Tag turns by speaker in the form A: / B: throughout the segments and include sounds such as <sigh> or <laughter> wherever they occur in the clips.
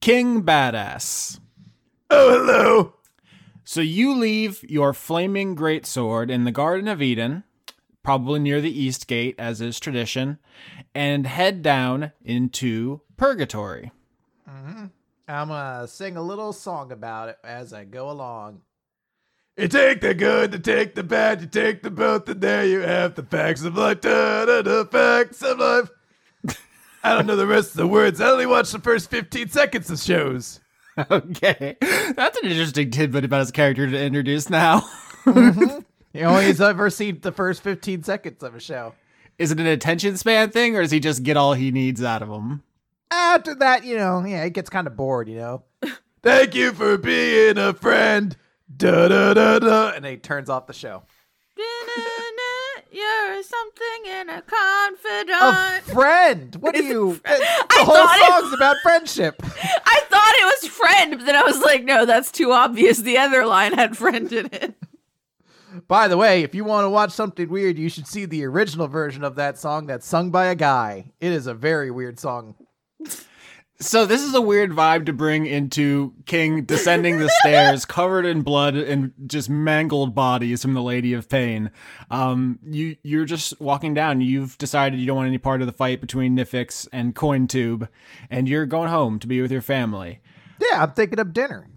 A: King Badass.
B: Oh, hello.
A: So you leave your flaming greatsword in the Garden of Eden, probably near the East Gate, as is tradition, and head down into Purgatory. <laughs>
B: I'm going to sing a little song about it as I go along. You take the good, you take the bad, you take the both, and there you have the facts of life. Da, da, da, facts of life. I don't know the rest of the words. I only watched the first 15 seconds of shows.
A: Okay. That's an interesting tidbit about his character to introduce now. <laughs>
B: You know, he's ever seen the first 15 seconds of a show.
A: is it an attention span thing, or does he just get all he needs out of him?
B: after that, you know, yeah, it gets kind of bored, you know. Thank you for being a friend. Da da da da, and he turns off the show.
C: You're something in a
B: A
C: confidant.
B: friend? What are you? The
C: I
B: whole
C: thought it-
B: song's about friendship.
C: <laughs> I thought it was friend, but then I was like, no, that's too obvious. The other line had friend in it.
B: By the way, if you want to watch something weird, you should see the original version of that song that's sung by a guy. It is a very weird song.
A: So this is a weird vibe to bring into King descending the stairs, covered in blood and just mangled bodies from the Lady of Pain. Um, you you're just walking down. You've decided you don't want any part of the fight between Nifix and Cointube, and you're going home to be with your family.
B: Yeah, I'm thinking of dinner.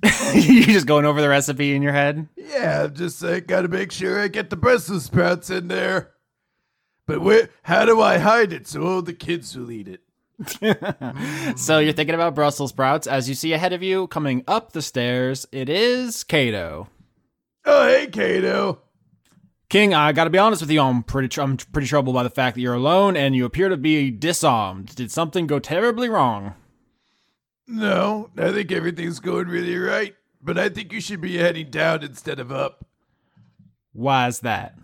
A: <laughs> you're just going over the recipe in your head.
B: Yeah, I'm just like, gotta make sure I get the Brussels sprouts in there. But where? How do I hide it so all the kids will eat it?
A: <laughs> So you're thinking about Brussels sprouts as you see ahead of you coming up the stairs. It is Kato.
B: Oh, hey, Kato.
A: King, I gotta be honest with you. I'm pretty, tr- I'm tr- pretty troubled by the fact that you're alone and you appear to be disarmed. Did something go terribly wrong?
B: No, I think everything's going really right, but I think you should be heading down instead of up.
A: Why is that?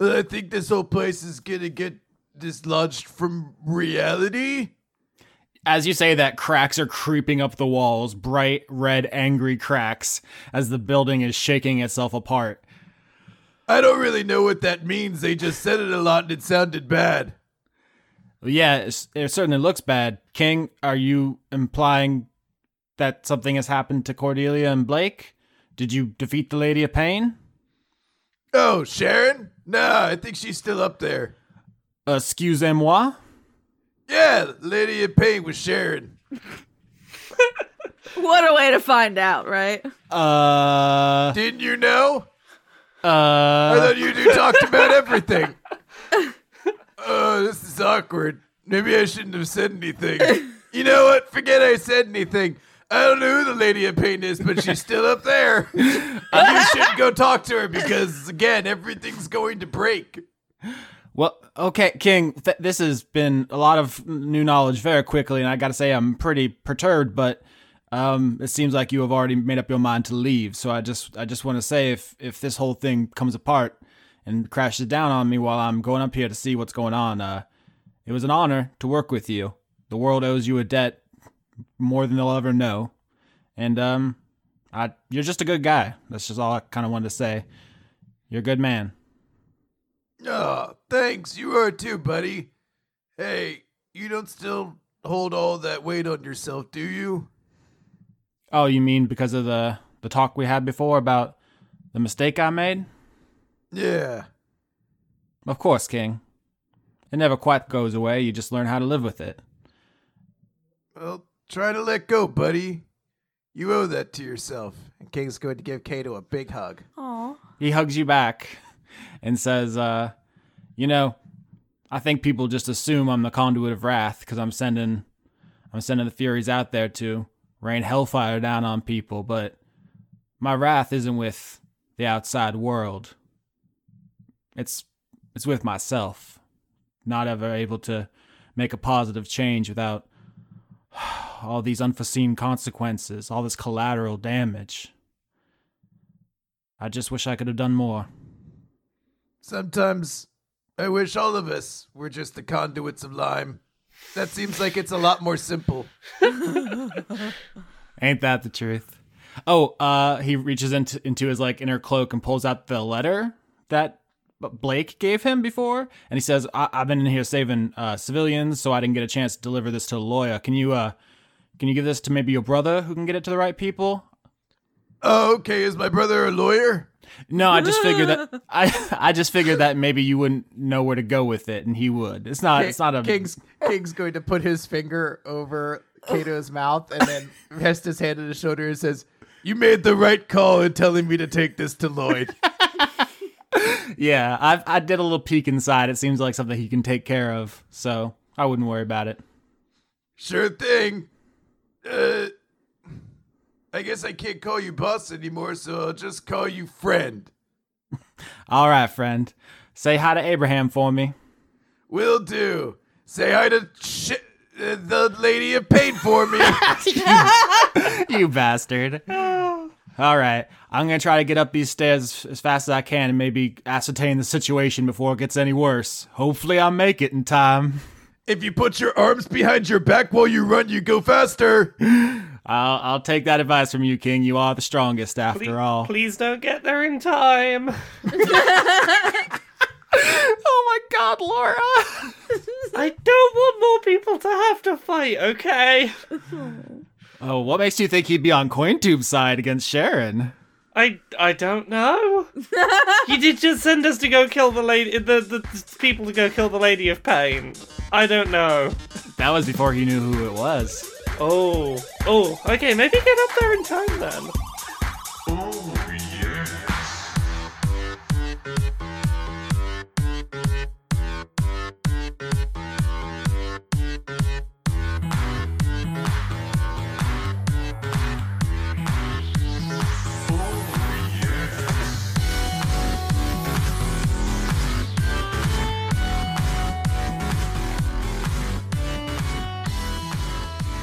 B: I think this whole place is gonna get dislodged from reality.
A: As you say that, cracks are creeping up the walls, bright red, angry cracks as the building is shaking itself apart.
B: I don't really know what that means. They just said it a lot and it sounded bad.
A: Yeah, it's, it certainly looks bad. King, are you implying that something has happened to Cordelia and Blake? Did you defeat the Lady of Pain?
B: Oh, Sharon? Nah, I think she's still up there.
A: Excusez-moi.
B: Yeah, Lady in Pain was Sharon.
C: What a way to find out, right?
A: Uh,
B: Didn't you know?
A: uh.
B: I thought you two talked about everything. Oh, this is awkward. Maybe I shouldn't have said anything. You know what? Forget I said anything. I don't know who the lady of pain is, but she's still up there. And you should go talk to her because, again, everything's going to break.
A: Well, okay, King, th- this has been a lot of new knowledge very quickly, and I gotta say, I'm pretty perturbed, but. Um, it seems like you have already made up your mind to leave. So I just, I just want to say, if if this whole thing comes apart and crashes down on me while I'm going up here to see what's going on, uh, it was an honor to work with you. The world owes you a debt more than they'll ever know, and um, I, you're just a good guy. That's just all I kind of wanted to say. You're a good man.
B: Oh, thanks. You are too, buddy. Hey, you don't still hold all that weight on yourself, do you?
A: Oh, you mean because of the the talk we had before about the mistake I made?
B: Yeah.
A: Of course, King. It never quite goes away. You just learn how to live with it.
B: Well, try to let go, buddy. You owe that to yourself. And King's going to give Kato a big hug.
C: Aw.
A: He hugs you back and says, uh, "You know, I think people just assume I'm the conduit of wrath because I'm sending, I'm sending the Furies out there to rain hellfire down on people. But my wrath isn't with the outside world. It's it's with myself. Not ever able to make a positive change without." <sighs> All these unforeseen consequences, all this collateral damage. I just wish I could have done more.
B: Sometimes I wish all of us were just the conduits of lime. That seems like it's a lot more simple.
A: Ain't that the truth? Oh, uh, he reaches into into his like inner cloak and pulls out the letter that B- Blake gave him before, and he says, I- "I've been in here saving uh, civilians, so I didn't get a chance to deliver this to Loya. Can you, uh, Can you give this to maybe your brother who can get it to the right people?
D: Oh, okay, is my brother a lawyer?
A: No, I just figured that I I just figured that maybe you wouldn't know where to go with it, and he would. It's not it's not a
D: King's King's going to put his finger over Kato's mouth and then rest his hand on his shoulder and says, "You made the right call in telling me to take this to Lloyd."
A: yeah. I I did a little peek inside. It seems like something he can take care of, so I wouldn't worry about it.
D: sure thing. Uh, I guess I can't call you boss anymore, so I'll just call you friend.
A: All right, friend. Say hi to Abraham for me. <laughs>
D: Will do. Say hi to sh- uh, the lady who paid for <laughs> me.
A: you bastard. All right. I'm going to try to get up these stairs as fast as I can and maybe ascertain the situation before it gets any worse. Hopefully, I make it in time.
D: if you put your arms behind your back while you run, you go faster.
A: I'll, I'll take that advice from you, King. You are the strongest after
E: Please,
A: all.
E: please don't get there in time.
A: Oh my god, Laura!
E: I don't want more people to have to fight, okay?
A: oh, what makes you think he'd be on CoinTube's side against Sharon?
E: I I don't know. you did just send us to go kill the lady, the, the people to go kill the lady of pain. I don't know.
A: That was before he knew who it was.
E: Oh, oh, okay, maybe get up there in time then.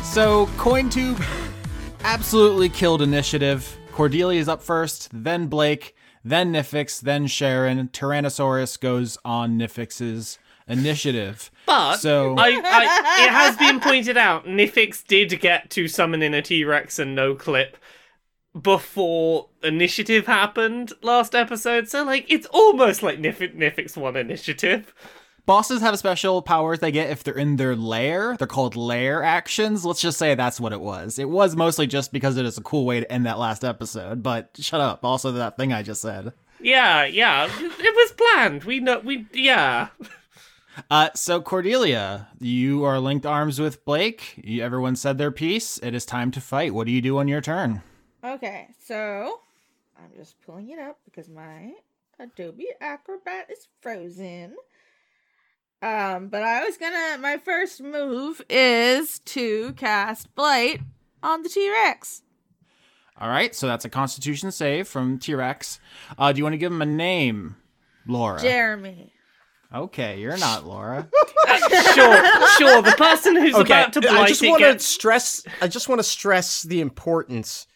A: So, CoinTube absolutely killed initiative. Cordelia's up first, then Blake, then Nifix, then Sharon. Tyrannosaurus goes on Nifix's initiative.
E: But
A: So-
E: I, I, it has been pointed out, Nifix did get to summoning a T Rex and no clip before initiative happened last episode. So like, it's almost like Nif- Nifix won initiative.
A: Bosses have special powers they get if they're in their lair. They're called lair actions. Let's just say that's what it was. It was mostly just because it is a cool way to end that last episode, but shut up. Also, that thing I just said.
E: Yeah, yeah, it was planned. We know, we yeah.
A: Uh, so Cordelia, you are linked arms with Blake. You, everyone said their piece. It is time to fight. What do you do on your turn?
C: Okay, so I'm just pulling it up because my Adobe Acrobat is frozen. Um, but I was gonna. My first move is to cast Blight on the T Rex.
A: All right, so that's a Constitution save from T Rex. Uh, do you want to give him a name, Laura?
C: Jeremy. <laughs>
A: okay, you're not Laura. <laughs>
E: Sure, sure. The person who's
F: Okay,
E: about to blight
F: I just
E: it
F: want to
E: gets
F: stress. I just want to stress the importance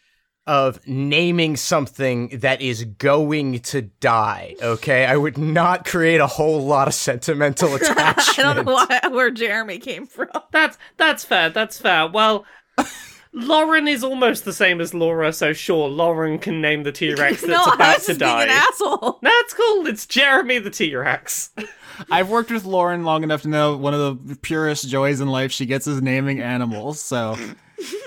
F: of naming something that is going to die. Okay, I would not create a whole lot of sentimental attachment.
C: I don't know why, where Jeremy came from.
E: That's that's fair. That's fair. Well, Lauren is almost the same as Laura, so sure, Lauren can name the
C: <laughs>
E: T Rex that's
C: no, I
E: about
C: was
E: to
C: just being
E: die.
C: an asshole. <laughs>
E: no, it's cool. It's Jeremy the T Rex.
A: I've worked with Lauren long enough to know one of the purest joys in life she gets is naming animals. So <laughs>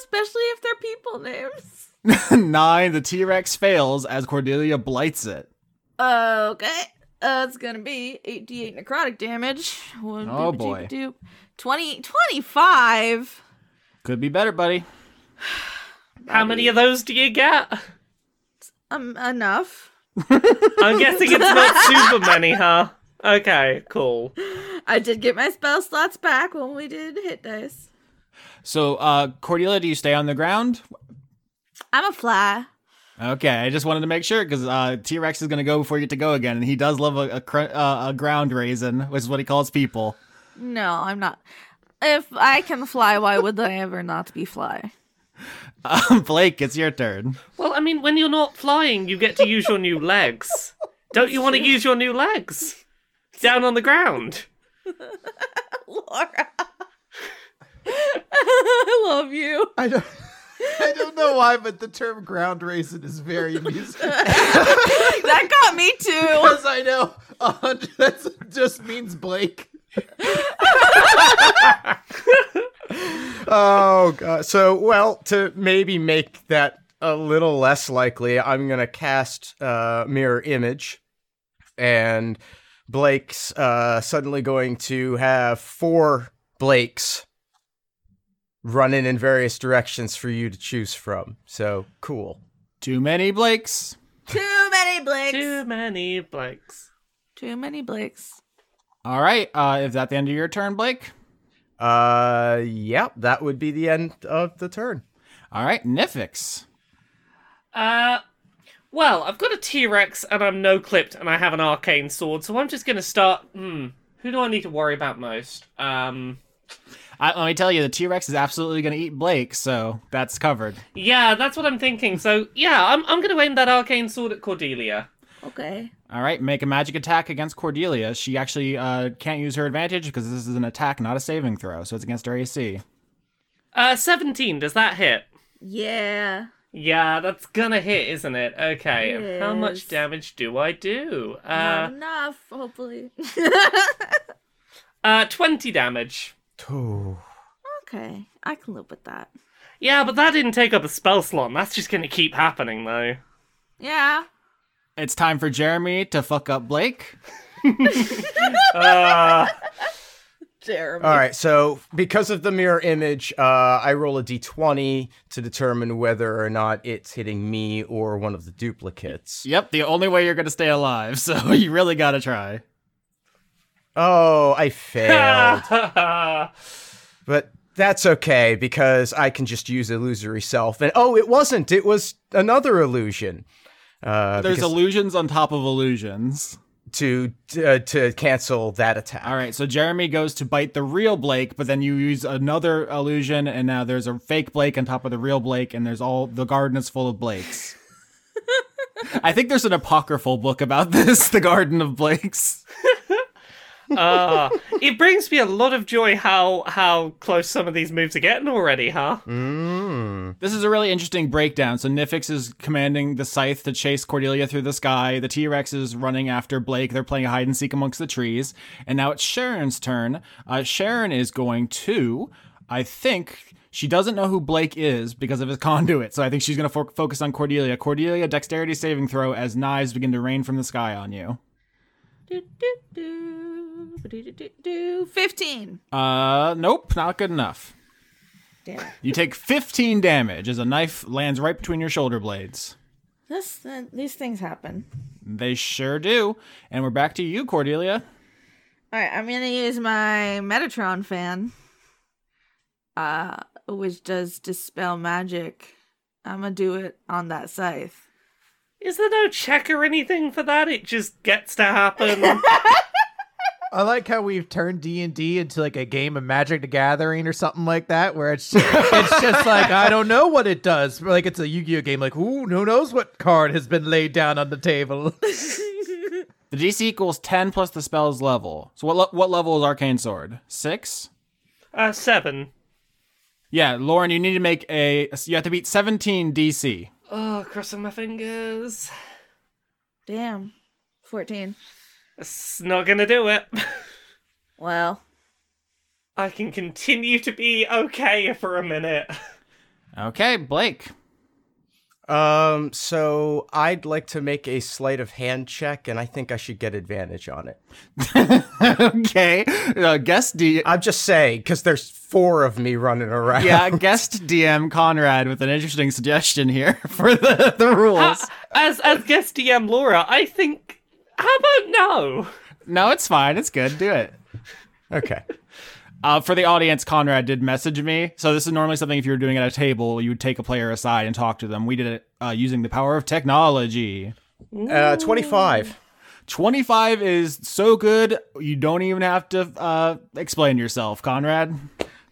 C: Especially if they're people names.
A: nine, the T Rex fails as Cordelia blights it.
C: Okay. Uh, it's gonna be 88 necrotic damage. One
A: Oh,
C: doop-a-doop-a-doop.
A: boy.
C: 20, 25.
A: Could be better, buddy.
E: How many of those do you get?
C: Um, enough.
E: I'm guessing it's not super many, huh? Okay, cool.
C: I did get my spell slots back when we did hit dice.
A: So, uh, Cordelia, do you stay on the ground?
C: I'm a fly.
A: Okay, I just wanted to make sure because uh, T Rex is going to go before you to go again, and he does love a, a, cr- uh, a ground raisin, which is what he calls people. <laughs>
C: No, I'm not. If I can fly, why would I ever not be fly? <laughs>
A: Um, Blake, it's your turn.
E: Well, I mean, when you're not flying, you get to use your new legs. Don't you want to use your new legs? Down on the ground.
C: Laura. <laughs> I love
E: <laughs>
C: you.
D: I don't, I don't know why, but the term ground raisin is very amusing. <laughs>
C: That got me too.
E: <laughs>
D: Because I know a hundred that just means Blake.
F: oh god. So well, to maybe make that a little less likely, I'm gonna cast uh, mirror image, and Blake's uh, suddenly going to have four Blakes running in various directions for you to choose from. So cool.
A: Too many Blakes.
G: Too many blinks.
E: Too
G: Too,
E: many blanks.
G: many blinks.
A: All right. Uh, is that the end of your turn, Blake?
F: Uh, yep, that would be the end of the turn.
A: All right, Nifix.
E: Uh, well, I've got a T Rex and I'm no clipped and I have an arcane sword, so I'm just gonna start. Hmm, who do I need to worry about most? Um,
A: I, let me tell you, the T Rex is absolutely going to eat Blake, so that's covered.
E: yeah, that's what I'm thinking. So yeah, I'm I'm gonna aim that arcane sword at Cordelia.
G: Okay.
A: All right, make a magic attack against Cordelia. She actually uh, can't use her advantage because this is an attack, not a saving throw, so it's against her AC.
E: Uh, seventeen. Does that hit?
G: Yeah.
E: Yeah, that's gonna hit, isn't it? Okay.
G: It
E: How
G: is.
E: much damage do I do?
G: Not
E: Uh,
G: enough, hopefully. <laughs>
E: uh, twenty damage.
G: okay. I can live with that.
E: Yeah, but that didn't take up a spell slot. and That's just gonna keep happening, though. <laughs>
G: Yeah.
A: It's time for Jeremy to fuck up Blake.
E: Uh,
G: Jeremy.
F: All right, so because of the mirror image, uh, I roll a d20 to determine whether or not it's hitting me or one of the duplicates.
A: Yep, the only way you're going to stay alive, <laughs> so you really got to try.
F: Oh, I failed.
E: oh,
F: but that's okay because I can just use illusory self. And oh, it wasn't. It was another illusion. Uh,
A: There's
F: because-
A: illusions on top of illusions.
F: to uh, to cancel that attack.
A: All right, so Jeremy goes to bite the real Blake, but then you use another illusion, and now there's a fake Blake on top of the real Blake, and there's all the garden is full of Blakes. I think there's an apocryphal book about <laughs> this, the Garden of Blakes.
E: Uh, it brings me a lot of joy how how close some of these moves are getting already, huh?
G: Mm.
A: This is a really interesting breakdown. So Nifix is commanding the scythe to chase Cordelia through the sky. The T Rex is running after Blake. They're playing hide and seek amongst the trees. And now it's Sharon's turn. Uh, Sharon is going to, I think, she doesn't know who Blake is because of his <laughs> conduit. So I think she's going to fo- focus on Cordelia. Cordelia, dexterity saving throw as knives begin to rain from the sky on you.
G: Do, do, do, do, do, do, do. 15.
A: Uh, nope, not good enough.
G: Damn. it.
A: You take 15 damage as a knife lands right between your shoulder blades.
G: This, uh, these things happen.
A: They sure do. And we're back to you, Cordelia.
G: All right, I'm gonna use my Metatron fan, uh, which does dispel magic. I'm gonna do it on that scythe.
E: Is there no check or anything for that? It just gets
G: <laughs>
E: to happen.
B: I like how we've turned D and D into like a game of Magic the Gathering or something like that, where it's it's
C: <laughs>
B: just like I don't know what it does. Like it's a Yu Gi Oh game. Like ooh, who knows what card has been laid down on the table?
A: The DC equals 10 plus the spell's level. So what le- what level is Arcane Sword? 6?
E: uh, seven.
A: Yeah, Lauren, you need to make a you have to beat 17 DC.
E: Oh, crossing my fingers.
G: Damn, fourteen.
E: It's not gonna do it. <laughs>
G: Well,
E: I can continue to be okay for a minute.
A: Okay, Blake. <laughs>
F: Um, so I'd like to make a sleight of hand check, and I think I should get advantage on it.
A: okay. Uh, guest D
F: I'm just saying because there's four of me running around.
A: yeah,
F: <laughs>
A: guest DM Conrad with an interesting suggestion here <laughs> for the, the
E: Uh,
A: rules.
E: as as guest DM Laura, I think. How about no?
A: no, it's fine. It's good. Do it.
F: Okay.
A: Uh, for the audience, Conrad did message me. So this is normally something if you were doing it at a table, you would take a player aside and talk to them. We did it uh, using the power of technology.
F: Uh, 25.
A: 25 is so good, you don't even have to uh, explain yourself, Conrad.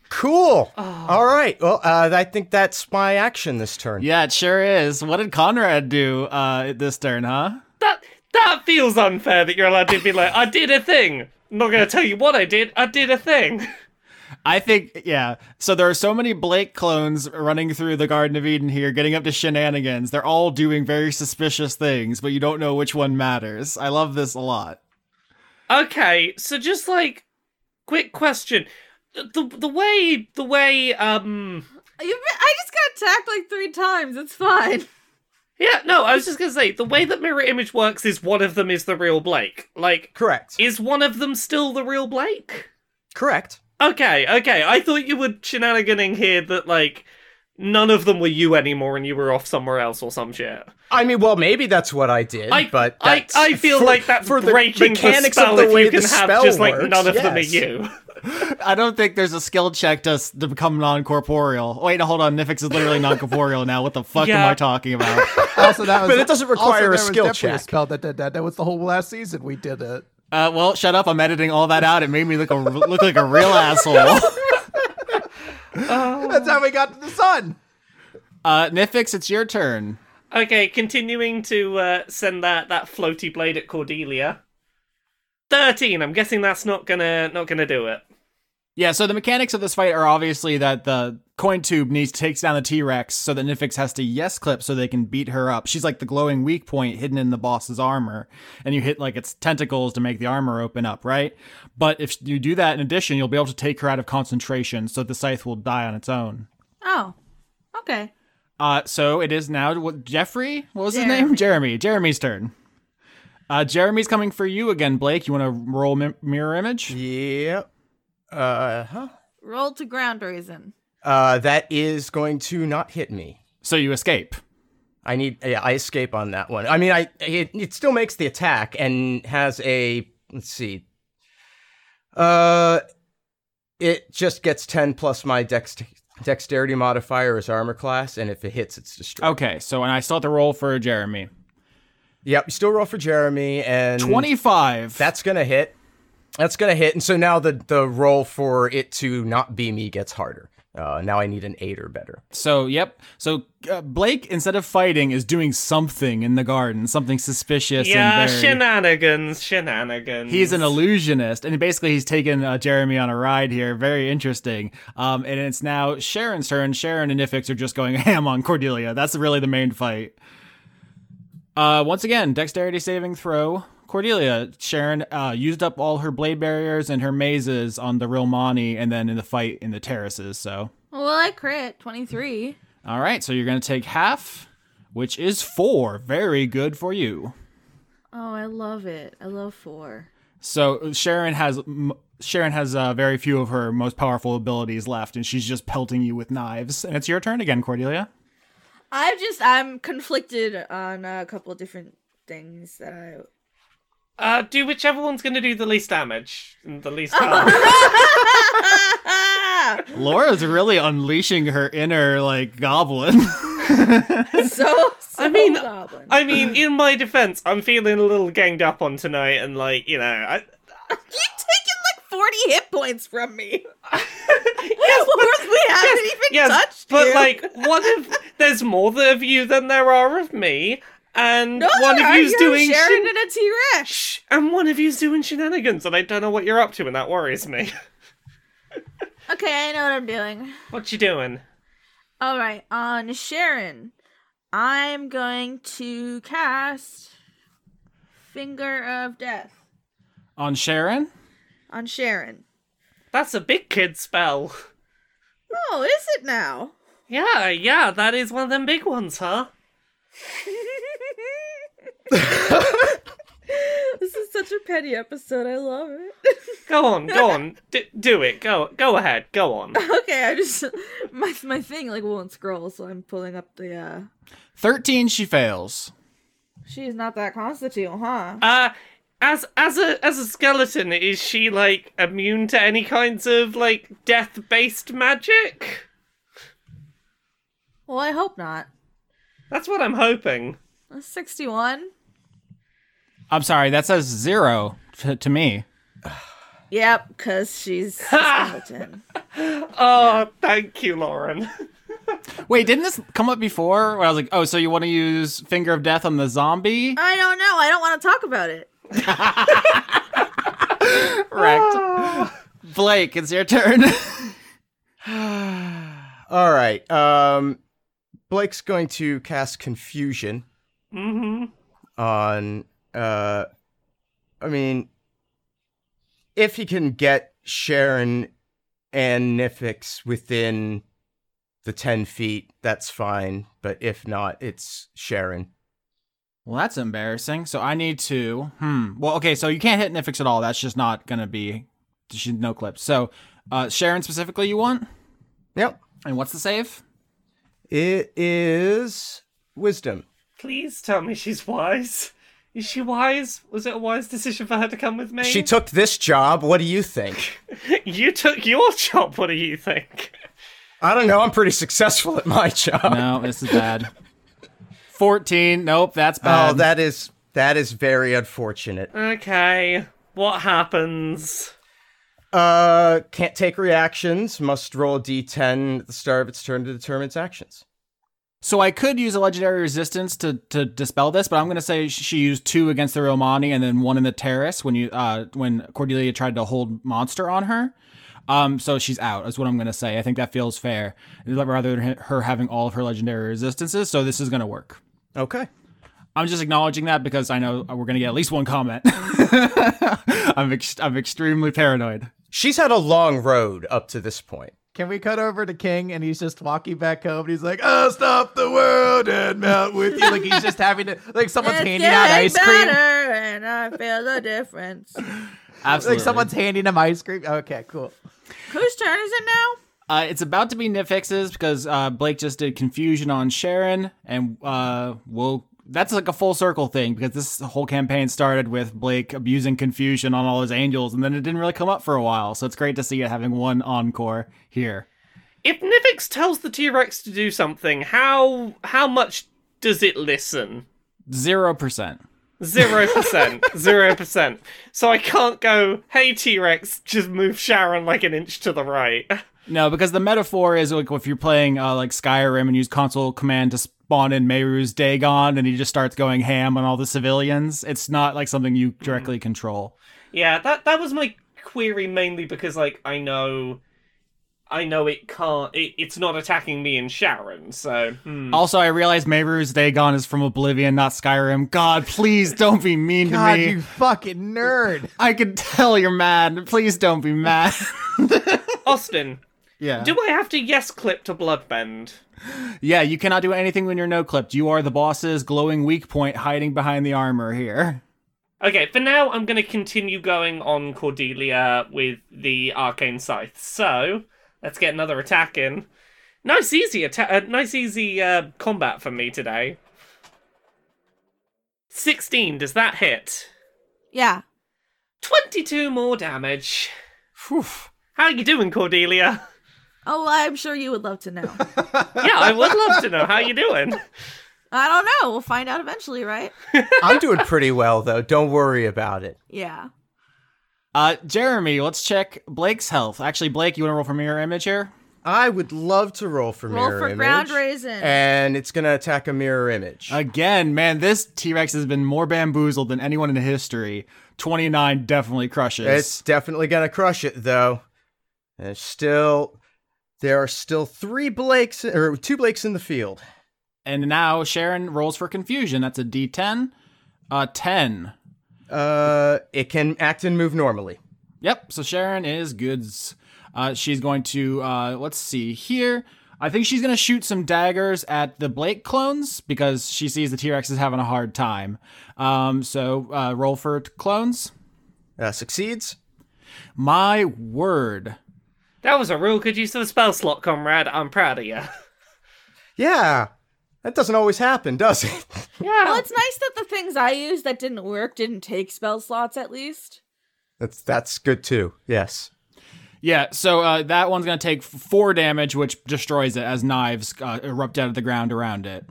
F: Cool.
E: Oh.
F: All right. Well, uh, I think that's my action this turn.
A: Yeah, it sure is. What did Conrad do uh, this turn, huh?
E: That that feels unfair that you're allowed to be like, I did a thing. I'm not gonna tell you what I did. I did a thing. <laughs>
A: I think, yeah. So there are so many Blake clones running through the Garden of Eden here, getting up to shenanigans. They're all doing very suspicious things, but you don't know which one matters. I love this a lot.
E: Okay, so just like quick question. the the way the way um
C: You've been, I just got attacked like three times. It's fine.
E: yeah no I was just gonna say the way that mirror image works is one of them is the real Blake like
F: Correct.
E: is one of them still the real Blake
F: Correct.
E: okay okay I thought you were shenaniganing here that like none of them were you anymore and you were off somewhere else or some shit
F: I mean, well, maybe that's what I did,
E: I-
F: but
E: I-
F: that's-
E: I feel
F: for-
E: like that's
F: for the
E: breaking the,
F: mechanics
E: spell
F: of the
E: if
F: way
E: you can
F: the
E: have
F: spell
E: just like
F: works,
E: none of them are
F: yes.
E: you
A: I don't think there's a skill check to, s- to become non-corporeal. Wait, hold on. Nifix is literally non-corporeal now. What the fuck am
E: Yeah.
A: I talking about? <laughs>
B: Also, <laughs> that was,
F: But it doesn't
B: also,
F: require a
B: there was
F: skill
B: definitely A
F: check.
B: spell that did that. That was the whole last season we did it. <laughs>
A: Uh, well, shut up. I'm editing all that out. It made me look a, look like a real asshole.
B: That's how we got to the sun.
A: Uh, Nifix, it's your turn.
E: Okay, continuing to uh, send that that floaty blade at Cordelia. Thirteen. I'm guessing that's not gonna not gonna do it.
A: Yeah, so the mechanics of this fight are obviously that the coin tube needs takes down the T Rex so that Nifix has to yes clip so they can beat her up. She's like the glowing weak point hidden in the boss's armor, and you hit like its tentacles to make the armor open up, right? But if you do that in addition, you'll be able to take her out of concentration so the scythe will die on its own.
C: Oh, okay.
A: Uh, so it is now what Jeffrey? What was his
C: Jeremy.
A: name? Jeremy. Jeremy's turn. Uh, Jeremy's coming for you again, Blake. You want to roll mi- mirror image?
F: Yep. Uh huh.
C: Roll to ground reason.
F: Uh, that is going to not hit me.
A: So you escape.
F: I need. Yeah, I escape on that one. I mean, I it, it still makes the attack and has a let's see. Uh, it just gets ten plus my dext- dexterity modifier as armor class, and if it hits, it's destroyed.
A: Okay, so and I still have to roll for Jeremy.
F: Yep. You still roll for Jeremy and
A: 25.
F: That's gonna hit. That's gonna hit, and so now the the roll for it to not be me gets harder. Uh, now I need an eight or better.
A: so, yep. So, uh, Blake, instead of fighting, is doing something in the garden, something suspicious.
E: yeah,
A: and very-
E: shenanigans, shenanigans.
A: He's an illusionist, and basically he's taken uh, Jeremy on a ride here. Very interesting. Um, and it's now Sharon's turn. Sharon and Ifix are just going <laughs> ham on Cordelia. That's really the main fight. Uh, once again, dexterity saving throw. Cordelia, Sharon uh, used up all her blade barriers and her mazes on the Rilmani, and then in the fight in the terraces. So,
C: Well, I crit twenty three.
A: all right, so you're gonna take half, which is four. Very good for you.
C: Oh, I love it. I love four.
A: So uh, Sharon has m- Sharon has uh, very few of her most powerful abilities left, and she's just pelting you with knives. And it's your turn again, Cordelia.
G: I've just I'm conflicted on a couple of different things that
C: <laughs>
G: I <laughs>
E: Uh, do whichever one's gonna do the least damage, and the least harm.
A: Laura's really unleashing her inner like goblin. <laughs>
G: so, so
E: I mean,
G: goblin.
E: I mean, in my defense, I'm feeling a little ganged up on tonight, and like you know, I,
G: You've taken like 40 hit points from
E: <laughs>
G: me. <laughs> Whereas we haven't even
E: yes,
G: touched
E: but
G: you.
E: like one of there's more of you than there are of me,
G: <laughs>
E: and
G: no,
E: one of you's
G: you
E: doing
G: Sharon
E: shen-
G: and a T-Rex.
E: Shh, and one of you's doing shenanigans, and I don't know what you're up to, and that worries me. <laughs>
C: Okay, I know what I'm doing.
E: what you doing?
C: All right, on Sharon, I'm going to cast
G: Finger of Death
A: On Sharon,
G: on Sharon.
E: That's a big kid spell.
G: Oh, is it now?
E: Yeah, yeah, that is one of them big ones, huh?
G: this is such a petty episode. I love it. <laughs>
E: Go on, go on, D- do it. Go, go ahead, go on.
G: okay, I just my my thing like won't scroll, so I'm pulling up the. uh
A: thirteen, she fails.
G: She is not that constitute, huh?
E: Uh, as as a as a skeleton, is she like immune to any kinds of like death based magic?
C: Well, I hope not.
E: That's what I'm hoping.
C: A 61.
A: I'm sorry, that says zero t- to me.
G: Yep, because she's a skeleton.
E: Oh, thank you, Lauren. <laughs>
A: Wait, didn't this come up before? Where I was like, oh, so you want to use Finger of Death on the zombie?
G: I don't know. I don't want to talk about it.
A: Correct. Blake, it's your turn. <laughs>
F: All right. Um, Blake's going to cast confusion
E: hmm
F: on. Uh, I mean, if he can get Sharon and Nifix within the 10 feet, that's fine. But if not, it's Sharon.
A: Well, that's embarrassing. So I need to. Hmm. Well, okay. So you can't hit Nifix at all. That's just not gonna be. She's no clips. So, uh, Sharon specifically, you want?
F: Yep.
A: And what's the save?
F: It is wisdom.
E: Please tell me she's wise. Is she wise? Was it a wise decision for her to come with me?
F: She took this job. What do you think?
E: you took your <laughs> job. What do you think?
F: I don't know. I'm pretty successful at my job.
A: No, this is bad. Fourteen. Nope, that's bad.
F: Oh, that is that is very unfortunate.
E: Okay. What happens?
F: Uh, can't take reactions. Must roll d d10 at the start of its turn to determine its actions.
A: So I could use a legendary resistance to to dispel this, but I'm gonna say sh- she used two against the Romani and then one in the terrace when you uh when Cordelia tried to hold monster on her. Um, so she's out. Is what I'm gonna say. I think that feels fair, rather than her having all of her legendary resistances. So this is gonna work.
F: Okay.
A: I'm just acknowledging that because I know we're gonna get at least one comment. <laughs> I'm ex- I'm extremely paranoid.
F: She's had a long road up to this point.
B: Can we cut over to King and he's just walking back home and he's like, "I'll stop the world and melt with you." Like he's just having to, <laughs> like someone's handing out
G: getting
B: ice cream.
G: better, and I feel the difference.
A: Absolutely.
B: Like someone's handing him ice cream. Okay, cool.
G: Whose turn is it now?
A: Uh, it's about to be nitfixes because uh, Blake just did confusion on Sharon, and uh, we'll. That's like a full circle thing because this whole campaign started with Blake abusing confusion on all his angels, and then it didn't really come up for a while. So it's great to see it having one encore here.
E: If Nivix tells the T Rex to do something, how how much does it listen?
A: Zero percent.
E: Zero percent. Zero percent. So I can't go, hey T Rex, just move Sharon like an inch to the right.
A: No, because the metaphor is like if you're playing uh, like Skyrim and use console command to spawn in Meru's Dagon, and he just starts going ham on all the civilians. It's not like something you directly control.
E: Yeah, that that was my query mainly because like I know I know it can't it, it's not attacking me and Sharon, so hmm.
A: Mm. Also, I realize Meru's Dagon is from Oblivion, not Skyrim. God, please don't be mean
B: God,
A: to me.
B: you fucking nerd.
A: I can tell you're mad. Please don't be mad.
E: Austin,
A: yeah.
E: do I have to yes clip to bloodbend?
A: yeah, you cannot do anything when you're no clipped. You are the boss's glowing weak point hiding behind the armor here.
E: Okay, for now I'm gonna continue going on Cordelia with the arcane scythe. So let's get another attack in. Nice easy attack. Uh, nice easy uh, combat for me today. Sixteen. Does that hit?
C: Yeah.
E: Twenty-two more damage.
A: Whew.
E: How you doing, Cordelia?
G: Oh, I'm sure you would love to know.
E: Yeah, I would love to know how you doing.
G: I don't know. We'll find out eventually, right?
F: I'm doing pretty well though. Don't worry about it.
G: Yeah.
A: Uh, Jeremy, let's check Blake's health. Actually, Blake, you want to roll for mirror image here?
F: I would love to roll for
G: Roll
F: mirror
G: for
F: image.
G: ground raisin.
F: And it's gonna attack a mirror image.
A: Again, man, this T Rex has been more bamboozled than anyone in history. 29 definitely crushes.
F: It's definitely gonna crush it though. There's still there are still three Blakes or two Blakes in the field.
A: And now Sharon rolls for confusion. That's a D10. Uh, 10.
F: Uh it can act and move normally.
A: Yep. So Sharon is goods. Uh, she's going to uh, let's see here. I think she's going to shoot some daggers at the Blake clones because she sees the T Rex is having a hard time. Um, so uh, roll for t- clones.
F: Uh succeeds.
A: My word.
E: That was a real good use of the spell slot, comrade. I'm proud of you.
F: Yeah. That doesn't always happen, does it? <laughs>
G: Well, it's nice that the things I used that didn't work didn't take spell slots at least.
F: that's that's good too. Yes.
A: Yeah. So uh, that one's going to take f- four damage, which destroys it as knives uh, erupt out of the ground around it.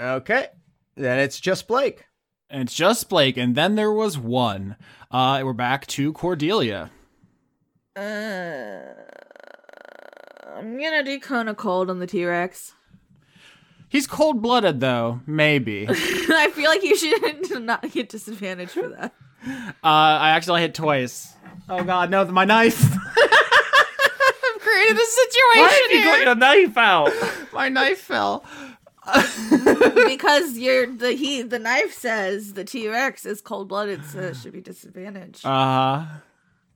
F: Okay. Then it's just Blake.
A: And it's just Blake, and then there was one. Uh, we're back to Cordelia.
G: Uh, I'm gonna do Kona Cold on the T Rex.
A: He's cold blooded, though, maybe.
G: <laughs>
A: <laughs>
G: I feel like you should <laughs> not get disadvantage for that.
A: Uh, I actually hit twice. Oh god, no, my knife. <laughs> I've created a
E: Why
A: situation
E: have you got
A: here.
E: your knife out?
A: My knife fell.
G: because you're the he the knife says the T Rex is cold blooded, so it should be disadvantage.
A: Uh,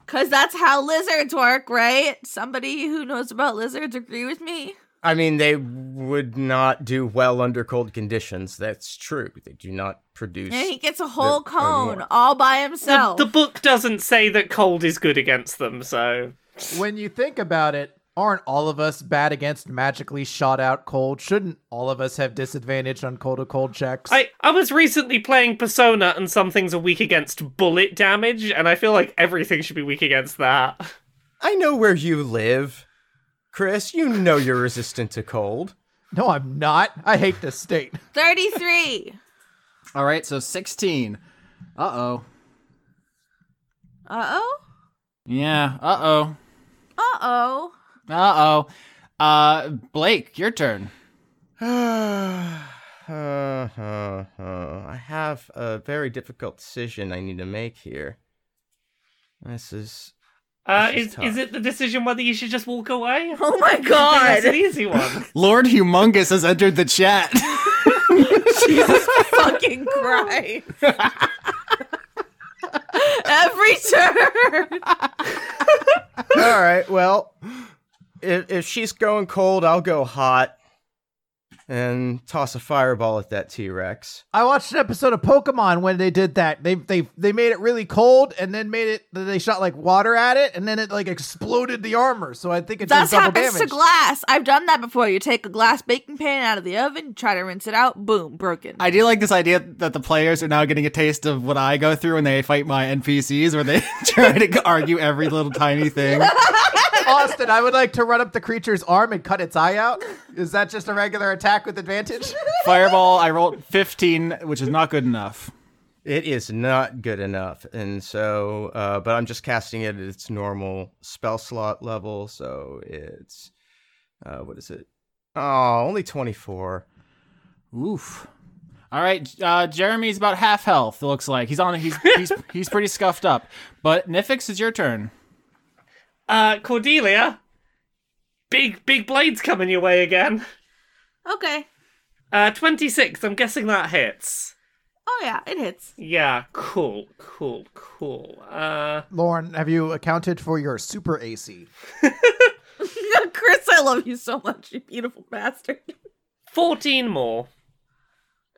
C: Because that's how lizards work, right? Somebody who knows about lizards agree with me.
F: I mean, they would not do well under cold conditions. That's true. They do not produce.
C: And he gets a whole
F: They're- they're
C: cone
F: more.
C: all by
E: The,
C: himself.
E: the book doesn't say that cold is good against them, so
B: when you think about it, aren't all of us bad against magically shot out cold? Shouldn't all of us have disadvantage on cold to cold checks?
E: I I was recently playing Persona and some things are weak against bullet damage, and I feel like everything should be weak against that.
F: I know where you live, Chris. You know you're resistant to cold. <sighs>
B: no, I'm not. I hate this state.
C: 33.
A: All right, so 16. Uh oh.
C: Uh oh.
A: Yeah, uh oh.
C: Uh oh.
A: Uh oh. Uh, Blake, your turn.
F: I have a very difficult decision I need to make here. This is
E: Uh,
F: This is
E: is is
F: tough.
E: it the decision whether you should just walk away?
C: <laughs> Oh my
E: That's an
C: god.
E: easy one.
A: Lord Humongous has entered the chat. <laughs>
C: Jesus fucking Christ. Every turn.
F: all right. Well, if, if she's going cold, I'll go hot and toss a fireball at that T Rex.
B: I watched an episode of Pokemon when they did that. They they they made it really cold and then made it they shot like water at it and then it like exploded the armor. So I think it
C: That's
B: does double
C: happens
B: damage.
C: to glass. I've done that before. You take a glass baking pan out of the oven, try to rinse it out, boom, broken.
A: I do like this idea that the players are now getting a taste of what I go through when they fight my NPCs, where they <laughs> try to argue every little tiny <laughs> thing.
B: Austin, I would like to run up the creature's arm and cut its eye out. Is that just a regular attack with
C: <laughs>
B: advantage?
A: Fireball, I rolled 15, which is not good enough.
F: It is not good enough, and so, uh, but I'm just casting it at its normal spell slot level, so it's uh, what is it? Oh, only 24.
A: Oof. All right, uh, Jeremy's about half health. It looks like he's on.
B: <laughs>
A: He's he's he's pretty scuffed up. But Nifix, it's your turn.
E: Uh, Cordelia, big big blades coming your way again.
C: okay.
E: Uh, twenty six. I'm guessing that hits.
C: Oh yeah, it hits. <laughs>
E: Yeah, cool, cool, cool. Uh,
B: Lauren, have you accounted for your super AC?
C: Chris, I love you so much, you beautiful bastard.
E: fourteen more.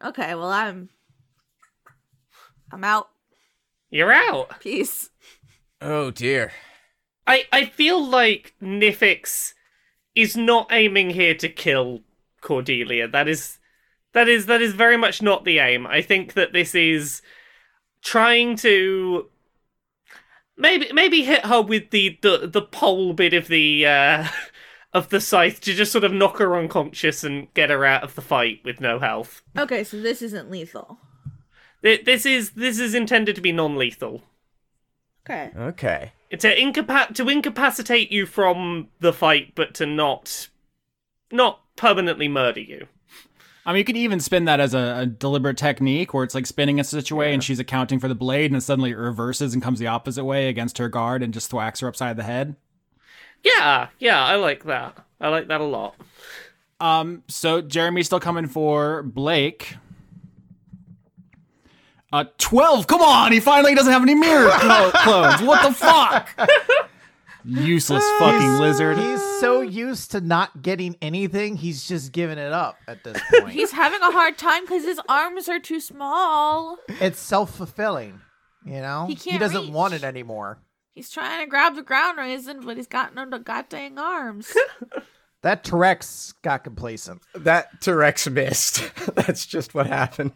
C: Okay, well I'm I'm out.
E: You're out.
C: Peace.
F: Oh dear.
E: I I feel like Nifix is not aiming here to kill Cordelia. That is that is that is very much not the aim. I think that this is trying to maybe maybe hit her with the the, the pole bit of the uh <laughs> of the scythe to just sort of knock her unconscious and get her out of the fight with no health.
C: Okay, so this isn't lethal.
E: Th- This is this is intended to be non-lethal.
G: Okay.
F: Okay.
E: to incapac to incapacitate you from the fight, but to not not permanently murder you.
A: I mean, you could even spin that as a, a deliberate technique, where it's like spinning it such a way, and she's accounting for the blade, and it suddenly reverses and comes the opposite way against her guard, and just thwacks her upside the head.
E: Yeah, yeah, I like that. I like that a lot.
A: Um, so Jeremy's still coming for Blake. Uh, twelve. Come on, he finally doesn't have any mirror clo- <laughs> clothes. What the
B: <laughs>
A: fuck? Useless fucking lizard.
B: He's so used to not getting anything, he's just giving it up at
C: <laughs>
B: this point.
C: He's having a hard time because his arms are too small.
B: it's self fulfilling, you know?
C: He can't
B: doesn't
C: reach.
B: want it anymore.
C: He's trying to grab the ground raisin, but he's got no goddamn arms.
B: That T-Rex got complacent.
F: That T-Rex missed. <laughs> That's just what happened.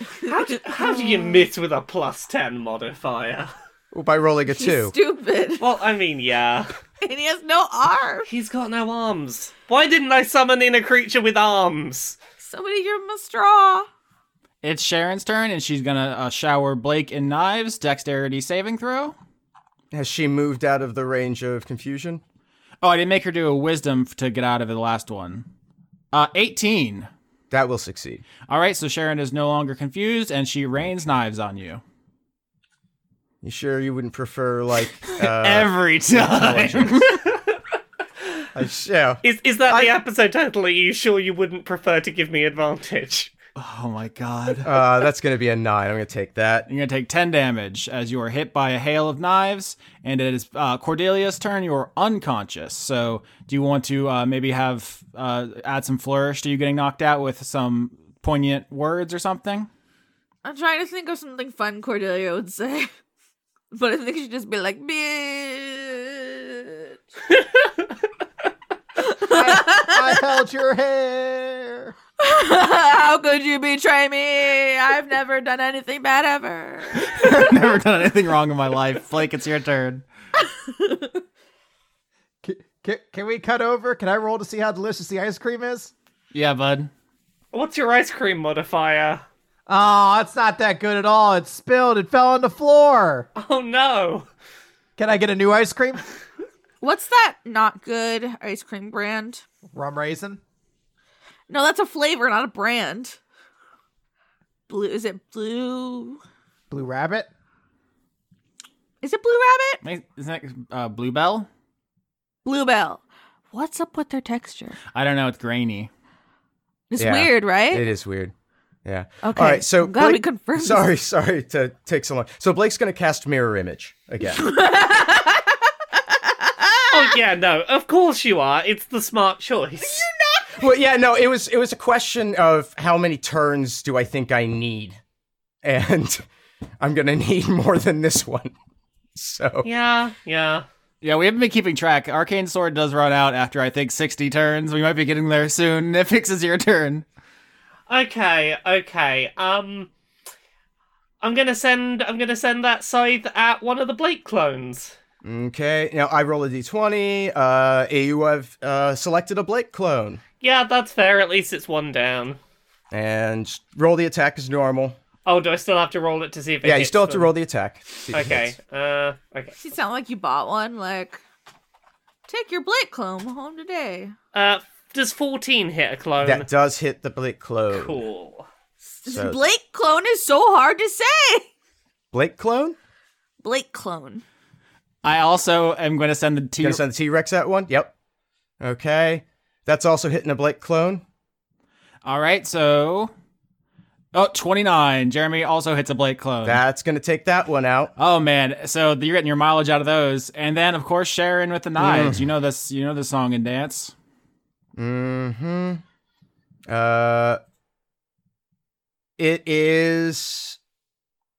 E: <laughs> How do, how do you miss with a plus ten modifier?
F: Well, Oh, by rolling
C: <laughs>
F: a
C: He's
F: two.
C: stupid,
E: Well, I mean, yeah,
C: and he has no arms.
E: he's got no arms. Why didn't I summon in a creature with arms?
C: Somebody give him a straw.
A: It's Sharon's turn, and she's gonna uh, shower Blake in knives. Dexterity saving throw.
F: Has she moved out of the range of confusion?
A: Oh, I didn't make her do a wisdom f- to get out of the last one. Uh, 18.
F: That will succeed.
A: All right, so Sharon is no longer confused, and she rains knives on you
F: You sure you wouldn't prefer <laughs> like uh,
A: every time.
F: I- yeah.
E: Is is that the episode title? Are you sure you wouldn't prefer to give me advantage?
A: <laughs> Oh my god.
F: Uh, that's going to be a nine. I'm going to take that.
A: You're going to take 10 damage as you are hit by a hail of knives, and it is uh, Cordelia's turn. You are unconscious. So, do you want to uh, maybe have uh, add some flourish to you getting knocked out with some poignant words or something?
C: I'm trying to think of something fun Cordelia would say. <laughs> But I think she'd just be like, bitch. <laughs>
B: I held your hair.
C: How could you betray me? I've never done anything bad ever.
A: I've <laughs> never done anything wrong in my life. Flake, it's your turn.
B: Can, can, can we cut over? Can I roll to see how delicious the ice cream is?
A: Yeah, bud.
E: What's your ice cream modifier?
B: Oh, it's not that good at all. It spilled. It fell on the floor.
E: Oh no.
B: Can I get a new ice cream?
C: What's that not good ice cream brand?
B: Rum raisin.
C: No, that's a flavor, not a brand. Blue is it blue?
B: Blue rabbit.
C: Is it blue rabbit?
A: Ma- Isn't that uh, Bluebell?
C: Bluebell. What's up with their texture?
A: I don't know. It's grainy.
C: It's
F: Yeah.
C: weird, right?
F: It is weird. Yeah.
C: Okay.
F: All right. So
C: I'm glad we
F: Blake-
C: confirmed. this.
F: Sorry, sorry to take so long. So Blake's going to cast mirror image again.
E: Oh yeah, no. Of course you are. It's the smart choice.
F: well, yeah, no, it was it was a question of how many turns do I think I need, and <laughs> I'm going to need more than this one. So
E: Yeah, yeah.
A: Yeah, we haven't been keeping track. Arcane Sword does run out after, I think, 60 turns. We might be getting there soon. <laughs> Nifix is your turn.
E: Okay, okay. Um I'm gonna send I'm gonna send that scythe at one of the Blake clones.
F: okay, now I roll a d20. Uh, you have uh, selected a Blake clone
E: Yeah, that's fair, at least it's one down.
F: and roll the attack as normal.
E: Oh, do I still have to roll it to see if it
F: yeah, you
E: hits
F: still have to
E: them?
F: roll the attack. See if it
E: Okay.
F: hits.
E: Uh okay.
C: You sound like you bought one. Like, take your Blake clone home today.
E: Uh does fourteen hit a clone?
F: That does hit the Blake clone.
E: cool.
C: This
F: So-
C: Blake clone is so hard to say.
F: Blake clone.
C: Blake clone.
A: I also am going to send the T
F: Gonna send the T Rex that one? Yep. Okay. That's also hitting a Blake clone.
A: All right, so. Oh, 29. Jeremy also hits a Blake clone.
F: That's gonna take that one out.
A: oh, man. So you're getting your mileage out of those. And then, of course, Sharon with the knives. You know this You know the song and dance.
F: Mm-hmm. Uh it is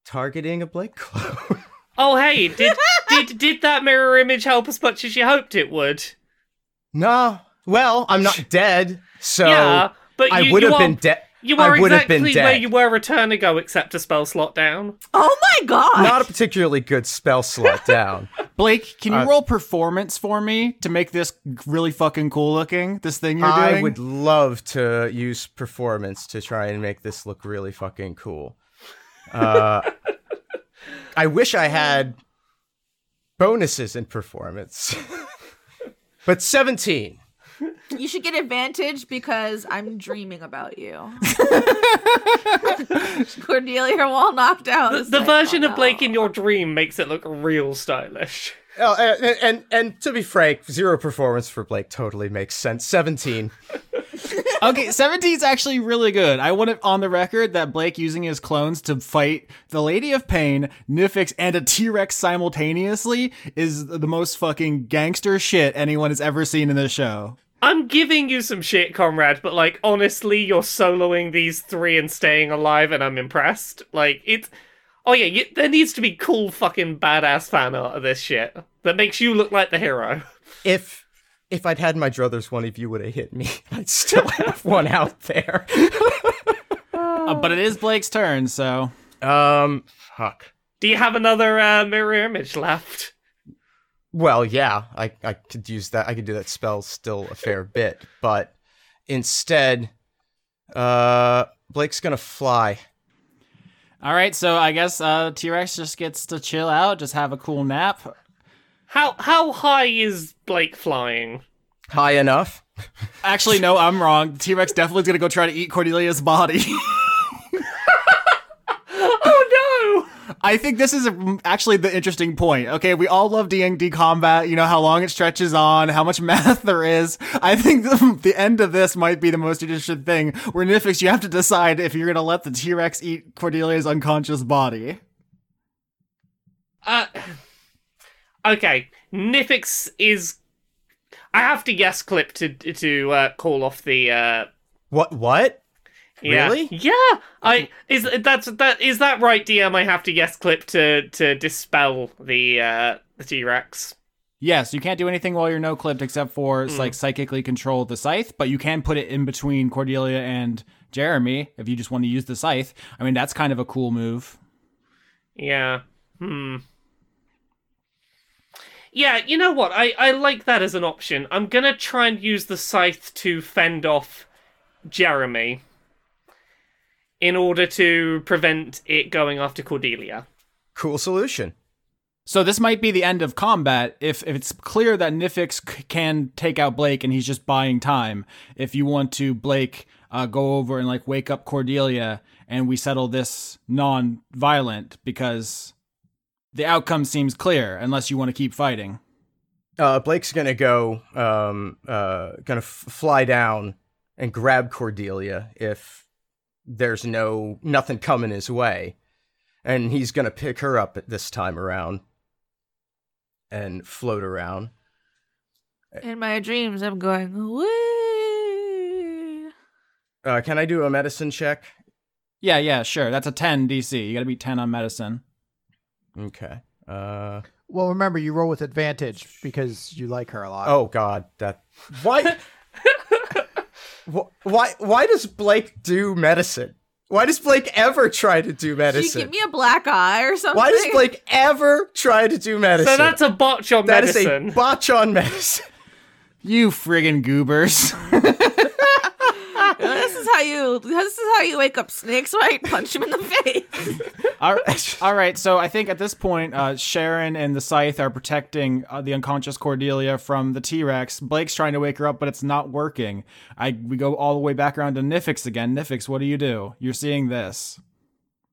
F: targeting a Blake clone. <laughs>
E: Oh hey, did did did that mirror image help as much as you hoped it would?
F: no. Well, I'm not dead, so
E: yeah, but you,
F: I would
E: you
F: have
E: are,
F: been dead.
E: You
F: I
E: are
F: would have
E: exactly
F: been
E: where
F: dead.
E: you were a turn ago, except a spell slot down.
C: Oh my god.
F: Not
E: <laughs>
F: a particularly good spell slot down.
A: Blake, can you
F: Uh,
A: roll performance for me to make this really fucking cool looking? This thing you're
F: I
A: doing?
F: would love to use performance to try and make this look really fucking cool.
A: <laughs>
F: Uh, I wish I had bonuses in performance, <laughs> but 17.
C: you should get advantage because I'm dreaming about
F: <laughs>
C: you. Cordelia, while knocked out.
E: The,
C: is
E: the
C: like,
E: version
C: oh
E: of Blake
C: no.
E: in your dream makes it look real stylish.
F: Oh, and, and and to be frank, zero performance for Blake totally makes sense. 17.
A: Okay, 17 is actually really good. I want it on the record that Blake using his clones to fight the Lady of Pain, Nifix, and a T Rex simultaneously is the most fucking gangster shit anyone has ever seen in this show.
E: I'm giving you some shit, comrade, but like honestly, you're soloing these three and staying alive, and I'm impressed. Like it's. Oh yeah, you, there needs to be cool fucking badass fan art of this shit that makes you look like the hero. <laughs>
F: If if I'd had my druthers, one of you would have hit me. <laughs> I'd still have one out there.
A: Uh, but it is Blake's turn, so.
F: Um, fuck.
E: Do you have another uh, mirror image left?
F: Well, yeah, I, I could use that. I could do that spell still a fair bit, but instead, uh, Blake's gonna fly.
A: All right, so I guess uh, T Rex just gets to chill out, just have a cool nap.
E: How how high is Blake flying?
F: High enough.
A: Actually, no, I'm wrong. T Rex definitely is going to <laughs> go try to eat Cordelia's body.
E: Oh no!
A: I think this is a, actually the interesting point. Okay, we all love D&D combat, you know how long it stretches on, how much <laughs> math there is. I think <laughs> the, the end of this might be the most interesting thing. Where Nifix, you have to decide if you're going to let the T-Rex eat Cordelia's unconscious body.
E: Uh, okay, Nifix is. I have to guess clip to to uh, call off the. Uh,
F: What? What?
E: yeah.
F: Really?
E: Yeah. I is that's that is that right, DM? I have to guess clip to to dispel the uh, the T Rex.
A: Yes, you can't do anything while you're no clipped except for it's like psychically control the scythe, but you can put it in between Cordelia and Jeremy if you just want to use the scythe. I mean, that's kind of a cool move.
E: Yeah. Hmm. Yeah, you know what? I, I like that as an option. I'm gonna try and use the scythe to fend off Jeremy in order to prevent it going after Cordelia.
F: Cool solution.
A: So this might be the end of combat if, if it's clear that Nifix c- can take out Blake and he's just buying time. If you want to Blake uh, go over and like wake up Cordelia and we settle this non-violent because the outcome seems clear unless you want to keep fighting.
F: Uh, Blake's gonna go, um, uh, gonna f- fly down and grab Cordelia if there's no nothing coming his way, and he's gonna pick her up at this time around and float around.
C: In my dreams, I'm going, wee.
F: Uh, can I do a medicine check?
A: Yeah, yeah, sure. That's a 10 DC. You got to be 10 on medicine.
F: Okay. Uh,
B: Well, remember you roll with advantage because you like her a lot.
F: oh God, that
E: <laughs>
F: why? Wh- why? Why does Blake do medicine? Why does Blake ever try to do
C: Did you
F: medicine?
C: give me a black eye or something?
F: Why does Blake ever try to do medicine?
E: So that's a botch on
F: That is
E: medicine.
F: a botch on medicine. <laughs>
A: You friggin' goobers. <laughs>
C: This is how you. This is how you wake up snakes, right? Punch him in the face.
F: <laughs>
A: <laughs> all, right, all right, so I think at this point, uh, Sharon and the Scythe are protecting uh, the unconscious Cordelia from the T Rex. Blake's trying to wake her up, but it's not working. I We go all the way back around to Nifix again. Nifix, what do you do? You're seeing this.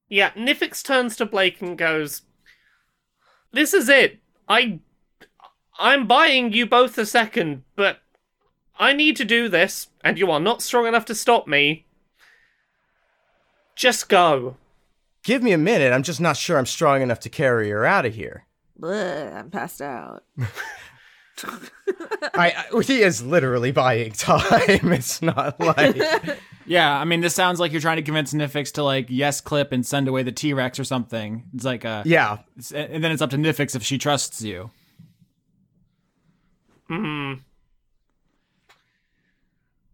E: Yeah, Nifix turns to Blake and goes, "This is it. I, I'm buying you both a second, but I need to do this, and you are not strong enough to stop me. Just go."
F: Give me a minute. I'm just not sure I'm strong enough to carry her out of here.
C: Bleh, I'm passed out.
F: I, I he is literally buying <laughs> time. It's
C: <laughs>
F: not like
A: Yeah, I mean, this sounds like you're trying to convince Nifix to, like, yes clip and send away the T Rex or something. It's like, uh,
F: yeah.
A: it's- and then it's up to Nifix if she trusts you.
E: Hmm.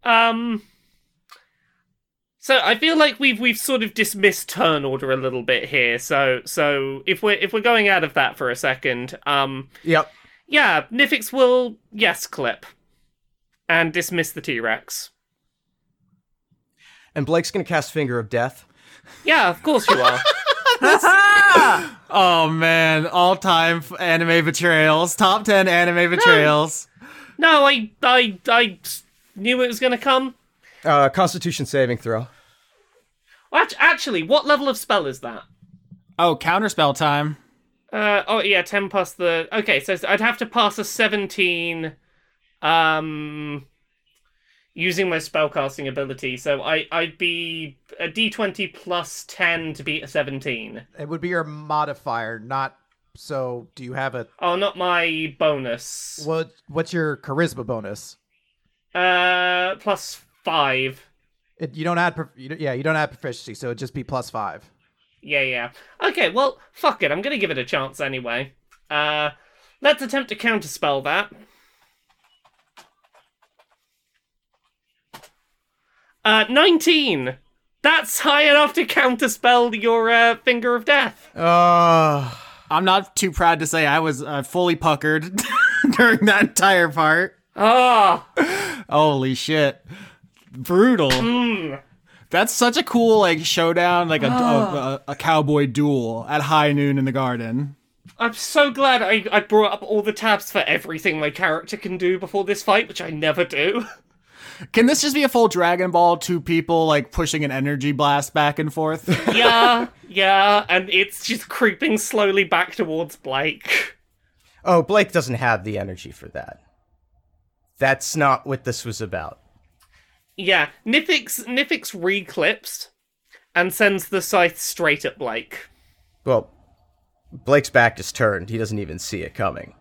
E: Um. So I feel like we've we've sort of dismissed turn order a little bit here. So so if we're if we're going out of that for a second, um,
F: Yep.
E: Yeah, Nifix will yes clip and dismiss the T Rex.
F: And Blake's gonna cast Finger of Death.
E: Yeah, of course you are.
A: Oh man, all time f- anime betrayals, top 10 anime betrayals.
E: no, I, I, I knew it was going to come.
F: Uh, Constitution saving throw.
E: Act- Actually, what level of spell is that?
A: Oh, counterspell time.
E: Uh, oh yeah, ten plus the. Okay, so I'd have to pass a seventeen, um, using my spellcasting ability. So I, I'd be a D twenty plus ten to beat a seventeen.
B: It would be your modifier, not so do you have a
E: Oh, not my bonus.
B: what what's your charisma bonus?
E: Uh, plus five.
B: It, you don't add prof- you don't- yeah, you don't add proficiency, so it'd just be plus 5.
E: Yeah, yeah. Okay, well, fuck it. I'm gonna give it a chance anyway. Uh, let's attempt to counterspell that. Uh, 19! That's high enough to counterspell your, uh, Finger of Death.
F: Uh,
A: I'm not too proud to say I was uh, fully puckered <laughs> during that entire part.
E: Ah!
A: Holy shit. Brutal. That's such a cool like showdown, like a, a, a cowboy duel at high noon in the garden.
E: I'm so glad I, I brought up all the tabs for everything my character can do before this fight, which I never do.
A: Can this just be a full Dragon Ball? Two people like pushing an energy blast back and forth.
E: yeah, yeah, and it's just creeping slowly back towards Blake.
F: Oh, Blake doesn't have the energy for that. That's not what this was about.
E: Yeah, Nifix Nifix reclips and sends the scythe straight at Blake.
F: Well, Blake's back is turned. He doesn't even see it coming.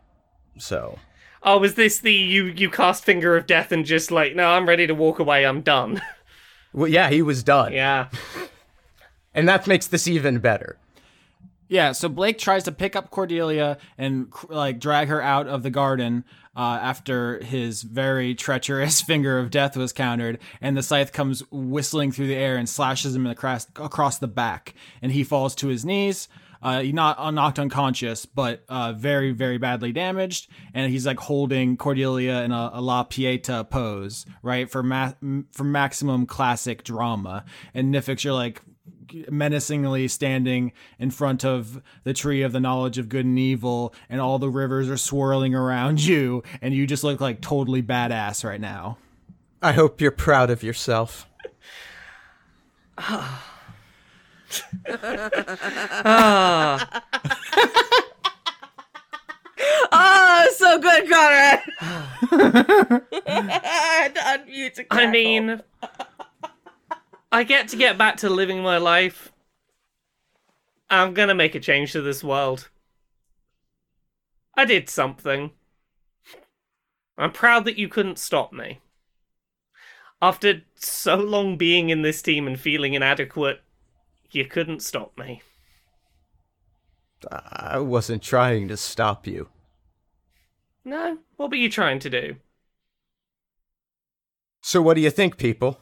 F: So,
E: Oh, was this the you you cast finger of death and just like, no, I'm ready to walk away, I'm done. <laughs>
F: well, yeah, he was done.
E: yeah.
F: And that makes this even better.
A: Yeah, so Blake tries to pick up Cordelia and cr- like drag her out of the garden uh, after his very treacherous <laughs> finger of death was countered, and the scythe comes whistling through the air and slashes him in the cras- across the back, and he falls to his knees. Uh, he not uh, knocked unconscious, but uh, very, very badly damaged, and he's like holding Cordelia in a, a La Pieta pose, right, for ma- m- for maximum classic drama. And Nifix, you're like menacingly standing in front of the tree of the knowledge of good and evil and all the rivers are swirling around <laughs> you and you just look like totally badass right now
F: I hope you're proud of yourself.
G: Oh, so good, Conrad.
F: <laughs>
C: <laughs>
G: I had to unmute to
E: I
G: cackle.
E: mean I get to get back to living my life. I'm gonna make a change to this world. I did something. I'm proud that you couldn't stop me. After so long being in this team and feeling inadequate, you couldn't stop me.
F: I wasn't trying to stop you.
E: No, what were you trying to do?
F: So, what do you think, people?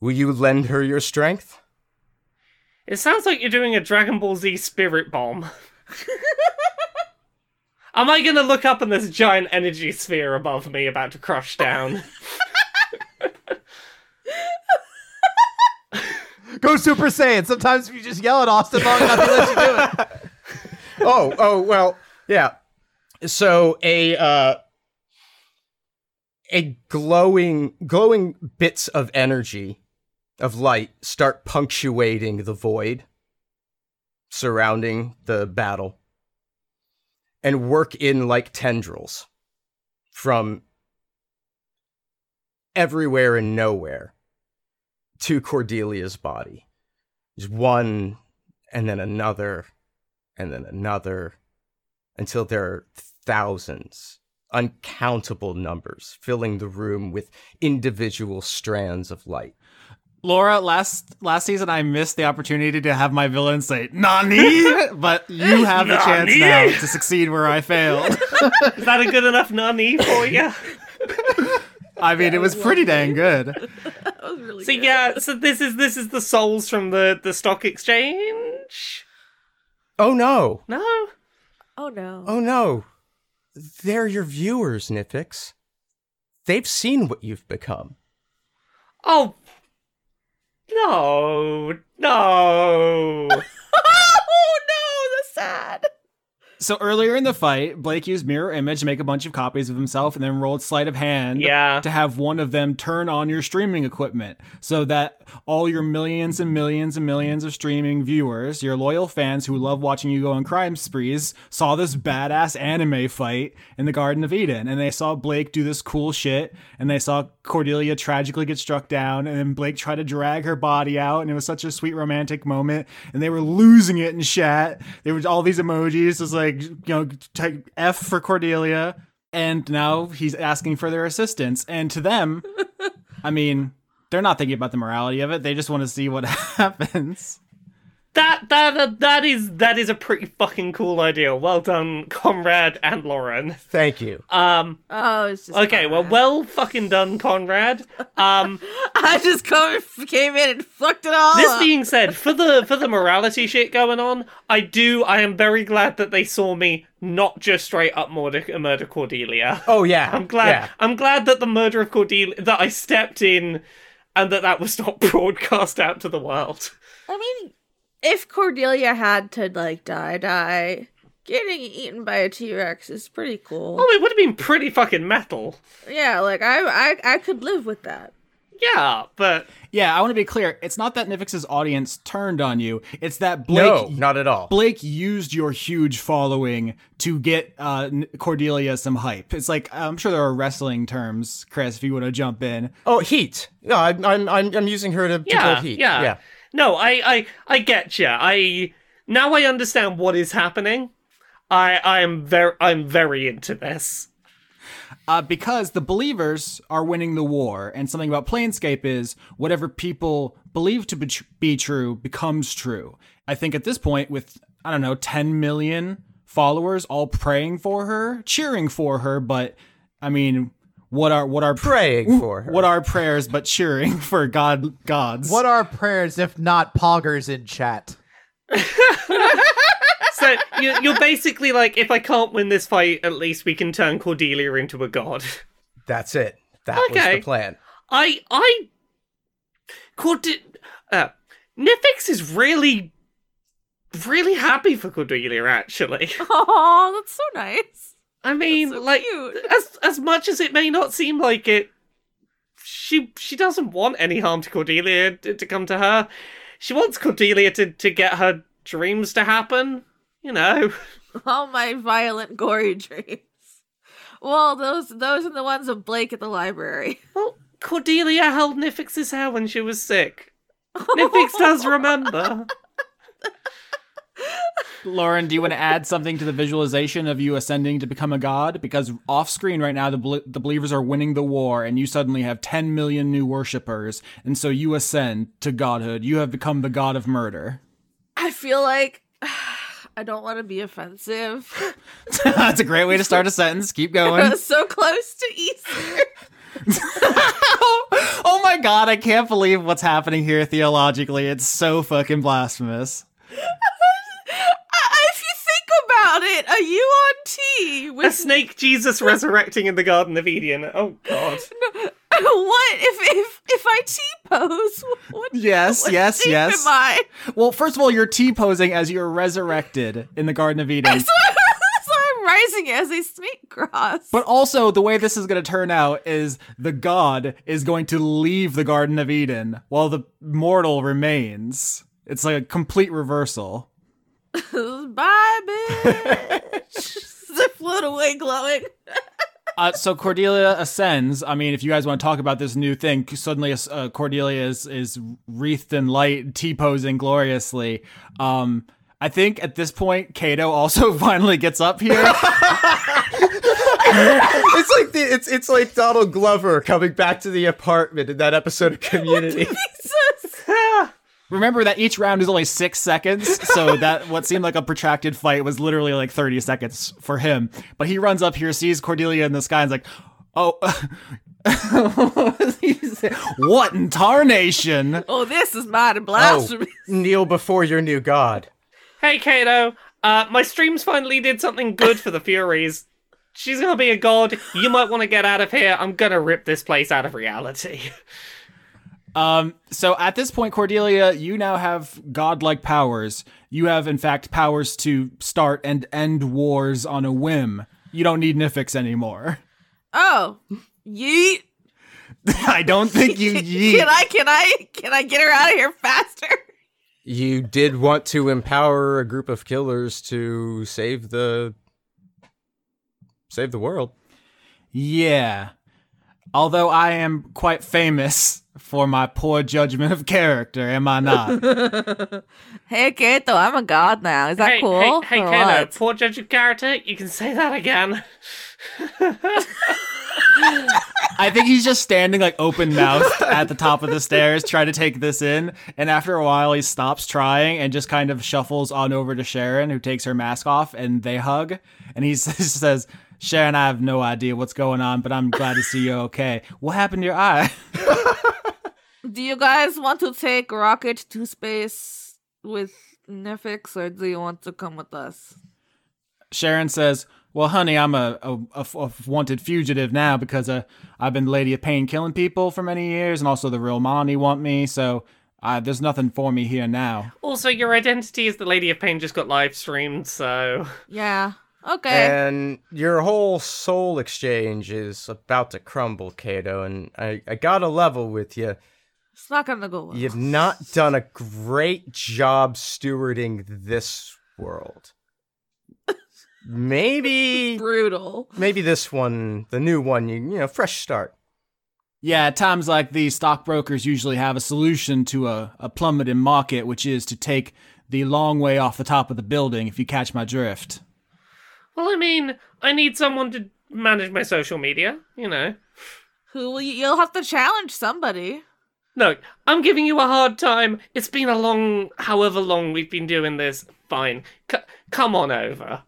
F: Will you lend her your strength?
E: It sounds like you're doing a Dragon Ball Z spirit bomb. Am I gonna look up and there's a giant energy sphere above me about to crush down?
B: Go Super Saiyan. Sometimes if you just yell at Austin long enough, he lets you do it.
F: oh, oh, well, yeah. So a uh, a glowing glowing bits of energy of light start punctuating the void surrounding the battle and work in like tendrils from everywhere and nowhere to Cordelia's body. Just one and then another and then another until there are thousands, uncountable numbers filling the room with individual strands of light.
A: laura last last season i missed the opportunity to have my villain say <laughs> nani but you have the chance
E: Nani?
A: now to succeed where i <laughs> failed
E: Is that a good enough nani for you?
A: i mean it was pretty dang good
C: That was really
E: So yeah, so this is this is the souls from the the stock exchange.
F: Oh no!
E: No,
C: Oh no.
F: Oh no! They're your viewers, Nifix. They've seen what you've become.
E: oh no,
G: Oh
E: no.
G: no, that's sad.
A: so earlier in the fight blake used mirror image to make a bunch of copies of himself and then rolled sleight of hand
E: yeah,
A: to have one of them turn on your streaming equipment so that all your millions and millions and millions of streaming viewers, your loyal fans who love watching you go on crime sprees, saw this badass anime fight in the Garden of Eden. And they saw Blake do this cool shit, and they saw Cordelia tragically get struck down, and then Blake try to drag her body out, and it was such a sweet romantic moment. And they were losing it in chat. There was all these emojis, just like, you know, type F for Cordelia and now he's asking for their assistance. And to them, I mean, they're not thinking about the morality of it. They just want to see what <laughs> happens.
E: that that that, that is that is a pretty fucking cool idea. Well done, Conrad and Lauren.
F: Thank you.
E: Um,
C: Oh, it's just
E: okay, well,
C: Conrad.
E: well fucking done, Conrad. Um,
C: <laughs> I just come, came in and fucked it all
E: this
C: up.
E: being said, for the for the morality shit going on, I do. I am very glad that they saw me not just straight up murder, murder Cordelia.
F: Oh yeah.
E: I'm glad.
F: Yeah.
E: I'm glad that the murder of Cordelia that I stepped in, and that that was not <laughs> broadcast out to the world.
G: I mean, if Cordelia had to like die, die, getting eaten by a T Rex is pretty cool.
E: Oh, it would have been pretty fucking metal.
G: Yeah, like I, I I could live with
C: <laughs>
G: that.
E: Yeah, but
A: Yeah, I want to be clear. It's not that Nivix's audience turned on you. It's that Blake
F: No, not at all.
A: Blake used your huge following to get uh, N- Cordelia some hype. It's like I'm sure there are wrestling terms, Chris. If you want to jump in,
F: Oh, heat. No, I'm I'm I'm, I'm using her to, to
E: yeah,
F: build heat.
E: yeah, No, I, I, I get you. I now I understand what is happening. I, I am very, I'm very into this.
A: uh, because the believers are winning the war, and something about Planescape is whatever people believe to be, tr- be true becomes true. I think at this point, with I don't know, 10 million followers all praying for her, cheering for her, but I mean, what are what are
F: Praying for her.
A: What are prayers but cheering <laughs> for God gods?
B: What are prayers if not poggers in chat?
E: So you, you're basically like, if I can't win this fight, at least we can turn Cordelia into a god.
F: That's it. That was
E: Okay.
F: the plan.
E: I, I, Cord, uh, Nifix is really, really happy for Cordelia. Actually,
C: Oh, that's so nice.
E: I mean,
C: so
E: like,
C: cute.
E: as as much as it may not seem like it, she she doesn't want any harm to Cordelia to, to come to her. She wants Cordelia to to get her dreams to happen. You know,
C: All my violent, gory dreams. Well, those those are the ones of Blake at the library. <laughs>
E: well, Cordelia held Nifix's hair when she was sick. Nifix does remember.
A: Lauren, do you want to add something to the visualization of you ascending to become a god? Because off screen right now, the, bel- the believers are winning the war, and you suddenly have 10 million new worshippers, and so you ascend to godhood. You have become the god of murder. <laughs>
C: I feel like <sighs> I don't want to be offensive.
A: That's a great way to start a sentence. Keep going.
C: <laughs> so close to Easter.
A: oh my god, I can't believe what's happening here theologically. It's so fucking blasphemous.
C: Uh, if you think about it, are you on T
E: A
C: with
E: snake Jesus resurrecting in the Garden of Eden. Oh God.
C: <laughs> what if if if I T pose? What,
A: Yes,
C: what
A: yes,
C: shape
A: yes. <laughs>
C: Am I?
A: Well, first of all, you're T posing as you're resurrected in the Garden of Eden.
C: So, <laughs> I- so I'm rising as a snake cross.
A: But also, the way this is going to turn out is the god is going to leave the Garden of Eden while the mortal remains. It's like a complete reversal.
C: <laughs> Bye, bitch. <laughs> they float away <laughs> glowing.
A: Uh, so Cordelia ascends. I mean, if you guys want to talk about this new thing, suddenly uh, Cordelia is, is wreathed in light, T posing gloriously. Um, I think at this point, Kato also <laughs> finally gets up here.
F: It's like the, it's it's like Donald Glover coming back to the apartment in that episode of Community.
E: Ah.
A: Remember that each round is only six seconds, so that what seemed like a protracted fight was literally like 30 seconds for him. But he runs up here, sees Cordelia in the sky, and's like, oh, <laughs> He said, what in tarnation?
C: Oh, this is mighty blasphemy.
F: Oh, Kneel before your new god.
E: Hey Kato, uh, my streams finally did something good for the Furies. She's gonna be a god. You might want to get out of here. I'm gonna rip this place out of reality.
A: Um, so at this point, Cordelia, you now have godlike powers. You have, in fact, powers to start and end wars on a whim. You don't need Nifix anymore. <laughs>
C: Oh, yeet.
A: I don't think you yeet.
C: <laughs> Can I can I can I get her out of here faster?
F: You did want to empower a group of killers to save the save the world.
A: Yeah. Although I am quite famous for my poor judgment of character, am I not?
C: Hey Kato, I'm a god now. Is that
E: hey,
C: cool?
E: hey, hey
C: Or
E: Kato,
C: what?
E: poor judge of character. You can say that again.
A: I think he's just standing like open mouthed at the top of the stairs trying to take this in. And after a while, he stops trying and just kind of shuffles on over to Sharon, who takes her mask off and they hug. And he <laughs> says, says Sharon, I have no idea what's going on, but I'm glad to see you're okay. What happened to your eye?
C: Do you guys want to take Rocket to space with Nefix or do you want to come with us?
A: Sharon says, "Well, honey, I'm a, a, a f- a wanted fugitive now because uh, I've been Lady of Pain killing people for many years, and also the real Monty want me. So Uh, there's nothing for me here now.
E: Also, your identity as the Lady of Pain just got live streamed, so
C: Yeah. Okay.
F: And your whole soul exchange is about to crumble, Kato, and I, I gotta level with you.
C: it's not gonna go well.
F: You've not done a great job stewarding this world. Maybe
C: Brutal.
F: maybe this one, the new one, you, you know, fresh start.
A: Yeah, at times like these, stockbrokers usually have a solution to a, a plummeting market, which is to take the long way off the top of the building, if you catch my drift.
E: Well, I mean, I need someone to manage my social media, you know.
C: Who will you? You'll have to challenge somebody.
E: Look, I'm giving you a hard time. It's been a long, however long we've been doing this. Fine. C- come on over.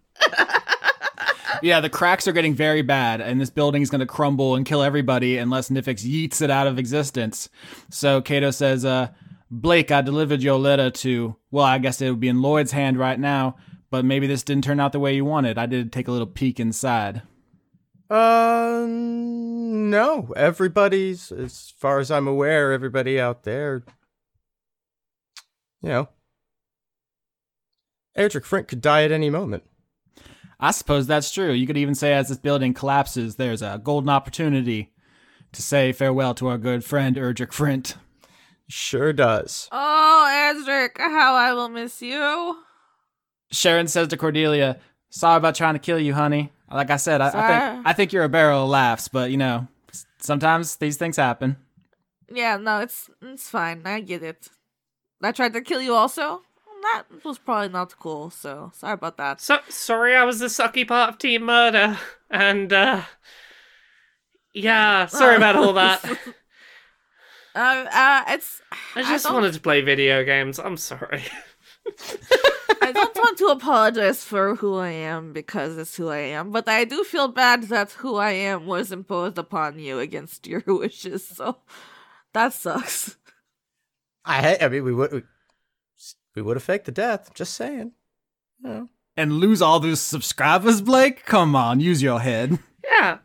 A: Yeah, the cracks are getting very bad, and this building is going to crumble and kill everybody unless Nifix yeets it out of existence. So Cato says, uh, Blake, I delivered your letter to, well, I guess it would be in Lloyd's hand right now, but maybe this didn't turn out the way you wanted. I did take a little peek inside.
F: Uh, no. Everybody's, as far as I'm aware, everybody out there, you know, Adric Frink could die at any moment.
A: I suppose that's true. You could even say, as this building collapses, there's a golden opportunity to say farewell to our good friend, Erdrick Frint.
F: Sure does.
C: Oh, Ezric, how I will miss you.
A: Sharon says to Cordelia, "Sorry about trying to kill you, honey. Like I said, I, I
C: Sorry.
A: think I think you're a barrel of laughs, but you know, s- sometimes these things happen."
C: Yeah, no, it's it's fine. I get it. I tried to kill you also. That was probably not cool, so sorry about that.
E: So sorry, I was the sucky part of Team Murder, and uh, yeah, sorry about all that.
C: Uh, uh it's
E: I just
C: don't-
E: wanted to play video games. I'm sorry.
C: I don't want to apologize for who I am because it's who I am, but I do feel bad that who I am was imposed upon you against your <laughs> wishes. So that sucks.
F: I, I mean, we would, we would have faked the death. Just saying. You know.
A: And lose all those subscribers, Blake? Come on, use your head.
E: Yeah,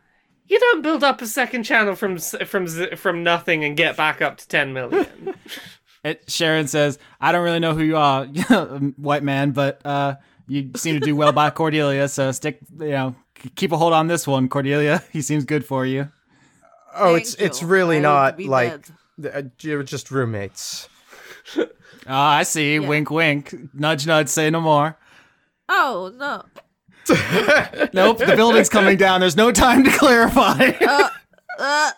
E: you don't build up a second channel from s- from z- from nothing and get back up to 10 million.
A: And Sharon says, "I don't really know who you are, <laughs> um, white man, but uh, you seem to do well by <laughs> Cordelia. So stick, you know, c- keep a hold on this one, Cordelia. <laughs> He seems good for you."
F: Oh,
C: Thank
F: it's it's
C: you.
F: really
C: I would
F: not
C: be
F: like
C: dead.
F: th- uh, you're just roommates.
A: Ah, I see. Wink, wink. Nudge, nudge. Say no more.
C: Oh no.
A: Nope, the building's coming down. There's no time to <laughs> clarify.
C: Uh, uh,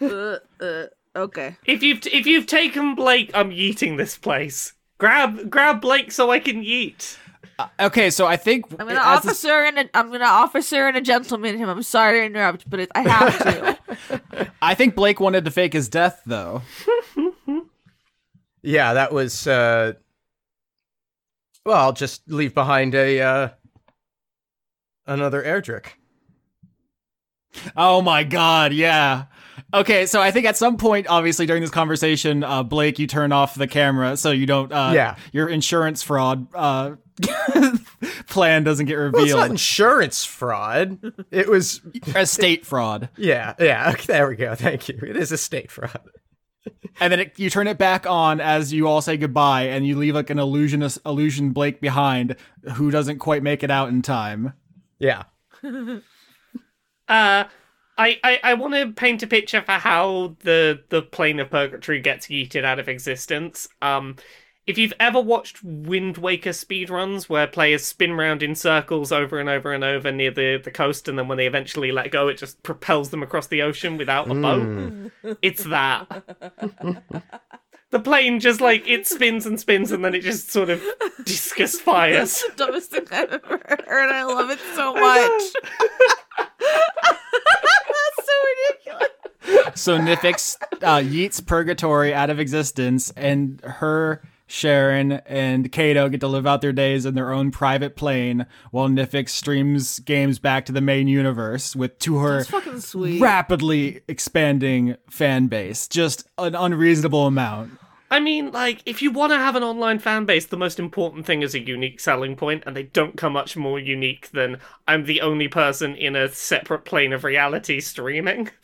C: uh, uh. Okay.
E: if you've t- if you've taken Blake, I'm yeeting this place. Grab grab Blake so I can yeet.
A: Uh, okay, so I think
C: I'm an
A: as this-
C: officer and a, I'm an officer and a gentleman. Him. I'm sorry to interrupt, but it, I have <laughs> to.
A: I think Blake wanted to fake his death, though.
F: Yeah, that was. uh Well, I'll just leave behind a uh another Erdrick.
A: Oh my god, yeah. Okay, so I think at some point, obviously during this conversation, uh, Blake, you turn off the camera so you don't. Uh,
F: Yeah.
A: Your insurance fraud uh, <laughs> plan doesn't get
F: Well, it's
A: revealed.
F: not insurance fraud. <laughs> It was.
A: Estate fraud,
F: Yeah, yeah. Okay, there we go. Thank you. It is estate fraud.
A: and then it, you turn it back on as you all say goodbye, and you leave like an illusionist illusion Blake behind, who doesn't quite make it out in time.
F: Yeah.
E: Uh, I, I, I want to paint a picture for how the the plane of purgatory gets yeeted out of existence. Um, if you've ever watched Wind Waker speedruns where players spin round in circles over and over and over near the, the coast, and then when they eventually let go, it just propels them across the ocean without a boat. <laughs> It's that. the plane just like it spins and spins, and then it just sort of discus fires.
C: It's the dumbest thing I've ever heard. I love it so much. <laughs> That's so ridiculous.
A: So Nifix uh, yeets Purgatory out of existence, and her, Sharon, and Kato get to live out their days in their own private plane while Nifix streams games back to the main universe with to her
C: It's fucking sweet.
A: rapidly expanding fan base. Just an unreasonable amount.
E: I mean, like, if you want to have an online fan base, the most important thing is a unique selling point, and they don't come much more unique than I'm the only person in a separate plane of reality streaming. <laughs>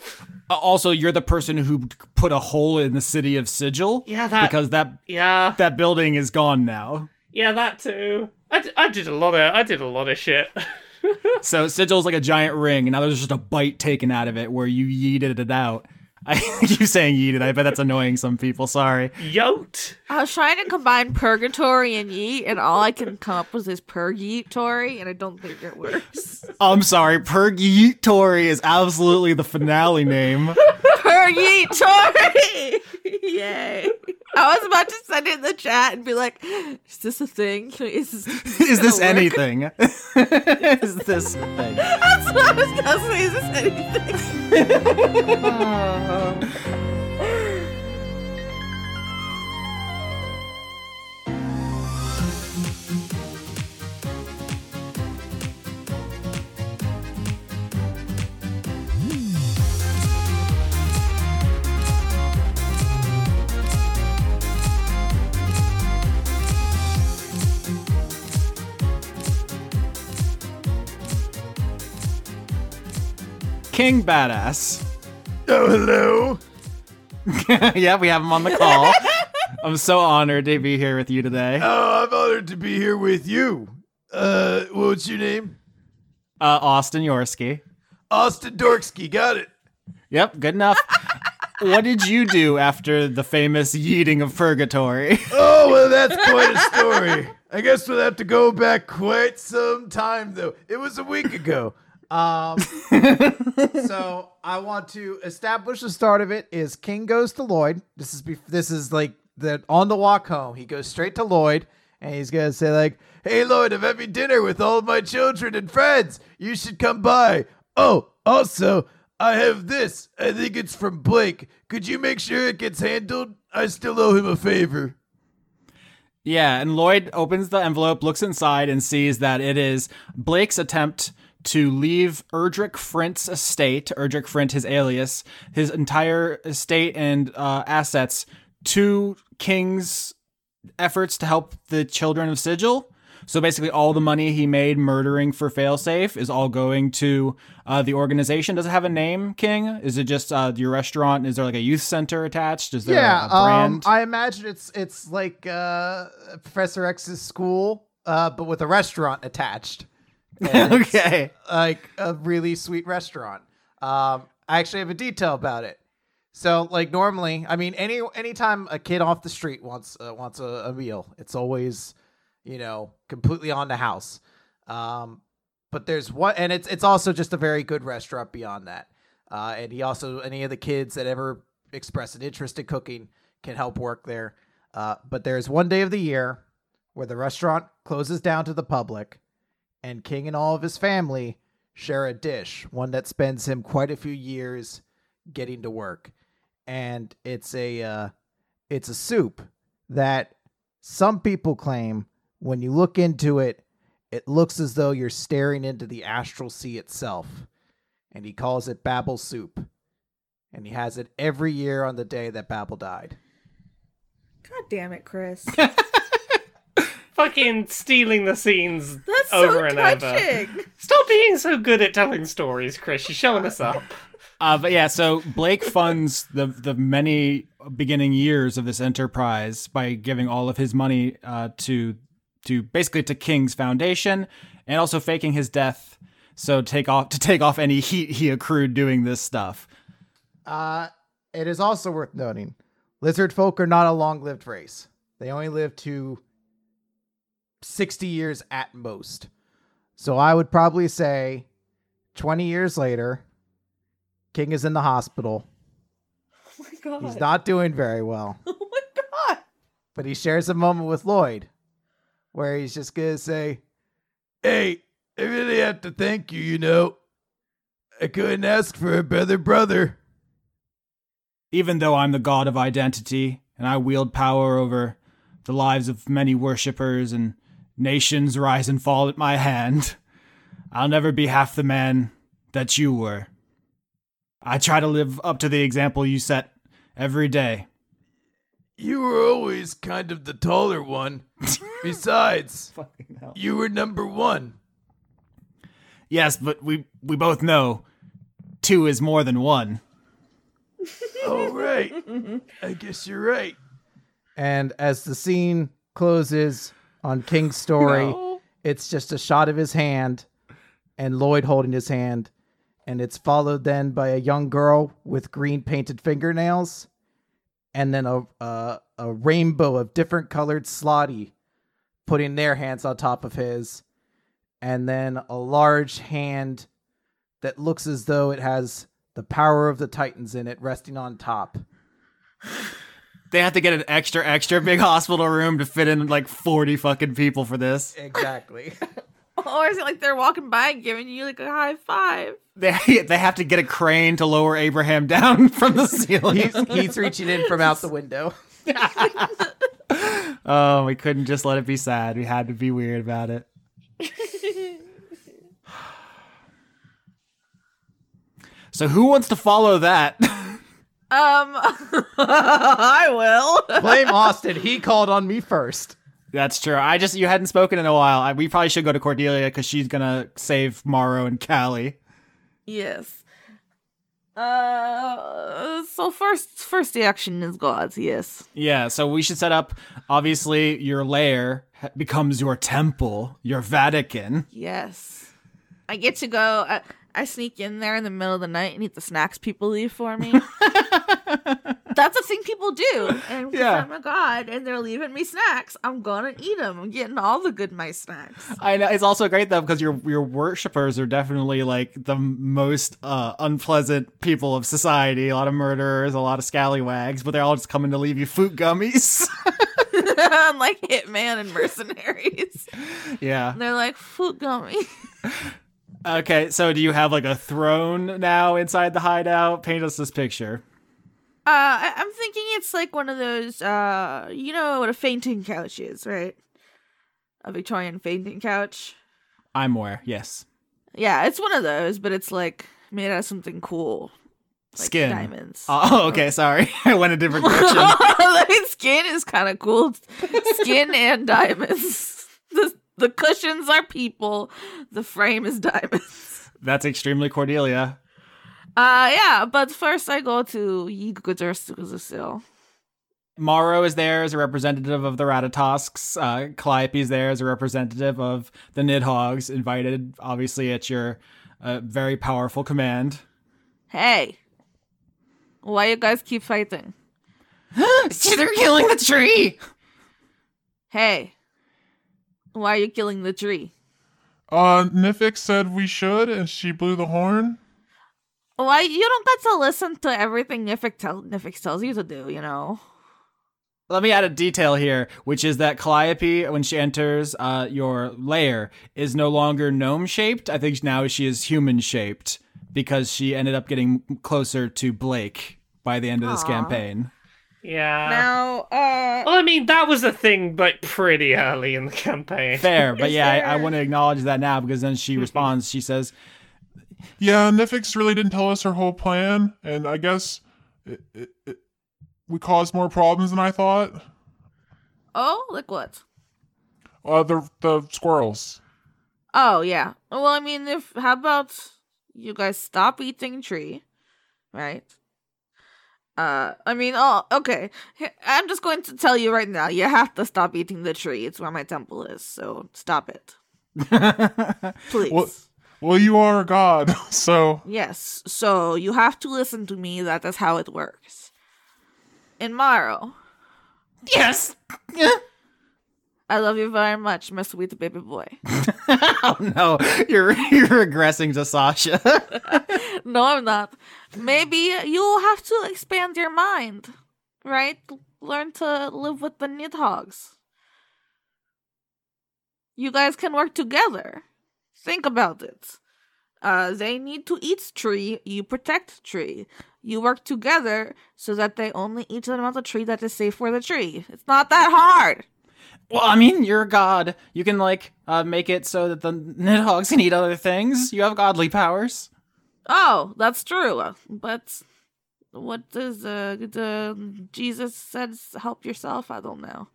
A: Uh, Also, you're the person who put a hole in the city of Sigil.
E: Yeah, that-
A: because that
E: Yeah,
A: that building is gone now.
E: yeah, that too. I, d- I did a lot of I did a lot of shit. <laughs>
A: So Sigil's like a giant ring, and now there's just a bite taken out of it where you yeeted it out. <laughs> I keep saying yeeted. I bet that's annoying some people. Sorry.
E: Yote.
C: I was trying to combine purgatory and yeet, and all I can come up with is purgatory, and I don't think
G: <laughs>
C: it works.
A: I'm sorry. Pergatory is absolutely the finale name.
C: purgatory! Yay. I was about to send it in the chat and be like, is this a thing? Is this, <laughs> is this,
A: Is this
C: gonna work?"
A: anything? <laughs> is this a thing?
C: That's what I was going to say. Is this anything?
A: King Badass. <laughs>
B: Oh, hello.
A: yeah, we have him on the call. I'm so honored to be here with you today. Uh,
B: Oh, I'm honored to be here with you. Uh, what's your name?
A: Uh, Austin Yorsky.
B: Austin Dorksky. Got it.
A: Yep, good enough. what did you do after the famous yeeting of purgatory? <laughs>
B: Oh, well, that's quite a story. I guess we'll have to go back quite some time, though. It was a week ago. Um, so I want to establish the start of it is King goes to Lloyd. This is bef- this is like the on the walk home. He goes straight to Lloyd and he's gonna say like, "Hey Lloyd, I'm having dinner with all my children and friends. You should come by. Oh, also." I have this. I think it's from Blake. Could you make sure it gets handled? I still owe him a favor.
A: yeah, and Lloyd opens the envelope, looks inside, and sees that it is Blake's attempt to leave Erdrick Frint's estate, Erdrick Frint, his alias, his entire estate and uh, assets to King's efforts to help the children of Sigil. So basically, all the money he made murdering for failsafe is all going to uh, the organization. Does it have a name, King? Is it just uh, your restaurant? Is there like a youth center attached? Is there
B: yeah,
A: a brand?
B: Um, I imagine it's it's like uh, Professor X's school, uh, but with a
A: <laughs>
B: restaurant attached,
A: <laughs> okay.
B: <laughs> like a really sweet restaurant. Um, I actually have a detail about it. So, like normally, I mean, any anytime a kid off the street wants uh, wants a, a meal, it's always you know completely on the house. Um, but there's one, and it's it's also just a very good restaurant beyond that. Uh, and he also any of the kids that ever express an interest in cooking can help work there. Uh, but there is one day of the year where the restaurant closes down to the public, and King and all of his family share a dish, one that spends him quite a few years getting to work, and it's a uh, it's a soup that some people claim when you look into it, it looks as though you're staring into the astral sea itself, and he calls it Babel soup, and he has it every year on the day that Babel died.
G: God damn it, Chris.
E: Fucking stealing the scenes
G: That's
E: over
G: so
E: and over.
G: touching.
E: Stop being so good at telling stories, Chris. You're showing
G: <laughs>
E: us up.
A: Uh, but yeah, so Blake funds the the many beginning years of this enterprise by giving all of his money uh, to to basically to King's foundation, and also faking his death so take off to take off any heat he accrued doing this stuff.
B: Uh, it is also worth noting lizard folk are not a long lived race. They only live to 60 years at most. So I would probably say 20 years later, King is in the hospital.
G: Oh my god.
B: He's not doing very well,
G: <laughs> oh my god.
B: but he shares a moment with Lloyd where he's just going to say, Hey, I really have to thank you, you know. I couldn't ask for a better brother.
A: Even though I'm the god of identity and I wield power over the lives of many worshippers and nations rise and fall at my hand, I'll never be half the man that you were. I try to live up to the example you set every day.
B: You were always kind of the taller one. Besides, you were number one.
A: Yes, but we we both know two is more than one.
B: Oh, right. I guess you're right.
H: And as the scene closes on King's story, it's just a shot of his hand and Lloyd holding his hand. And it's followed then by a young girl with green painted fingernails and then a, a, a rainbow of different colored slotty putting their hands on top of his. And then a large hand that looks as though it has the power of the Titans in it resting on top.
A: They have to get an extra extra big hospital room to fit in like 40 fucking people for this.
H: Exactly.
C: Or Oh, is it like they're walking by and giving you like a high five?
A: They <laughs> they have to get a crane to lower Abraham down <laughs> from the ceiling.
H: he's, <laughs> he's reaching in from out the window.
A: oh, we couldn't just let it be sad. We had to be weird about it. <laughs> So who wants to follow that? <laughs>
C: Um, <laughs> I
H: <laughs>
C: will.
H: Blame Austin. He called on me first.
A: That's true. I just you hadn't spoken in a while. I, we probably should go to Cordelia because she's gonna save Morrow and Callie.
C: Yes. Uh, so first, first action is God's. Yes.
A: Yeah, so we should set up. Obviously, your lair ha- becomes your temple, your Vatican.
C: Yes. I get to go. I, I sneak in there in the middle of the night and eat the snacks people leave for <laughs> me. That's a thing people do. And
A: Yeah.
C: yeah. I'm a god and they're leaving me snacks. I'm going to eat them. I'm getting all the good mice snacks. <laughs>
A: I know it's also great though because your your worshippers are definitely like the most uh, unpleasant people of society. A lot of murderers, a lot of scallywags, but they're all just coming to leave you food gummies. <laughs>
C: I'm like hitman and mercenaries. <laughs>
A: yeah.
C: And they're like, food gummy.
A: Okay. So do you have like a throne now inside the hideout? Paint us this picture.
C: Uh, I, I'm thinking it's like one of those, uh, you know what a fainting couch is, right? A Victorian fainting couch.
A: I'm where? Yes.
C: Yeah, it's one of those, but it's like made out of something cool. Like
A: Skin.
C: Diamonds. <laughs>
A: <laughs> Oh, okay. Sorry, I went a different direction.
C: like skin is kind of cool. Skin and diamonds. <laughs> The, the cushions are people. The frame is diamonds. <laughs>
A: That's extremely Cordelia.
C: Uh, yeah, but first I go to Yigudursukuzusil.
A: Morrow is there as a representative of the Ratatosks. Uh, Calliope's there as a representative of the Nidhogs, invited obviously at your uh, very powerful <gasps> command.
C: Hey, why you guys keep fighting?
A: They're killing the tree!
C: Hey, why are you killing the tree?
I: Uh, Nifix said we should, and she blew the horn.
C: Why you don't get to listen to everything Nifix, tell- Nifix tells you to do? You know.
A: Let me add a detail here, which is that Calliope, when she enters uh, your lair, is no longer gnome shaped. I think now she is human shaped because she ended up getting closer to Blake by the end of this
C: Aw.
A: campaign.
E: Yeah.
G: Now, uh,
E: Well, I mean, that was a thing, but pretty early in the campaign.
A: Fair, <laughs> but yeah, I, I want to acknowledge that now because then <laughs> she responds. She says,
I: Yeah, Nifix really didn't tell us her whole plan, and I guess it, it, it, we caused more problems than I thought.
C: Oh, like what?
I: Uh, the the squirrels.
C: Oh yeah. Well, I mean, if how about you guys stop eating tree, right? Uh, I mean, oh, okay. H- I'm just going to tell you right now, you have to stop eating the tree. It's where my temple is, so stop it, please.
I: Well, well, you are a god, <laughs> so
C: Yes, so you have to listen to me. That is how it works. In Morrow,
A: "Yes,
C: I love you very much, my sweet baby boy.
A: <laughs> Oh no, you're <laughs> you're regressing to Sasha. <laughs>
C: <laughs> no, I'm not. Maybe you'll have to expand your mind, right? Learn to live with the Nidhogs. You guys can work together. Think about it. Uh, they need to eat tree. You protect tree. You work together so that they only eat the amount of tree that is safe for the tree. It's not that hard.
A: well, I mean, you're a god. You can like uh, make it so that the Nidhogs can eat other things. You have godly powers.
C: Oh, that's true. Uh, But what does uh, the Jesus says help yourself? I don't know.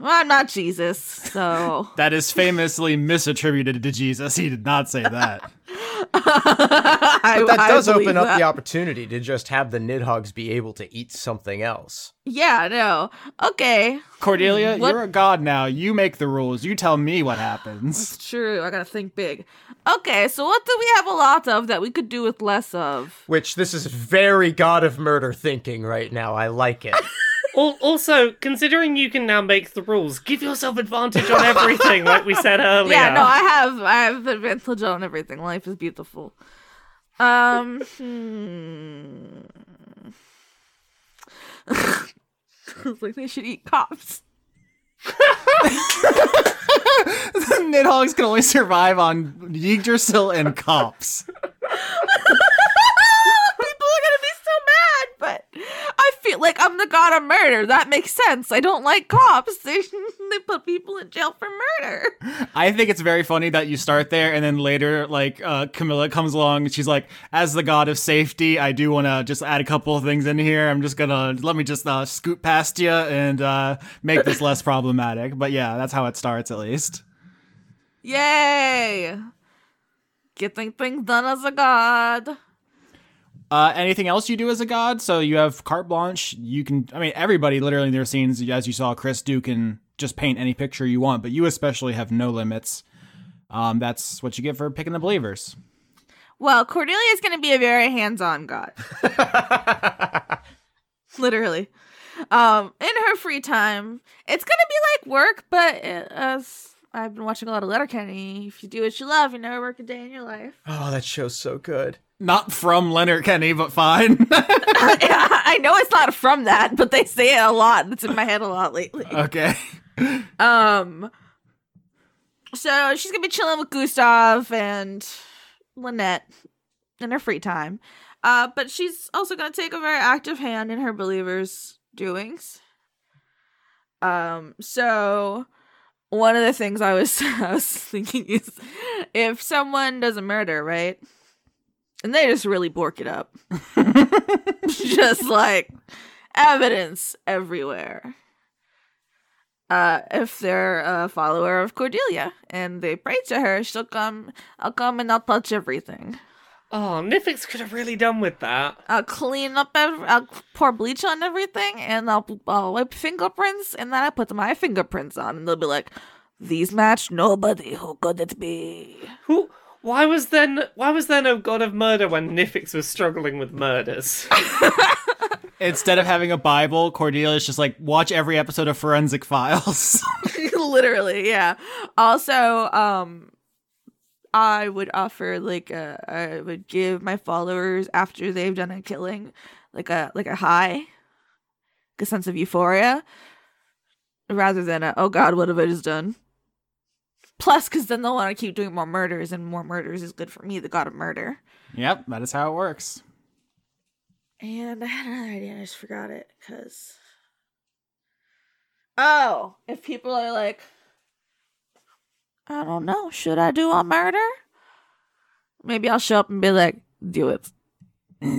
C: Well, I'm not Jesus, so <laughs>
A: That is famously misattributed to Jesus. He did not say that.
C: I,
F: But Oh, that
C: I
F: does
C: believe
F: open up
C: that.
F: the opportunity to just have the Nidhogs be able to eat something else.
C: Yeah, no. Okay,
A: <laughs> Cordelia,
C: What-
A: you're a god now. You make the rules. You tell me what happens. <laughs>
C: it's true. I gotta think big. Okay, so what do we have a lot of that we could do with less of?
F: Which this is very God of Murder thinking right now. I like it.
E: Al- Also, considering you can now make the rules, give yourself advantage on everything, like we said earlier.
C: <laughs> Yeah, no, I have. I have advantage on everything. Life is beautiful. Um. hmm. <laughs> I was like, they should eat cops. <laughs>
A: Nidhogs can only survive on Yggdrasil and cops.
C: People are gonna be so mad, but I feel like I'm the god of murder. That makes sense. I don't like cops. <laughs> They they put people in jail for murder.
A: I think it's very funny that you start there and then later, like, uh, Camilla comes along and she's like, as the god of safety, I do want to just add a couple of things in here. I'm just going to let me just uh, scoot past you and uh, make this less problematic. But yeah, that's how it starts at least.
C: Yay! Getting things done as a god.
A: Uh, anything else you do as a god? So you have carte blanche. You can, I mean, everybody literally in their scenes, as you saw, Chris do can just paint any picture you want, but you especially have no limits. Um, that's what you get for picking the believers.
C: Well, Cordelia is going to be a very hands-on god. Literally. Um, in her free time, it's going to be like work, but uh, as I've been watching a lot of Letterkenny, if you do what you love, you never work a day in your life. <laughs>
F: oh, that show's so good.
A: Not from Leonard Kenny, but fine. <laughs>
C: yeah, I know it's not from that, but they say it a lot. It's in my head a lot lately.
A: okay.
C: Um, so she's gonna be chilling with Gustav and Lynette in her free time. Uh, but she's also gonna take a very active hand in her believers' doings. Um, so one of the things I was <laughs> I was thinking is if someone does a murder, right? And they just really bork it up. <laughs> just like evidence everywhere uh, if they're a follower of Cordelia and they pray to her, she'll come. I'll come and I'll touch everything.
E: Oh, Nifix could have really done with that.
C: I'll clean up. Ev- I'll pour bleach on everything, and I'll, I'll wipe fingerprints, and then I put my fingerprints on, and they'll be like, "These match nobody. Who could it be?"
E: Who? Why was there? No, why was there no God of Murder when Nifix was struggling with murders?
A: <laughs> Instead of having a Bible, Cordelia's just like, watch every episode of Forensic Files. <laughs>
C: <laughs> Literally, yeah. Also, um, I would offer like a, I would give my followers after they've done a killing, like a like a high, like a sense of euphoria, rather than a oh god, what have I just done? Plus, because then they'll want to keep doing more murders, and more murders is good for me, the god of murder.
A: yep, that is how it works.
C: <laughs>
G: And I had another idea and I just forgot it because
C: Oh, if people are like, I don't know, should I do a murder? Maybe I'll show up and be like, do it.
A: Do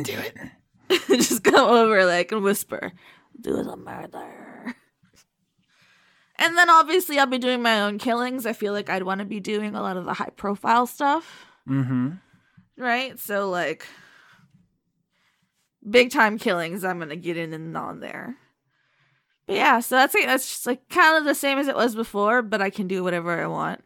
C: <laughs>
A: it.
C: Just come over like and whisper, do the murder. And then obviously I'll be doing my own killings. I feel like I'd want to be doing a lot of the high profile stuff,
A: Mm-hmm.
C: right? So like big time killings I'm gonna get in and on there. But yeah, so that's it. That's just like kind of the same as it was before, but I can do whatever I want.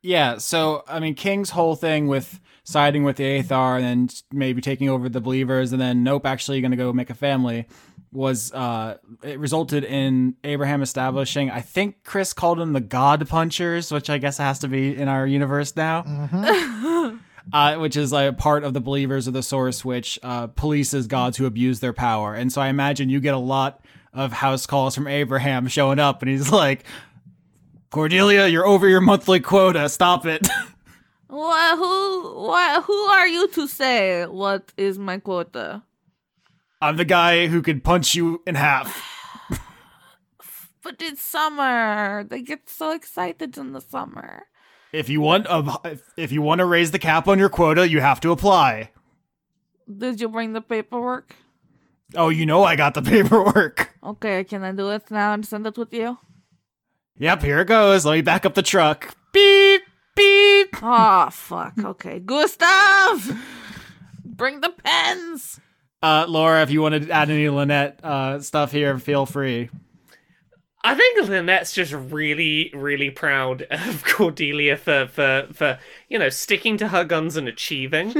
A: Yeah, so I mean, King's whole thing with siding with the Aethar and then maybe taking over the Believers, and then nope, actually going to go make a family, was uh, it resulted in Abraham establishing. I think Chris called him the God Punchers, which I guess has to be in our universe now. Uh, which is like a part of the believers of the source, which uh, polices gods who abuse their power. And so I imagine you get a lot of house calls from Abraham showing up, and he's like, Cordelia, you're over your monthly quota. Stop it. <laughs>
C: Wha who? What? Who are you to say what is my quota?
A: I'm the guy who could punch you in half.
C: But it's summer. They get so excited in the summer.
A: If you want a, if- if you want to raise the cap on your quota, you have to apply.
C: Did you bring the paperwork?
A: Oh, you know I got the <laughs> paperwork.
C: Okay, can I do it now and send it with you?
A: Yep, here it goes. Let me back up the truck. Beep, beep.
C: Oh, fuck. Okay. Gustav! Bring the pens!
A: Uh, Laura, if you want to add any Lynette uh, stuff here, feel free.
E: I think Lynette's just really, really proud of <laughs> Cordelia for, for, for you know, sticking to her guns and achieving.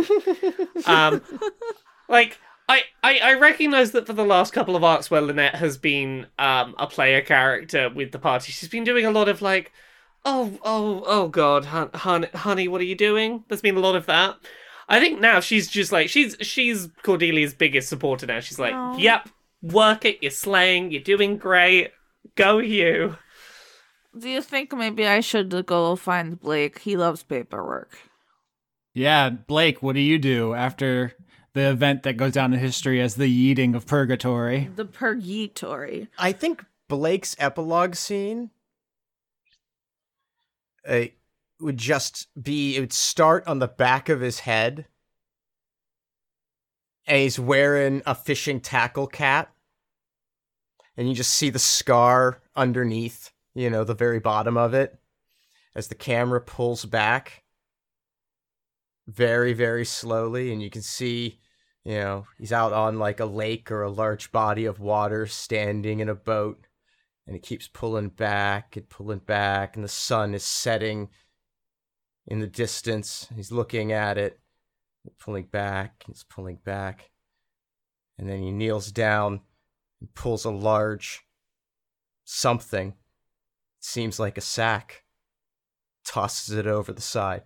E: um, like, I, I, I recognize that for the last couple of arcs where Lynette has been um, a player character with the party, she's been doing a lot of like, oh, oh, oh, God, hon, hon, honey, what are you doing? There's been a lot of that. I think now she's just like, she's, she's Cordelia's biggest supporter now. She's like,
C: Aw.
E: yep, work it, you're slaying, you're doing great. Go you.
C: Do you think maybe I should go find Blake? He loves paperwork.
A: Yeah, Blake, what do you do after the event that goes down in history as the yeeting of purgatory?
C: The purgatory.
F: I think Blake's epilogue scene uh, would just be it would start on the back of his head. And he's wearing a fishing tackle cap. And you just see the scar underneath, you know, the very bottom of it as the camera pulls back very very slowly and you can see you know, he's out on like a lake or a large body of water standing in a boat and it keeps pulling back and pulling back and the sun is setting in the distance. He's looking at it, pulling back, and it's pulling back. And then he kneels down and pulls a large something. Seems like a sack. Tosses it over the side.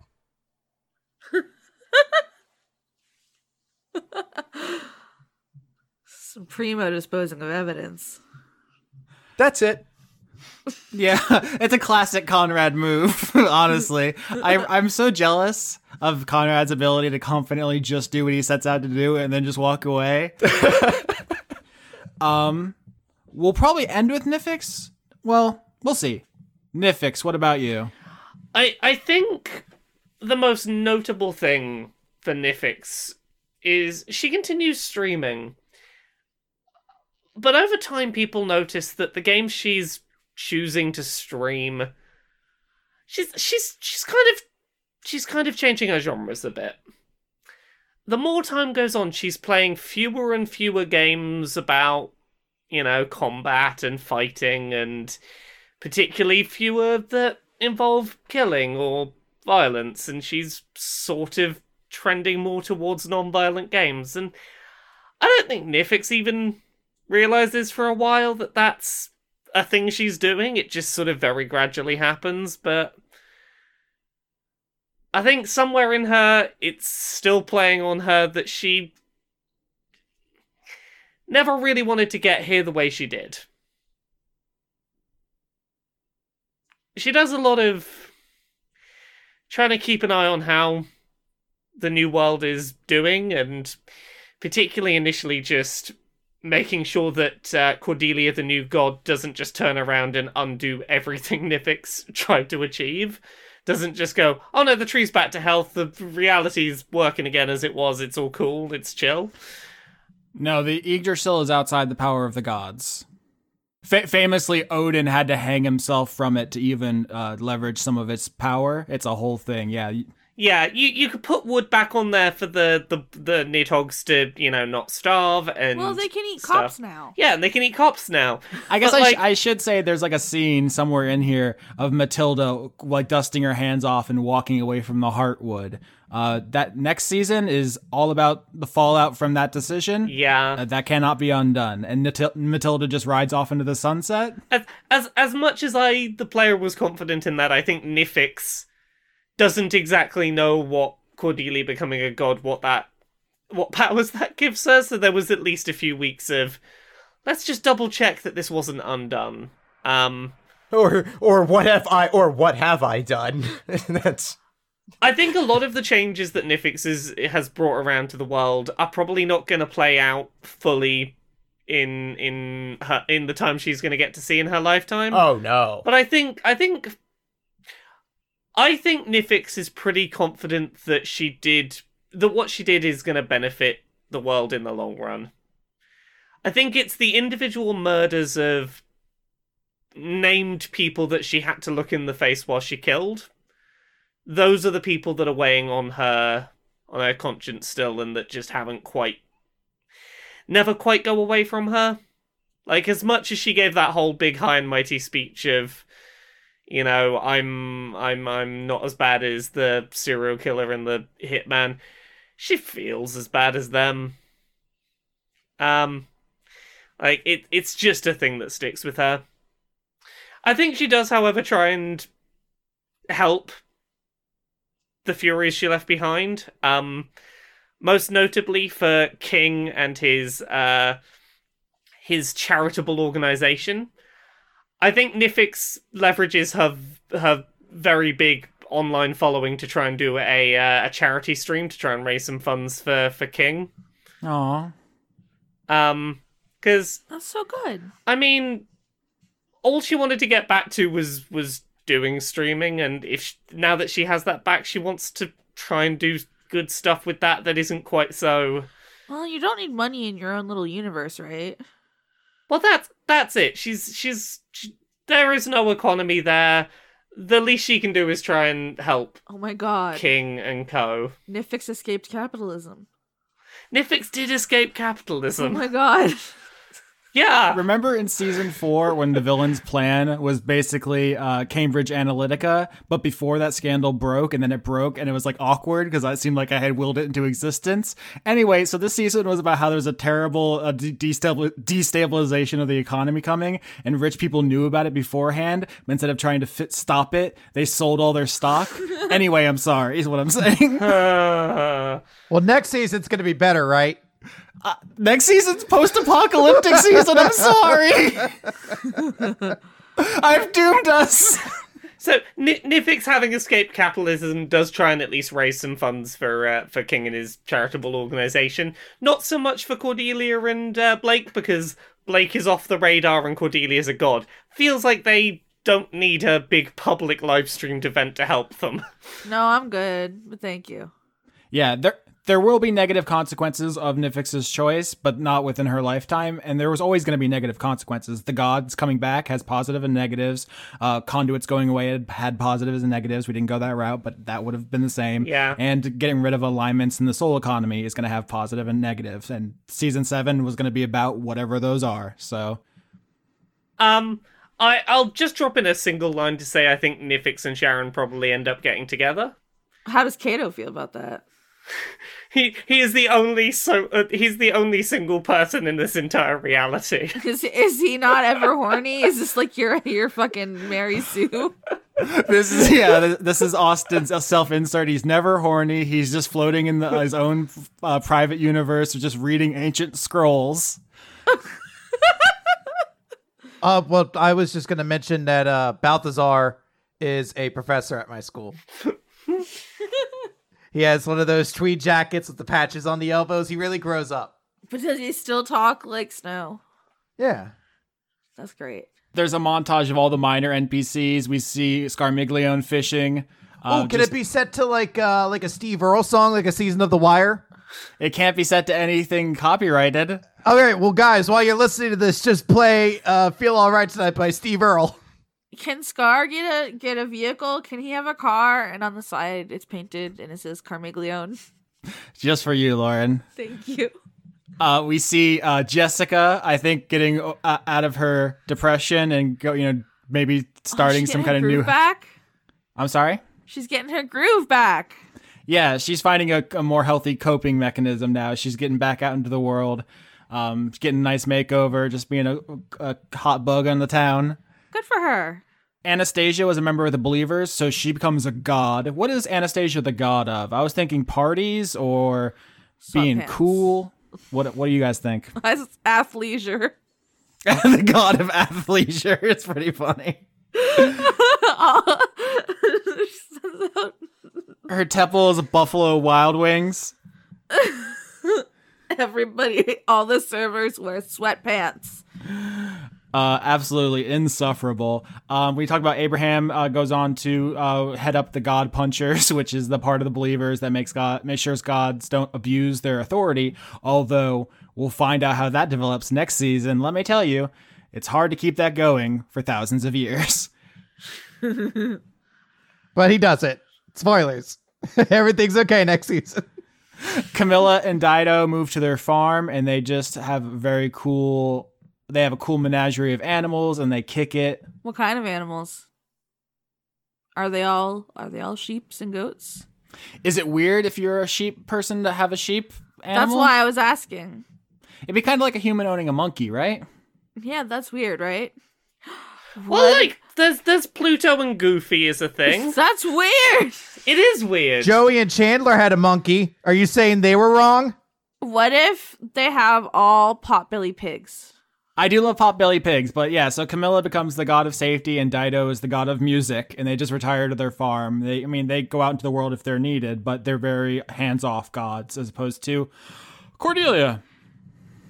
C: Supremo disposing of evidence.
F: That's it.
A: Yeah, <laughs> it's a classic Conrad move, <laughs> honestly. I, I'm so jealous of Conrad's ability to confidently just do what he sets out to do and then just walk <laughs> away. um, we'll probably end with Nifix. Well, we'll see. Nifix, what about you?
E: I I think the most notable thing for Nifix is she continues streaming. But over time people notice that the games she's choosing to stream she's she's she's kind of she's kind of changing her genres a bit. The more time goes on, she's playing fewer and fewer games about, you know, combat and fighting and particularly fewer that involve killing or violence, and she's sort of trending more towards non-violent games. And I don't think Nifix even realizes for a while that that's a thing she's doing. It just sort of very gradually happens, but I think somewhere in her, it's still playing on her that she never really wanted to get here the way she did. she does a lot of trying to keep an eye on how the new world is doing and particularly initially just making sure that uh, cordelia the new god doesn't just turn around and undo everything <laughs> nifix tried to achieve doesn't just go oh no the tree's back to health the reality's working again as it was it's all cool it's chill
A: No, the Yggdrasil is outside the power of the gods. Fa- famously, Odin had to hang himself from it to even uh, leverage some of its power. It's a whole thing. Yeah,
E: Yeah, you, you could put wood back on there for the, the, the nidhogs to, you know, not starve and
C: well, they can eat
E: stuff.
C: cops now.
E: Yeah, and they can eat cops now.
A: I guess I,
E: But,
A: sh-
E: like-
A: I should say there's like a scene somewhere in here of Matilda like dusting her hands off and walking away from the Heartwood. Uh, that next season is all about the fallout from that decision.
E: Yeah.
A: Uh, that cannot be undone. And Nat- Matilda just rides off into the sunset.
E: As, as as much as I the player was confident in that, I think Nifix doesn't exactly know what Cordelia becoming a god what that what powers that gives her, so there was at least a few weeks of let's just double check that this wasn't undone. Um
F: Or or what have I or what have I done? <laughs> That's
E: I think a lot of the changes that Nifix is, has brought around to the world are probably not going to play out fully in in her in the time she's going to get to see in her lifetime.
F: oh no.
E: But I think I think I think Nifix is pretty confident that she did that what she did is going to benefit the world in the long run. I think it's the individual murders of named people that she had to look in the face while she killed. Those are the people that are weighing on her on her conscience still and that just haven't quite never quite go away from her. Like as much as she gave that whole big high and mighty speech of you know, I'm I'm I'm not as bad as the serial killer and the hitman. She feels as bad as them. Um like it it's just a thing that sticks with her. I think she does, however, try and help the Furies she left behind. Um, most notably for King and his uh, his charitable organization. I think Nifix leverages her her very big online following to try and do a uh, a charity stream to try and raise some funds for for King.
A: Aw.
E: Um, because
C: That's so good.
E: I mean, all she wanted to get back to was was doing streaming, and if sh now that she has that back, she wants to try and do good stuff with that that isn't quite so.
C: Well, you don't need money in your own little universe, right?
E: Well, that's that's it. She's she's she, there is no economy there. The least she can do is try and help
C: Oh my god.
E: King and Co.
C: Nifix escaped capitalism.
E: Nifix did escape capitalism.
C: Oh my god.
E: <laughs>
C: <laughs>
E: yeah,
A: Remember in season four when the villain's plan was basically uh, Cambridge Analytica, but before that scandal broke and then it broke and it was like awkward because I seemed like I had willed it into existence. Anyway, so this season was about how there was a terrible uh, de- destabil- destabilization of the economy coming and rich people knew about it beforehand. But instead of trying to fit- stop it, they sold all their stock. anyway, I'm sorry, is what I'm saying.
E: Uh,
H: Well, next season's going to be better, right?
A: Next season's post-apocalyptic season. I'm sorry. <laughs> I've doomed us.
E: so N- Nifix, having escaped capitalism, does try and at least raise some funds for uh, for King and his charitable organization. Not so much for Cordelia and uh, Blake because Blake is off the radar and Cordelia's a god. Feels like they don't need a big public live streamed event to help them. <laughs>
C: No, I'm good, but thank you.
A: Yeah, there there will be negative consequences of Nifix's choice, but not within her lifetime. And there was always going to be negative consequences. The gods coming back has positive and negatives. Uh, conduits going away had, had positives and negatives. We didn't go that route, but that would have been the same.
E: Yeah.
A: And getting rid of alignments in the soul economy is going to have positive and negatives. And season seven was going to be about whatever those are. So
E: Um, I I'll just drop in a single line to say I think Nifix and Sharon probably end up getting together.
C: How does Kato feel about that?
E: He he is the only so uh, he's the only single person in this entire reality.
C: Is, is he not ever horny? Is this like your your fucking Mary Sue?
E: <laughs>
A: this is <laughs> yeah th- this is austin's uh, self-insert he's never horny he's just floating in the, his own uh, private universe or just reading ancient scrolls
H: Uh, well, I was just going to mention that uh, Balthazar is a professor at my school. <laughs> he has one of those tweed jackets with the patches on the elbows. He really grows up.
C: But does he still talk like Snow?
H: Yeah.
C: That's great.
A: there's a montage of all the minor npcs we see scarmiglione fishing uh,
H: oh, can
A: just-
H: it be set to like uh, like a Steve Earle song, like a season of The Wire?
A: it can't be set to anything copyrighted
H: All right, well, guys, while you're listening to this, just play uh, "Feel All Right Tonight" by Steve Earle.
C: Can Scar get a get a vehicle? Can he have a car? And on the side, it's painted and it says Carmiglione.
A: just for you lauren
C: <laughs> Thank you.
A: Uh, we see uh, Jessica, I think, getting uh, out of her depression and go, you know, maybe starting
C: She's
A: some kind of
C: getting her
A: new.
C: groove back.
A: I'm sorry.
C: She's getting her groove back.
A: yeah, she's finding a, a more healthy coping mechanism now. She's getting back out into the world, um, she's getting a nice makeover, just being a, a hot bug on the town.
C: Good for her.
A: Anastasia was a member of the Believers, so she becomes a god. What is Anastasia the god of? I was thinking parties or being
C: Sweatpants.
A: cool. What What do you guys think? <laughs>
C: That's athleisure. <laughs>
A: the god of athleisure. It's pretty funny. Her temple is Buffalo Wild Wings.
C: Everybody, all the servers wear sweatpants.
A: uh, absolutely insufferable. Um, we talked about Abraham uh, goes on to uh, head up the God Punchers, <laughs> which is the part of the believers that makes God makes sure gods don't abuse their authority. Although We'll find out how that develops next season. Let me tell you, it's hard to keep that going for thousands of years. <laughs>
H: But he does it. Spoilers. <laughs> Everything's okay next season.
A: Camilla and Dido move to their farm and they just have very cool they have a cool menagerie of animals and they kick it.
C: What kind of animals? Are they all are they all sheeps and goats?
A: Is it weird if you're a sheep person to have a sheep
C: That's
A: animal?
C: why I was asking.
A: It'd be kind of like a human owning a monkey, right?
C: Yeah, that's weird, right?
E: <laughs> Well, like there's there's Pluto and Goofy is a
C: <laughs>
E: thing.
C: That's weird.
E: It is weird.
H: Joey and Chandler had a monkey. Are you saying they were wrong?
C: What if they have all potbelly pigs?
A: I do love potbelly pigs, but yeah, so Camilla becomes the god of safety and Dido is the god of music and they just retire to their farm. They I mean they go out into the world if they're needed, but they're very hands-off gods as opposed to Cordelia.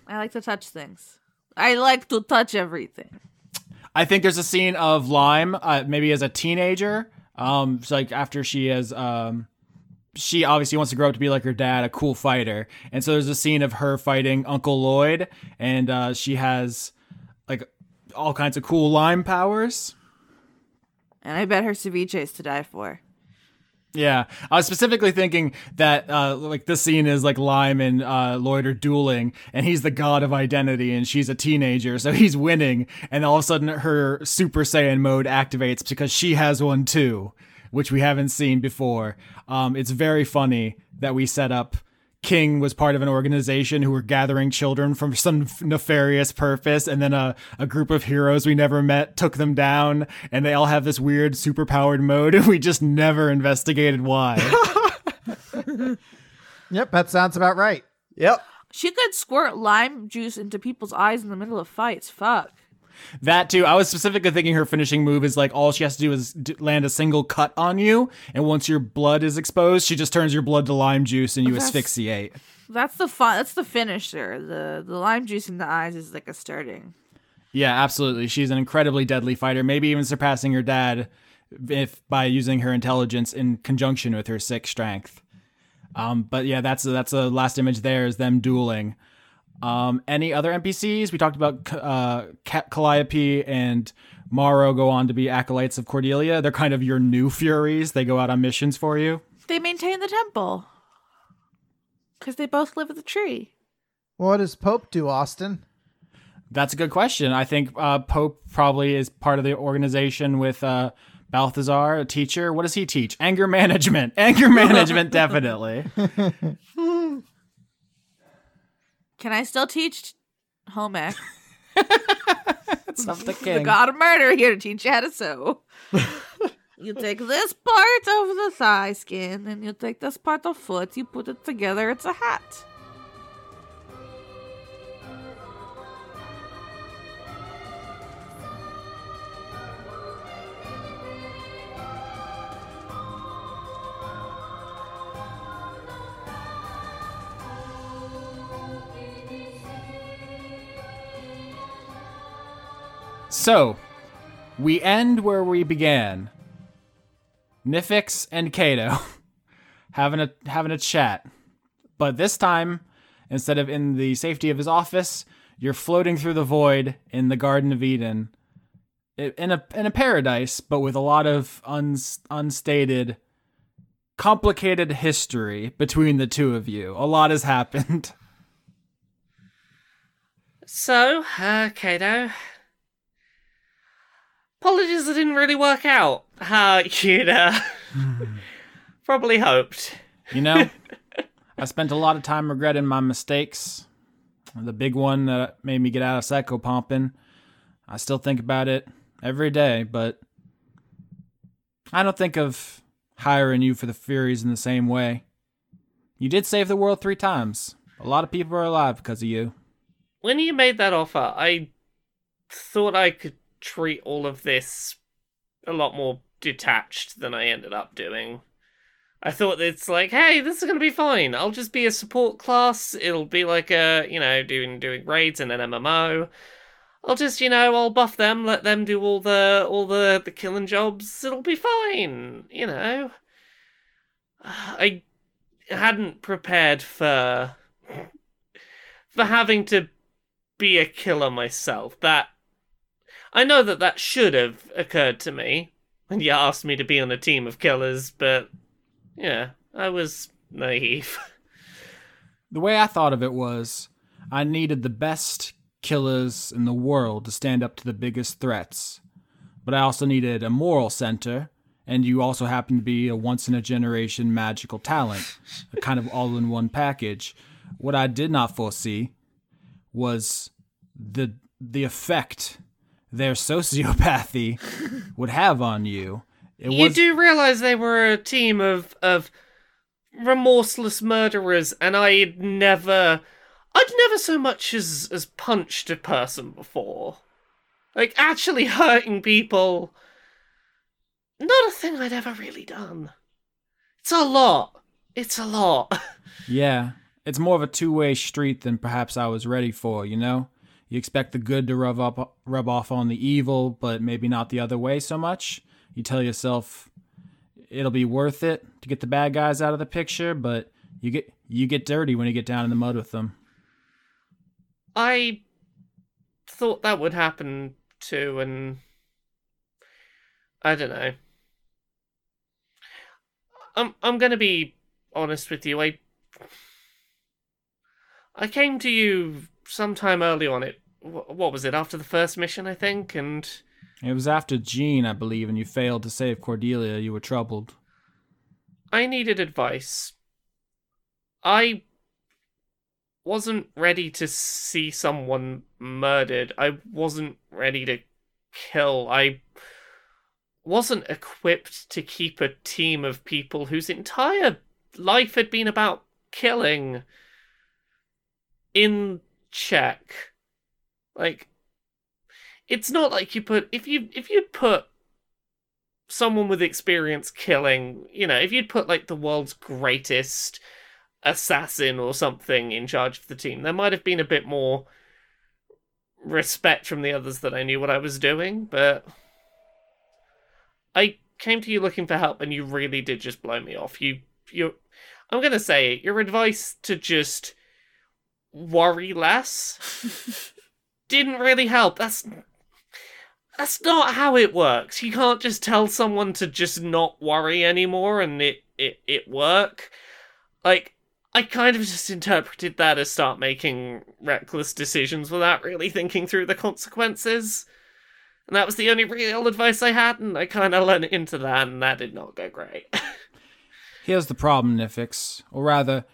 C: I like to touch things. I like to touch everything.
A: I think there's a scene of Lime, uh, maybe as a teenager. Um, it's like after she has, um, she obviously wants to grow up to be like her dad, a cool fighter. And so there's a scene of her fighting Uncle Lloyd, and uh, she has like all kinds of cool Lime powers.
C: And I bet her ceviche is to die for.
A: Yeah, I was specifically thinking that uh, like this scene is like Lime and uh, Lloyd are dueling, and he's the god of identity, and she's a teenager, so he's winning, and all of a sudden her Super Saiyan mode activates because she has one too, which we haven't seen before. Um, it's very funny that we set up. King was part of an organization who were gathering children from some f- nefarious purpose, and then a, a group of heroes we never met took them down, and they all have this weird superpowered mode, <laughs> and we just never investigated why.
H: Yep, that sounds about right.
F: Yep.
C: She could squirt lime juice into people's eyes in the middle of fights. Fuck.
A: that too, I was specifically thinking her finishing move is like all she has to do is d- land a single cut on you, and once your blood is exposed, she just turns your blood to lime juice and you asphyxiate.
C: That's the fun. That's the finisher. The the lime juice in the eyes is like a starting.
A: Yeah, absolutely. She's an incredibly deadly fighter, maybe even surpassing her dad if by using her intelligence in conjunction with her sick strength. Um, but yeah, that's that's the last image there is them dueling. Um, any other NPCs? We talked about uh, Ca- Calliope and Morrow go on to be acolytes of Cordelia. They're kind of your new Furies. They go out on missions for you.
C: They maintain the temple because they both live at the tree.
H: What does Pope do, Austin?
A: That's a good question. I think uh, Pope probably is part of the organization with uh, Balthazar, a teacher. What does he teach? Anger management. <laughs> Anger management, definitely.
C: Can I still teach home ec?
A: That's up to
C: the
A: King.
C: god of murder here to teach you how to sew. you take this part of the thigh skin and you take this part of foot, you put it together, it's a hat. <laughs>
A: So, we end where we began. Nifix and Kato <laughs> having a having a chat, but this time, instead of in the safety of his office, you're floating through the void in the Garden of Eden, i- in a in a paradise, but with a lot of uns, unstated, complicated history between the two of you. A lot has happened. <laughs>
E: So, uh, Kato. Apologies it didn't really work out. <laughs> Uh, you'd, uh, probably hoped.
A: You know, I spent a lot of time regretting my mistakes. The big one that made me get out of psycho pumping. I still think about it every day, but I don't think of hiring you for the Furies in the same way. You did save the world three times. A lot of people are alive because of you.
E: When you made that offer, I thought I could treat all of this a lot more detached than I ended up doing. I thought it's like, hey, this is gonna be fine. I'll just be a support class. It'll be like a, you know, doing doing raids and an MMO. I'll just, you know, I'll buff them, let them do all the all the the killing jobs. It'll be fine, you know. <sighs> I hadn't prepared for for having to be a killer myself. That I know that that should have occurred to me when you asked me to be on a team of killers, but yeah, I was naive. <laughs>
A: The way I thought of it was I needed the best killers in the world to stand up to the biggest threats. But I also needed a moral center, and you also happen to be a once in a generation magical talent, a kind of all in one package. What I did not foresee was the the effect their <laughs> sociopathy would have on you. It
E: you
A: was,
E: do realize they were a team of of remorseless murderers, and I'd never, I'd never so much as as punched a person before. Like actually hurting people, not a thing I'd ever really done. It's a lot. It's a lot. <laughs>
A: Yeah, it's more of a two-way street than perhaps I was ready for, you know? You expect the good to rub up rub off on the evil, but maybe not the other way so much. You tell yourself it'll be worth it to get the bad guys out of the picture, but you get you get dirty when you get down in the mud with them.
E: I thought that would happen too, and I don't know. I'm I'm gonna be honest with you. I I came to you sometime early on. It wh- what was it after the first mission, I think, and
A: It was after Jean, I believe, and you failed to save Cordelia, you were troubled.
E: I needed advice. I wasn't ready to see someone murdered. I wasn't ready to kill. I wasn't equipped to keep a team of people whose entire life had been about killing in check. Like it's not like you put if you if you put someone with experience killing, you know, if you'd put like the world's greatest assassin or something in charge of the team, there might have been a bit more respect from the others that I knew what I was doing, but I came to you looking for help and you really did just blow me off. You you I'm going to say it, your advice to just worry less didn't really help. That's that's not how it works. You can't just tell someone to just not worry anymore and it it, it work. Like I kind of just interpreted that as start making reckless decisions without really thinking through the consequences. And that was the only real advice I had, and I kind of lent into that, and that did not go great.
A: Here's the problem, Nifix, or rather,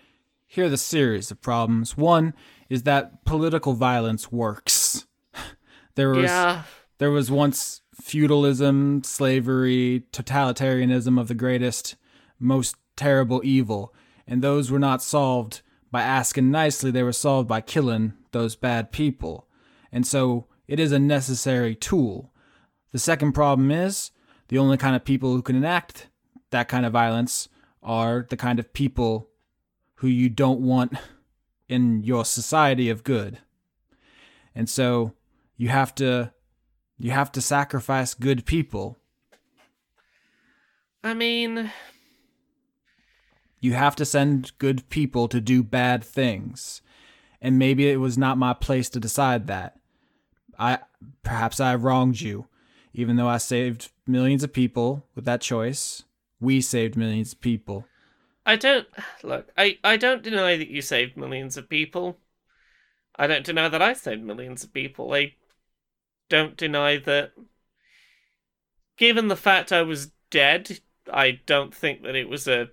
A: here are the series of problems. One is that political violence works. <laughs> There was
E: yeah.
A: there was once feudalism, slavery, totalitarianism of the greatest, most terrible evil, and those were not solved by asking nicely, they were solved by killing those bad people. And so it is a necessary tool. The second problem is the only kind of people who can enact that kind of violence are the kind of people who you don't want in your society of good. And so you have to you have to sacrifice good people.
E: I mean,
A: You have to send good people to do bad things. And maybe it was not my place to decide that. I perhaps I wronged you, even though I saved millions of people with that choice. We saved millions of people.
E: I don't <sighs> look. I I don't deny that you saved millions of people. I don't deny that I saved millions of people. I don't deny that. Given the fact I was dead, I don't think that it was a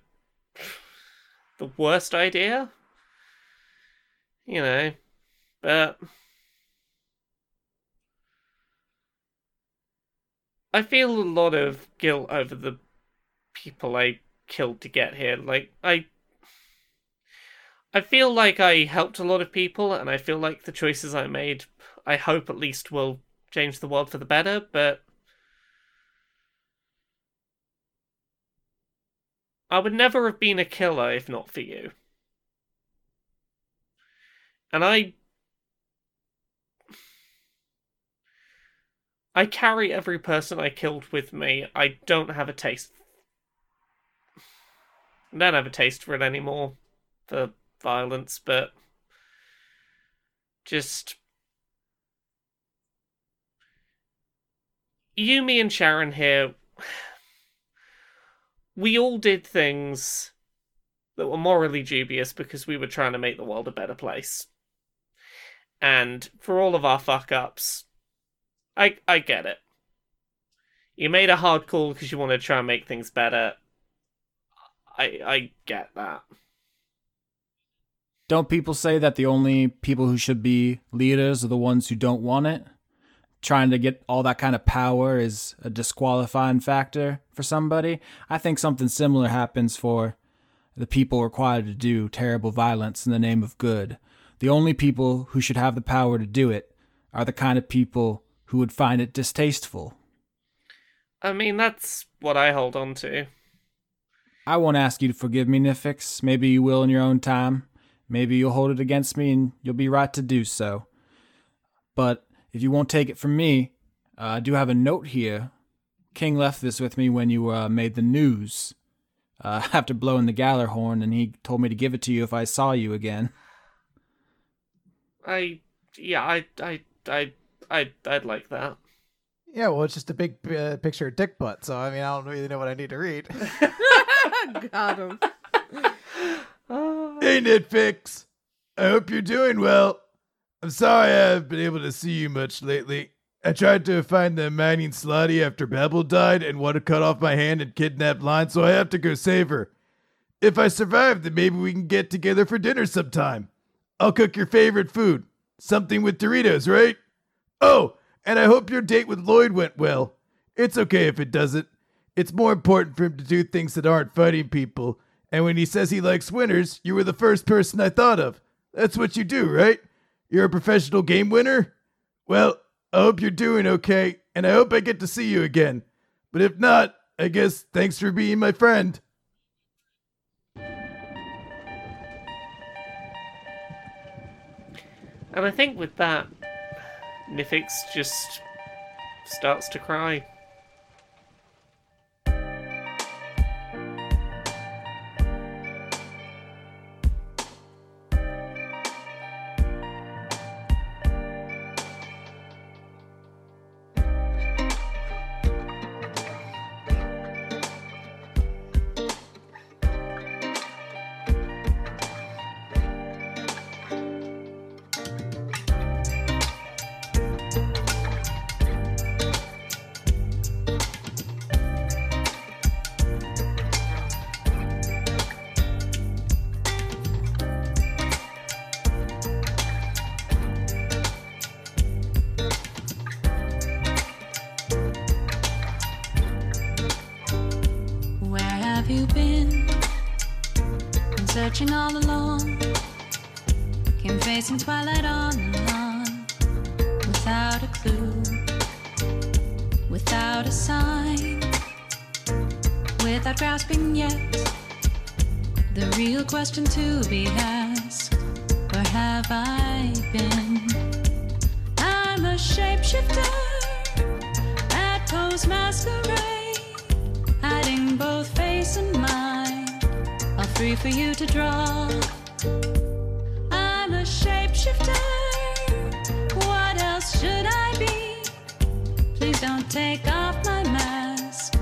E: <sighs> the worst idea. You know, but I feel a lot of guilt over the people I killed to get here. Like I I feel like I helped a lot of people and I feel like the choices I made I hope at least will change the world for the better, but I would never have been a killer if not for you. And I I carry every person I killed with me. I don't have a taste I don't have a taste for it anymore for violence, but Just. You, me, and Sharon here. <sighs> We all did things that were morally dubious because we were trying to make the world a better place. And for all of our fuck ups, I I get it. You made a hard call because you want to try and make things better. I I get that.
A: Don't people say that the only people who should be leaders are the ones who don't want it? Trying to get all that kind of power is a disqualifying factor for somebody. I think something similar happens for the people required to do terrible violence in the name of good. The only people who should have the power to do it are the kind of people who would find it distasteful.
E: I mean, that's what I hold on to.
A: I won't ask you to forgive me, Nifix. Maybe you will in your own time. Maybe you'll hold it against me and you'll be right to do so. But if you won't take it from me, uh, I do have a note here. King left this with me when you uh, made the news uh, <laughs> after blowing the galler horn, and he told me to give it to you if I saw you again.
E: I yeah, I I I I I'd like that.
H: Yeah, well, it's just a big uh, picture of dick butt, so I mean, I don't really know what I need to read. <laughs>
C: Got him.
B: Hey, Nitfix. I hope you're doing well. I'm sorry I haven't been able to see you much lately. I tried to find the mining slotty after Babel died and want to cut off my hand and kidnap Line, so I have to go save her. If I survive, then maybe we can get together for dinner sometime. I'll cook your favorite food. Something with Doritos, right? Oh, and I hope your date with Lloyd went well. It's okay if it doesn't. It's more important for him to do things that aren't fighting people. And when he says he likes winners, you were the first person I thought of. That's what you do, right? You're a professional game winner? Well, I hope you're doing okay, and I hope I get to see you again. But if not, I guess thanks for being my friend.
E: And I think with that, Nifix just starts to cry.
J: Where have you been? Been searching all along. Came facing twilight on and on. Without a clue. Without a sign. Without grasping yet. The real question to be asked Where have I been? I'm a shapeshifter. That pose masquerade hiding both face and mind, all free for you to draw. I'm a shapeshifter. What else should I be? Please don't take off my mask,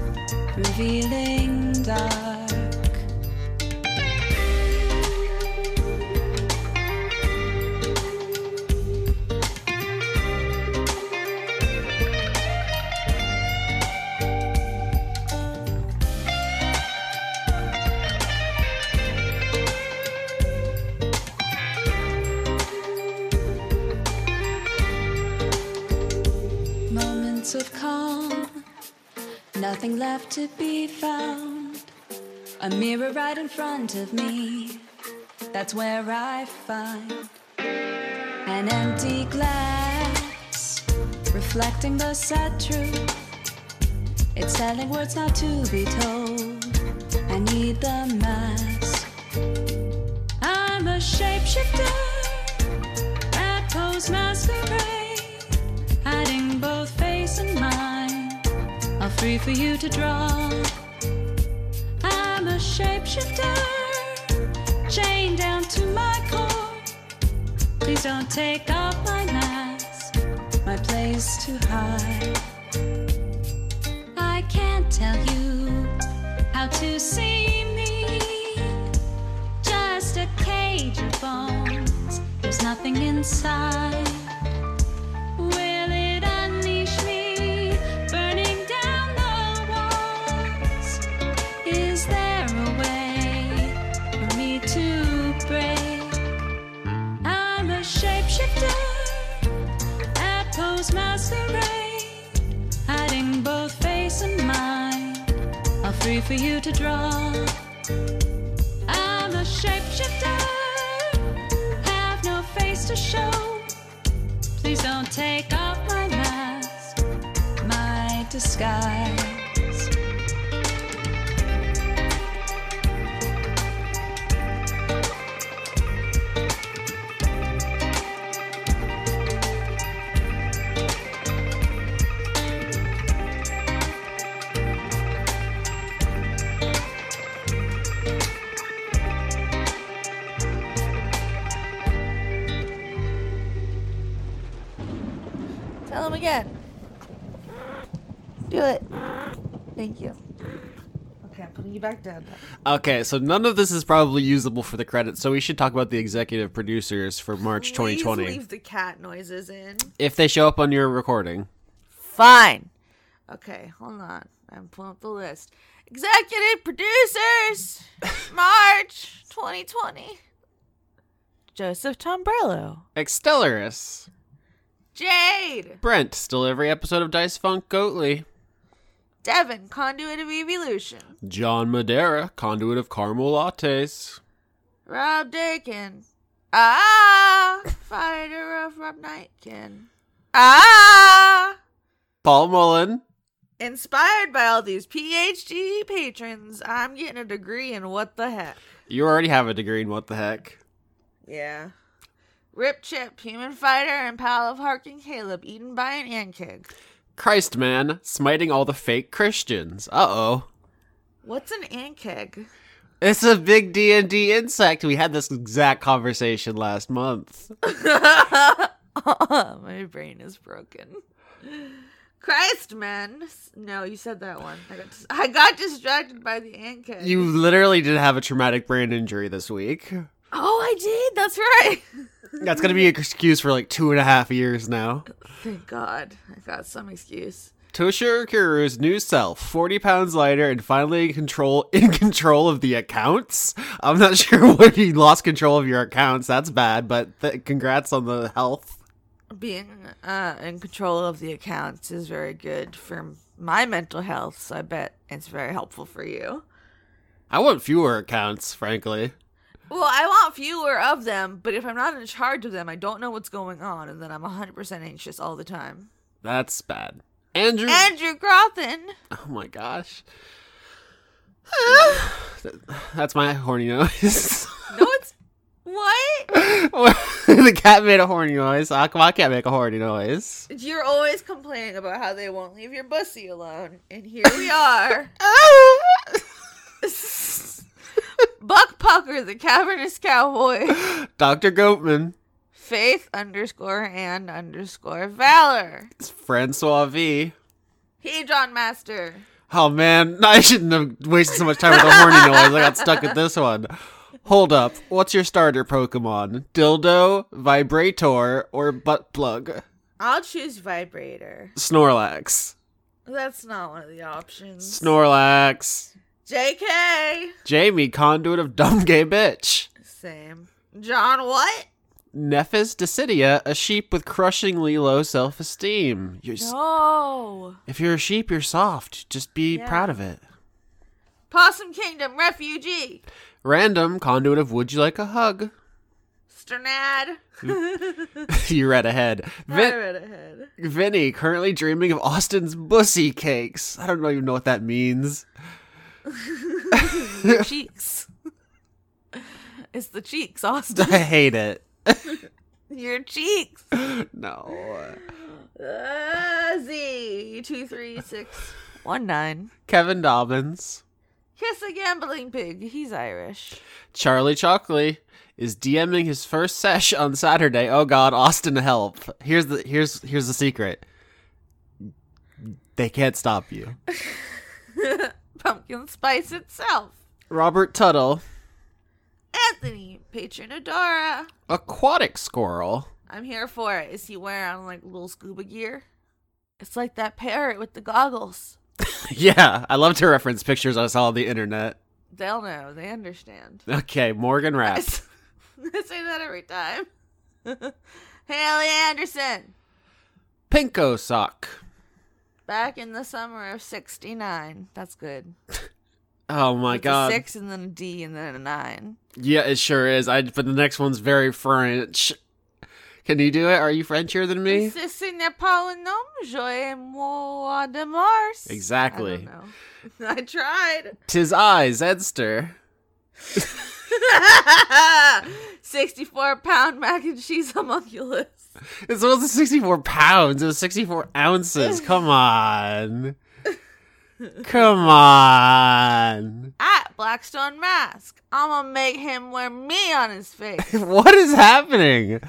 J: revealing dark. moments of calm. Nothing left to be found. A mirror right in front of me. That's where I find an empty glass, reflecting the sad truth. It's telling words not to be told. I need the mask. I'm a shapeshifter. That pose masquerade hiding both face and mind, all free for you to draw. I'm a shapeshifter, chained down to my core, Please don't take off my mask, my place to hide. I can't tell you how to see me. Just a cage of bones, there's nothing inside. Will it unleash me, burning down the walls? Is there a way for me to break? I'm a shapeshifter at Poe's masquerade, hiding both face and mind. All free for you to draw. I'm a shapeshifter, have no face to show. Please don't take off my mask, my disguise.
C: Tell him again. Do it. Thank you. Okay, I'm putting you back down. now.
D: Okay, so none of this is probably usable for the credits, so we should talk about the executive producers for March
C: Please
D: 2020.
C: Leave the cat noises in.
D: If they show up on your recording,
C: Fine. Okay, hold on. I'm pulling up the list. Executive producers, March 2020. Joseph Tombrello,
D: Extellaris,
C: Jade,
D: Brent, still every episode of Dice Funk Goatley,
C: Devin, Conduit of Evolution,
D: John Madera, conduit of caramel lattes,
C: Rob Dakin, ah, Fighter of Rob Nightkin, ah.
D: Paul Mullen,
C: Inspired by all these PhD patrons, I'm getting a degree in what the heck.
D: you already have a degree in what the heck.
C: Yeah. Rip Chip, Human Fighter, and Pal of Harking Caleb, eaten by an ankig.
D: Christ man, smiting all the fake Christians. Uh oh.
C: What's an ankig?
D: It's a big D and D insect. We had this exact conversation last month.
C: <laughs> My brain is broken. Christ, man. No, you said that one. I got, dis- I got distracted by the ankig.
D: You literally did have a traumatic brain injury this week.
C: Oh, I did. That's right. <laughs>
D: That's gonna be an excuse for like two and a half years now.
C: Thank God. I got some excuse.
D: Toshiro Kuru's new self, 40 pounds lighter and finally in control <laughs> in control of the accounts. I'm not <laughs> sure when you lost control of your accounts. That's bad, but th- congrats on the health.
C: being uh, in control of the accounts is very good for my mental health. So I bet it's very helpful for you.
D: I want fewer accounts, frankly.
C: Well, I want fewer of them, but if I'm not in charge of them, I don't know what's going on, and then I'm 100% anxious all the time.
D: That's bad. Andrew
C: Andrew Crothin,
D: Oh my gosh. <sighs> That's my horny noise. <laughs>
C: <laughs> no, it's what?
D: the cat made a horny noise. Ah, I I can't make a horny noise.
C: You're always complaining about how they won't leave your bussy alone, and here we <laughs> are. Oh! Buck Pucker, the cavernous cowboy.
D: Dr. Goatman,
C: Faith underscore and underscore valor.
D: Francois V.
C: Hey, John Master.
D: Oh man, <laughs> I shouldn't have wasted so much time with the horny noise. I got stuck with this one. Hold up. What's your starter Pokemon? Dildo, Vibrator, or Butt Plug?
C: I'll choose vibrator.
D: Snorlax.
C: That's not one of the options.
D: Snorlax.
C: JK.
D: Jamie, conduit of dumb gay bitch.
C: Same. John what?
D: Nephis Decidia, a sheep with crushingly low self esteem.
C: No.
D: If you're a sheep, you're soft. Just be
C: Yeah.
D: proud of it.
C: Possum Kingdom refugee.
D: Random, conduit of would you like a hug? <laughs>
C: Sternad.
D: you read ahead.
C: I
D: Vin-
C: read <laughs> ahead.
D: Vinny, currently dreaming of Austin's bussy cakes. I don't even know what that means. <laughs>
C: Cheeks. <laughs> it's the cheeks, Austin.
D: I hate it.
C: <laughs> Your cheeks.
D: No.
C: Uh, Z two three six one nine.
D: Kevin Dobbins.
C: Kiss a gambling pig. He's Irish. <laughs>
D: Charlie Chalkley is DMing his first sesh on Saturday. Oh God, Austin, help! Here's the here's here's the secret. They can't stop you.
C: Pumpkin spice itself.
D: Robert Tuttle,
C: Anthony, patron Adora.
D: aquatic squirrel. <laughs>
C: I'm here for it. Is he wearing like little scuba gear? It's like that parrot with the goggles.
D: yeah, I love to reference pictures I saw on the internet.
C: They'll know. They
D: <laughs>
C: understand. <laughs>
D: Okay, Morgan
C: I
D: Rapp.
C: s- I say that every time. <laughs> Haley Anderson,
D: Pinko sock.
C: back in the summer of '69. That's good.
D: Oh my
C: It's a
D: god.
C: six and then a D and then a nine.
D: Yeah, it sure is. I but the next one's very French. Can you do it? Are you Frenchier than me?
C: Ceci n'est pas un homme, je moi de Mars. I
D: Exactly.
C: don't know. <laughs> I tried.
D: Tis I, Zedster.
C: <laughs> 64 pound mac and cheese homunculus.
D: It's supposed to 64 pounds. It was 64
C: <laughs>
D: ounces. Come on. Come on.
C: At Blackstone Mask. I'm gonna make him wear me on his face.
D: <laughs> What is happening?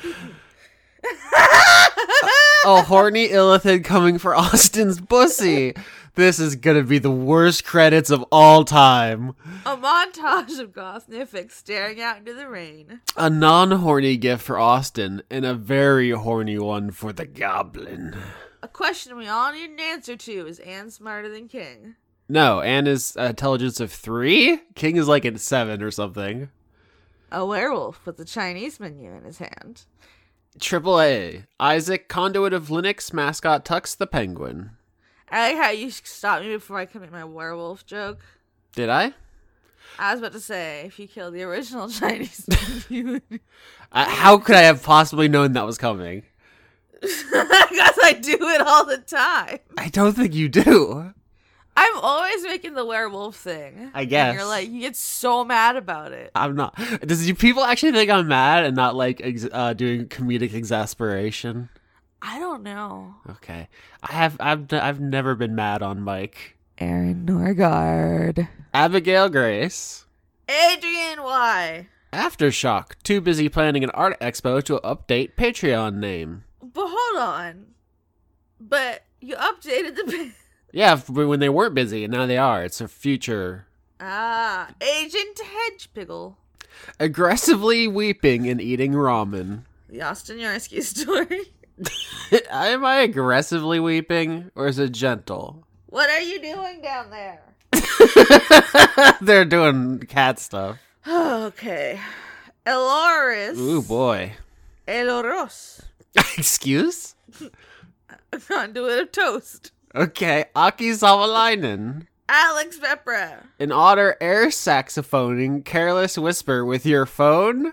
D: A horny illithid coming for Austin's pussy. This is gonna be the worst credits of all time.
C: A montage of Gosnific staring out into the rain.
D: A non horny gift for Austin and a very horny one for the goblin.
C: A question we all need an answer to is Anne smarter than King?
D: No, Anne is uh, intelligence of three. King is like at seven or something.
C: A werewolf with a Chinese menu in his hand.
D: Triple A. Isaac, conduit of Linux, mascot Tux the Penguin.
C: I like how you stopped me before I could make my werewolf joke.
D: Did I?
C: I was about to say, if you kill the original <laughs> Chinese menu, <laughs>
D: Uh, how could I have possibly known that was coming?
C: because I do it all the time.
D: I don't think you do. <laughs>
C: I'm always making the werewolf thing.
D: I
C: And
D: guess.
C: you're like you get so mad about it.
D: I'm not. Does you people actually think I'm mad and not like ex- uh, doing comedic exasperation?
C: I don't know.
D: Okay, I have. I've. I've never been mad on Mike.
C: Aaron Norgard,
D: Abigail Grace.
C: Adrian Y,
D: Aftershock, too busy planning an art expo to update Patreon name.
C: but hold on. But you updated the pa-
D: Yeah, f- when they weren't busy, and now they are. It's a future.
C: <laughs> ah Agent Hedgepiggle,
D: Aggressively weeping and eating ramen. <laughs>
C: the Austin Yarsky <laughs> story.
D: Am I aggressively weeping, or is it gentle? <laughs>
C: What are you doing down there?
D: They're doing cat stuff.
C: okay, Eloris.
D: Ooh, boy. <laughs>
C: Eloros,
D: Excuse?
C: a conduit of toast.
D: Okay, Aki Savalainen.
C: Alex Vepra,
D: An otter air saxophoning careless whisper with your phone? <laughs>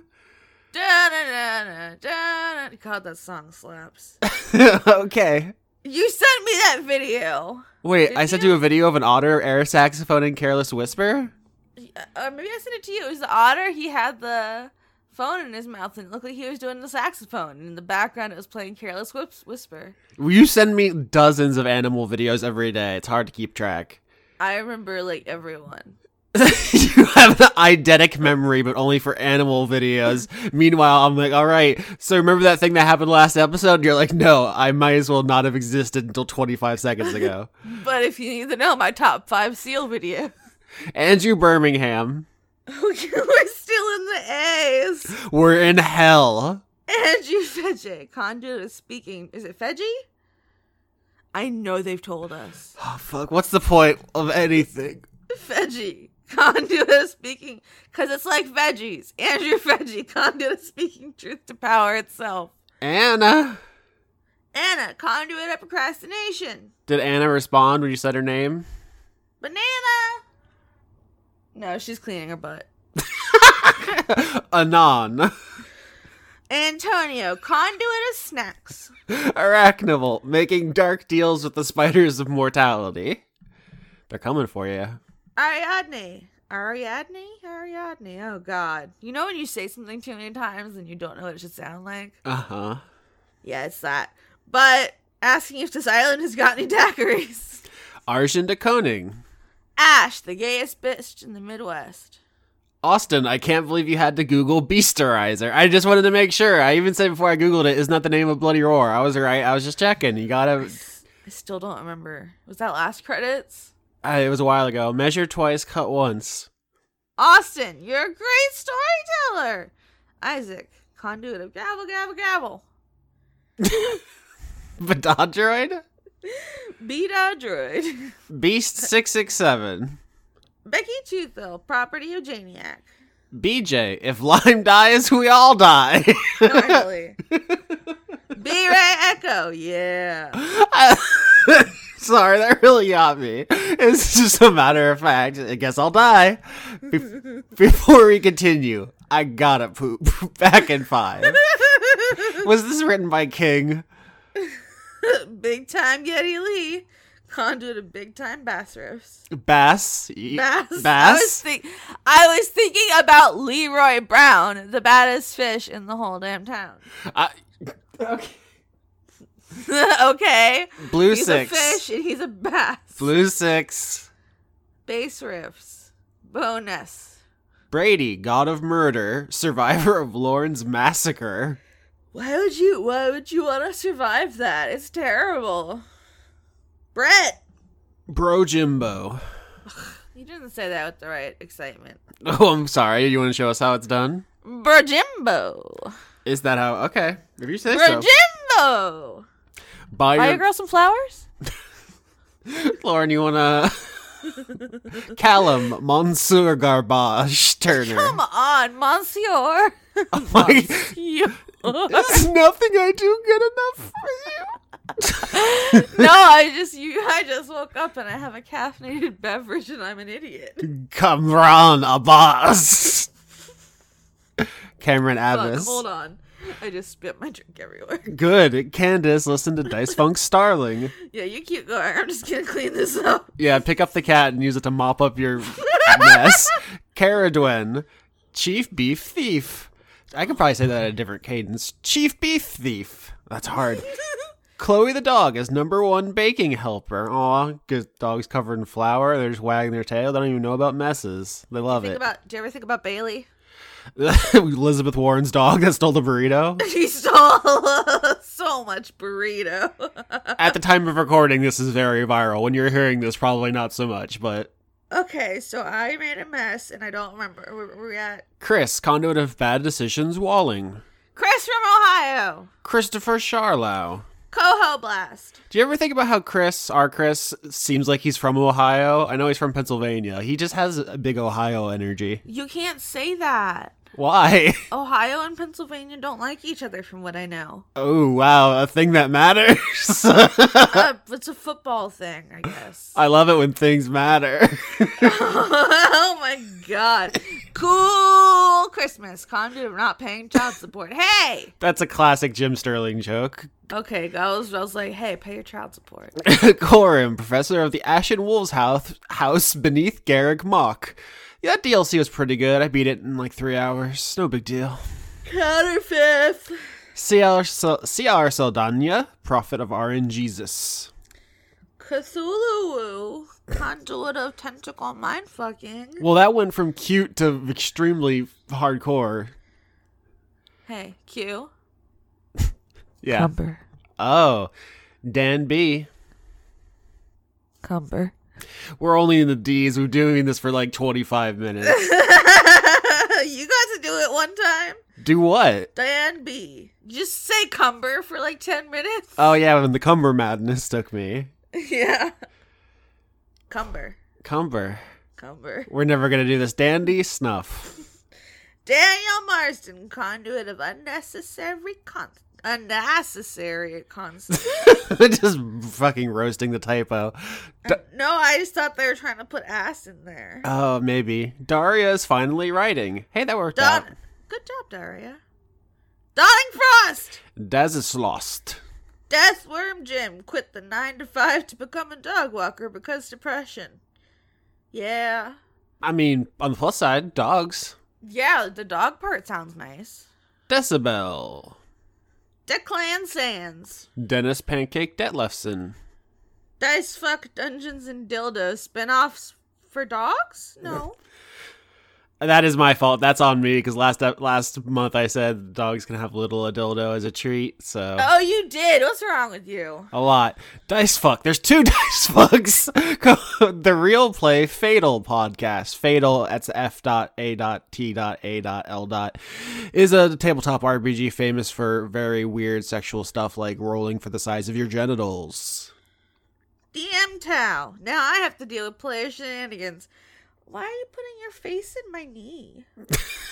C: da da da da da. God, that song slaps.
D: okay.
C: You sent me that video.
D: Wait,
C: Did
D: I sent
C: you?
D: you a video of an otter air saxophone and careless whisper?
C: Or Uh, maybe I sent it to you. It was the otter. He had the phone in his mouth and it looked like he was doing the saxophone. And in the background, it was playing Careless Whips- Whisper.
D: Will You send me dozens of animal videos every day. It's hard to keep track. <laughs>
C: I remember like everyone.
D: you have an eidetic memory, but only for animal videos. Meanwhile, I'm like, all right, so remember that thing that happened last episode? You're like, no, I might as well not have existed until 25 seconds ago.
C: But if you need to know my top five seal video, <laughs> Oh,
D: Andrew Birmingham,
C: we're still in the A's.
D: we're in hell.
C: Andrew Fedge, conduit is speaking. Is it Fedge? I know they've told us.
D: Oh, fuck, what's the point of anything?
C: Veggie. Conduit of speaking. Because it's like veggies. Andrew Veggie. Conduit of speaking truth to power itself.
D: Anna.
C: Anna. Conduit of procrastination.
D: Did Anna respond when you said her name? <laughs>
C: Banana. No, she's cleaning her butt.
D: Anon.
C: Antonio. Conduit of snacks.
D: Arachnival, making dark deals with the spiders of mortality. They're coming for you.
C: Ariadne. Ariadne? Ariadne. Oh, God. You know when you say something too many times and you don't know what it should sound like?
D: Uh huh.
C: Yeah, it's that. But asking if this island has got any daiquiris.
D: Arjun de Koning.
C: Ash, the gayest bitch in the Midwest.
D: Austin, I can't believe you had to Google Beasterizer. I just wanted to make sure. I even said before I Googled it, is not the name of Bloody Roar. I was right. I was just checking. You gotta.
C: I still don't remember. Was that last credits?
D: Uh, it was a while ago. Measure twice, cut once.
C: Austin, you're a great storyteller. Isaac, conduit of gavel, gavel, gavel.
D: Badodroid?
C: Beta droid.
D: Beast 667.
C: <laughs> Becky Tuthill, property of Janiac.
D: BJ, if Lime dies, we all die. <laughs>
C: Normally. B Ray Echo, yeah. <laughs>
D: <laughs> Sorry, that really got me. It's just a matter of fact. I guess I'll die. Be- <laughs> before we continue, I gotta poop. <laughs> Back in five. Was this written by King?
C: Big time Yeti Lee, conduit of big time bass riffs.
D: Bass? Y-
C: Bass. I was,
D: Bass?
C: think- I was thinking about Leroy Brown, the baddest fish in the whole damn town.
D: I-
C: <laughs> okay.
D: Blue
C: he's
D: six.
C: a fish and he's a bass.
D: Blue six.
C: Bass riffs. Bonus.
D: Brady, god of murder, survivor of Lorne's massacre.
C: Why would you why would you wanna survive that? It's terrible. Brett!
D: Bro Jimbo. <laughs>
C: You didn't say that with the right excitement.
D: Oh, I'm sorry. You want to show us how it's done?
C: Brajimbo.
D: Is that how? Okay. If you say so.
C: Brajimbo!
D: Buy
C: Buy
D: your,
C: your girl some flowers?
D: Lauren, you wanna? <laughs> Callum Monsieur Garbage Turner.
C: Come on, Monsieur.
D: Like,
C: You-
D: there's nothing I do good enough for
C: <laughs> no, I just you I just woke up and I have a caffeinated <laughs> beverage and I'm an idiot.
D: you. Cameron Abbas. Cameron
C: Fuck,
D: Abbas.
C: hold on. I just spit my drink everywhere. <laughs>
D: Good. Candace, listen to Dice Funk Starling.
C: Yeah, you keep going. I'm just gonna clean this up.
D: Yeah, pick up the cat and use it to mop up your mess. Caradwen, Chief Beef Thief. I could probably say that at a different cadence. Chief Beef Thief.
C: <laughs>
D: That's hard. Chloe the dog is number one baking helper. Aw, because dog's covered in flour. They're just wagging their tail. They don't even know about messes. They love
C: Think
D: it. <laughs>
C: about. Do you ever think about Bailey? <laughs>
D: Elizabeth Warren's dog that stole the burrito.
C: She stole <laughs> so much burrito. <laughs>
D: At the time of recording, this is very viral. When you're hearing this, probably not so much, but
C: okay, so I made a mess and I don't remember where were we at.
D: Chris, conduit of bad decisions, Walling.
C: Chris from Ohio,
D: Christopher Charlow.
C: Coho Blast.
D: Do you ever think about how Chris, our Chris, seems like he's from Ohio? I know he's from Pennsylvania. He just has a big Ohio energy.
C: You can't say that.
D: Why? <laughs>
C: Ohio and Pennsylvania don't like each other, from what I know.
D: Oh, wow, a thing that matters.
C: <laughs>
D: <laughs>
C: Uh, <laughs> it's a football thing, I guess.
D: I love it when things matter.
C: <laughs>
D: <laughs>
C: oh my god. Cool Christmas. Conduit of not paying child support. Hey!
D: That's a classic Jim Sterling joke.
C: Okay, I was, I was like, hey, pay your child support.
D: Corin, professor of the Ashen Wolves house, house beneath Garrick Mock. Yeah, that DLC was pretty good. I beat it in like three hours. No big deal.
C: <laughs> Counterfeit.
D: CR, Sal- CR Saldana, prophet of RNGesus. Jesus.
C: Cthulhu. Conduit of tentacle mind fucking.
D: Well, that went from cute to extremely hardcore.
C: Hey, Q.
D: Yeah.
C: Cumber.
D: Oh, Dan B.
C: Cumber.
D: We're only in the D's. We're doing this for like 25
C: <laughs>
D: minutes.
C: you got to do it one time.
D: Do what?
C: Diane B. Just say Cumber for like 10 minutes.
D: Oh, yeah, when the Cumber madness took me.
C: <laughs> yeah. Cumber.
D: Cumber.
C: Cumber.
D: We're never going to do this. Dandy Snuff. <laughs>
C: Daniel Marsden, conduit of unnecessary con unnecessary constant.
D: Just fucking roasting the typo.
C: no, I just thought they were trying to put ass in there.
D: Oh, maybe. Daria's finally writing. Hey, that worked out.
C: Don- Good job, Daria. Darling Frost,
D: Daz is lost.
C: Deathworm Jim quit the nine to five to become a dog walker because depression. Yeah,
D: I mean, on the plus side, dogs.
C: yeah, the dog part sounds nice.
D: Decibel.
C: Declan Sands,
D: Dennis Pancake Detlefson.
C: Dice Fuck Dungeons and Dildos spinoffs for dogs? No.
D: That is my fault. That's on me because last ep- last month I said dogs can have little a dildo as a treat. So
C: Oh, you did. What's wrong with you?
D: a lot dice fuck. There's two dice fucks. the real play fatal podcast. Fatal. That's f dot a dot t dot a dot l dot is a tabletop RPG famous for very weird sexual stuff like rolling for the size of your genitals.
C: DM Tao. Now I have to deal with player shenanigans. Why are you putting your face in my knee?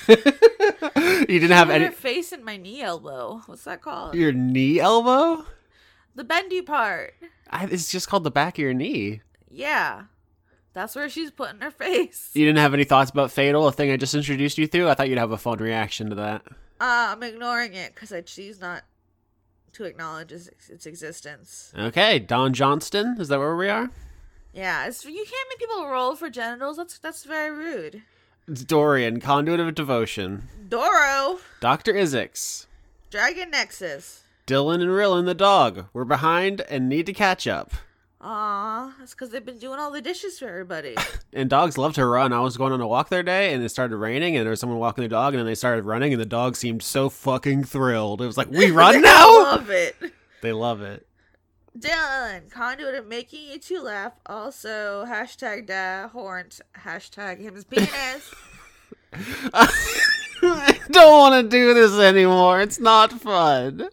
D: <laughs> you didn't have
C: Put
D: any.
C: your face in my knee elbow. What's that called?
D: Your knee elbow?
C: The bendy part.
D: I, it's just called the back of your knee.
C: Yeah. That's where she's putting her <laughs> face.
D: You didn't have any thoughts about Fatal, a thing I just introduced you to? I thought you'd have a fun reaction to that.
C: Uh, I'm ignoring it because I choose not to acknowledge its, its existence.
D: Okay, Don Johnston, is that where we are?
C: Yeah, it's, you can't make people roll for genitals. That's that's very rude.
D: It's Dorian, Conduit of Devotion,
C: Doro,
D: Dr. Isix,
C: Dragon Nexus.
D: Dylan and Rillin the dog. We're behind and need to catch up.
C: Aw, that's because they've been doing all the dishes for
D: <laughs>
C: everybody.
D: And dogs love to run. I was going on a walk the other day and it started raining and there was someone walking their dog and then they started running and the dog seemed so fucking thrilled. It was like, we
C: <laughs>
D: run now?
C: Love it.
D: they love it. <laughs>
C: Dylan, conduit of making you two laugh. Also, hashtag da horns, hashtag <laughs> him's penis.
D: I don't want to do this anymore. It's not fun.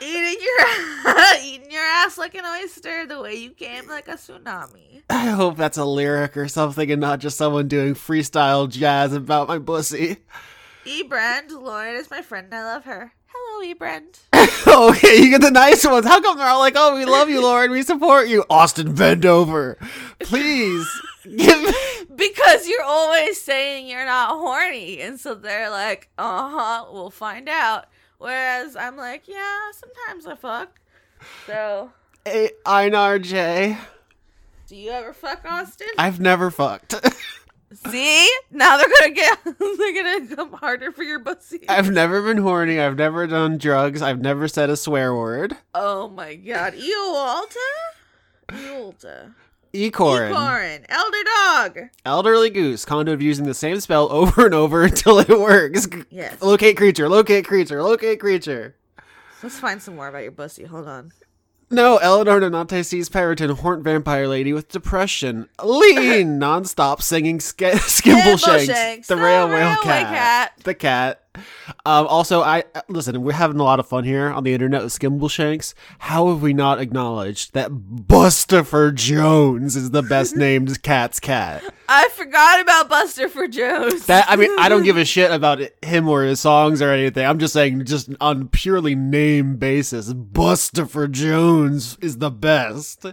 C: eating your <laughs> eating your ass like an oyster the way you came like a tsunami.
D: I hope that's a lyric or something and not just someone doing freestyle jazz about my pussy.
C: Ebrand, Lauren is my friend and I love her. Hello, Ebrand.
D: okay, you get the nice ones. How come they're all like, oh, we love you, Lauren. We support you. Austin, bend over. Please. <laughs> Give
C: because you're always saying you're not horny. And so they're like, uh huh, we'll find out. Whereas I'm like, yeah, sometimes I fuck. So,
D: me Einar J.
C: do you ever fuck, Austin?
D: I've never fucked. <laughs>
C: See? Now they're gonna get, <laughs> they're gonna come harder for your pussy.
D: I've never been horny. I've never done drugs. I've never said a swear word.
C: Oh my god. Eolta? Eolta.
D: Ecorin.
C: Corin. Elder Dog.
D: Elderly Goose. Conduit of using the same spell <laughs> over and over until it works.
C: Yes.
D: Locate creature. Locate creature. Locate creature.
C: Let's find some more about your pussy. Hold on.
D: No, Eleanor Donate sees Periton, horned vampire lady with depression, lean, <laughs> nonstop singing sk- <laughs> Skimble Shanks,
C: Shanks,
D: the,
C: the
D: railway,
C: railway
D: cat,
C: cat.
D: the cat. Um, also, I uh, listen. We're having a lot of fun here on the internet with Skimble Shanks. How have we not acknowledged that Bustafer Jones is
C: <laughs>
D: the best named cat's cat?
C: I forgot about Buster for Jones.
D: That I mean, I don't give a shit about him or his songs or anything. I'm just saying, just on purely name basis, Bustafer Jones is the best.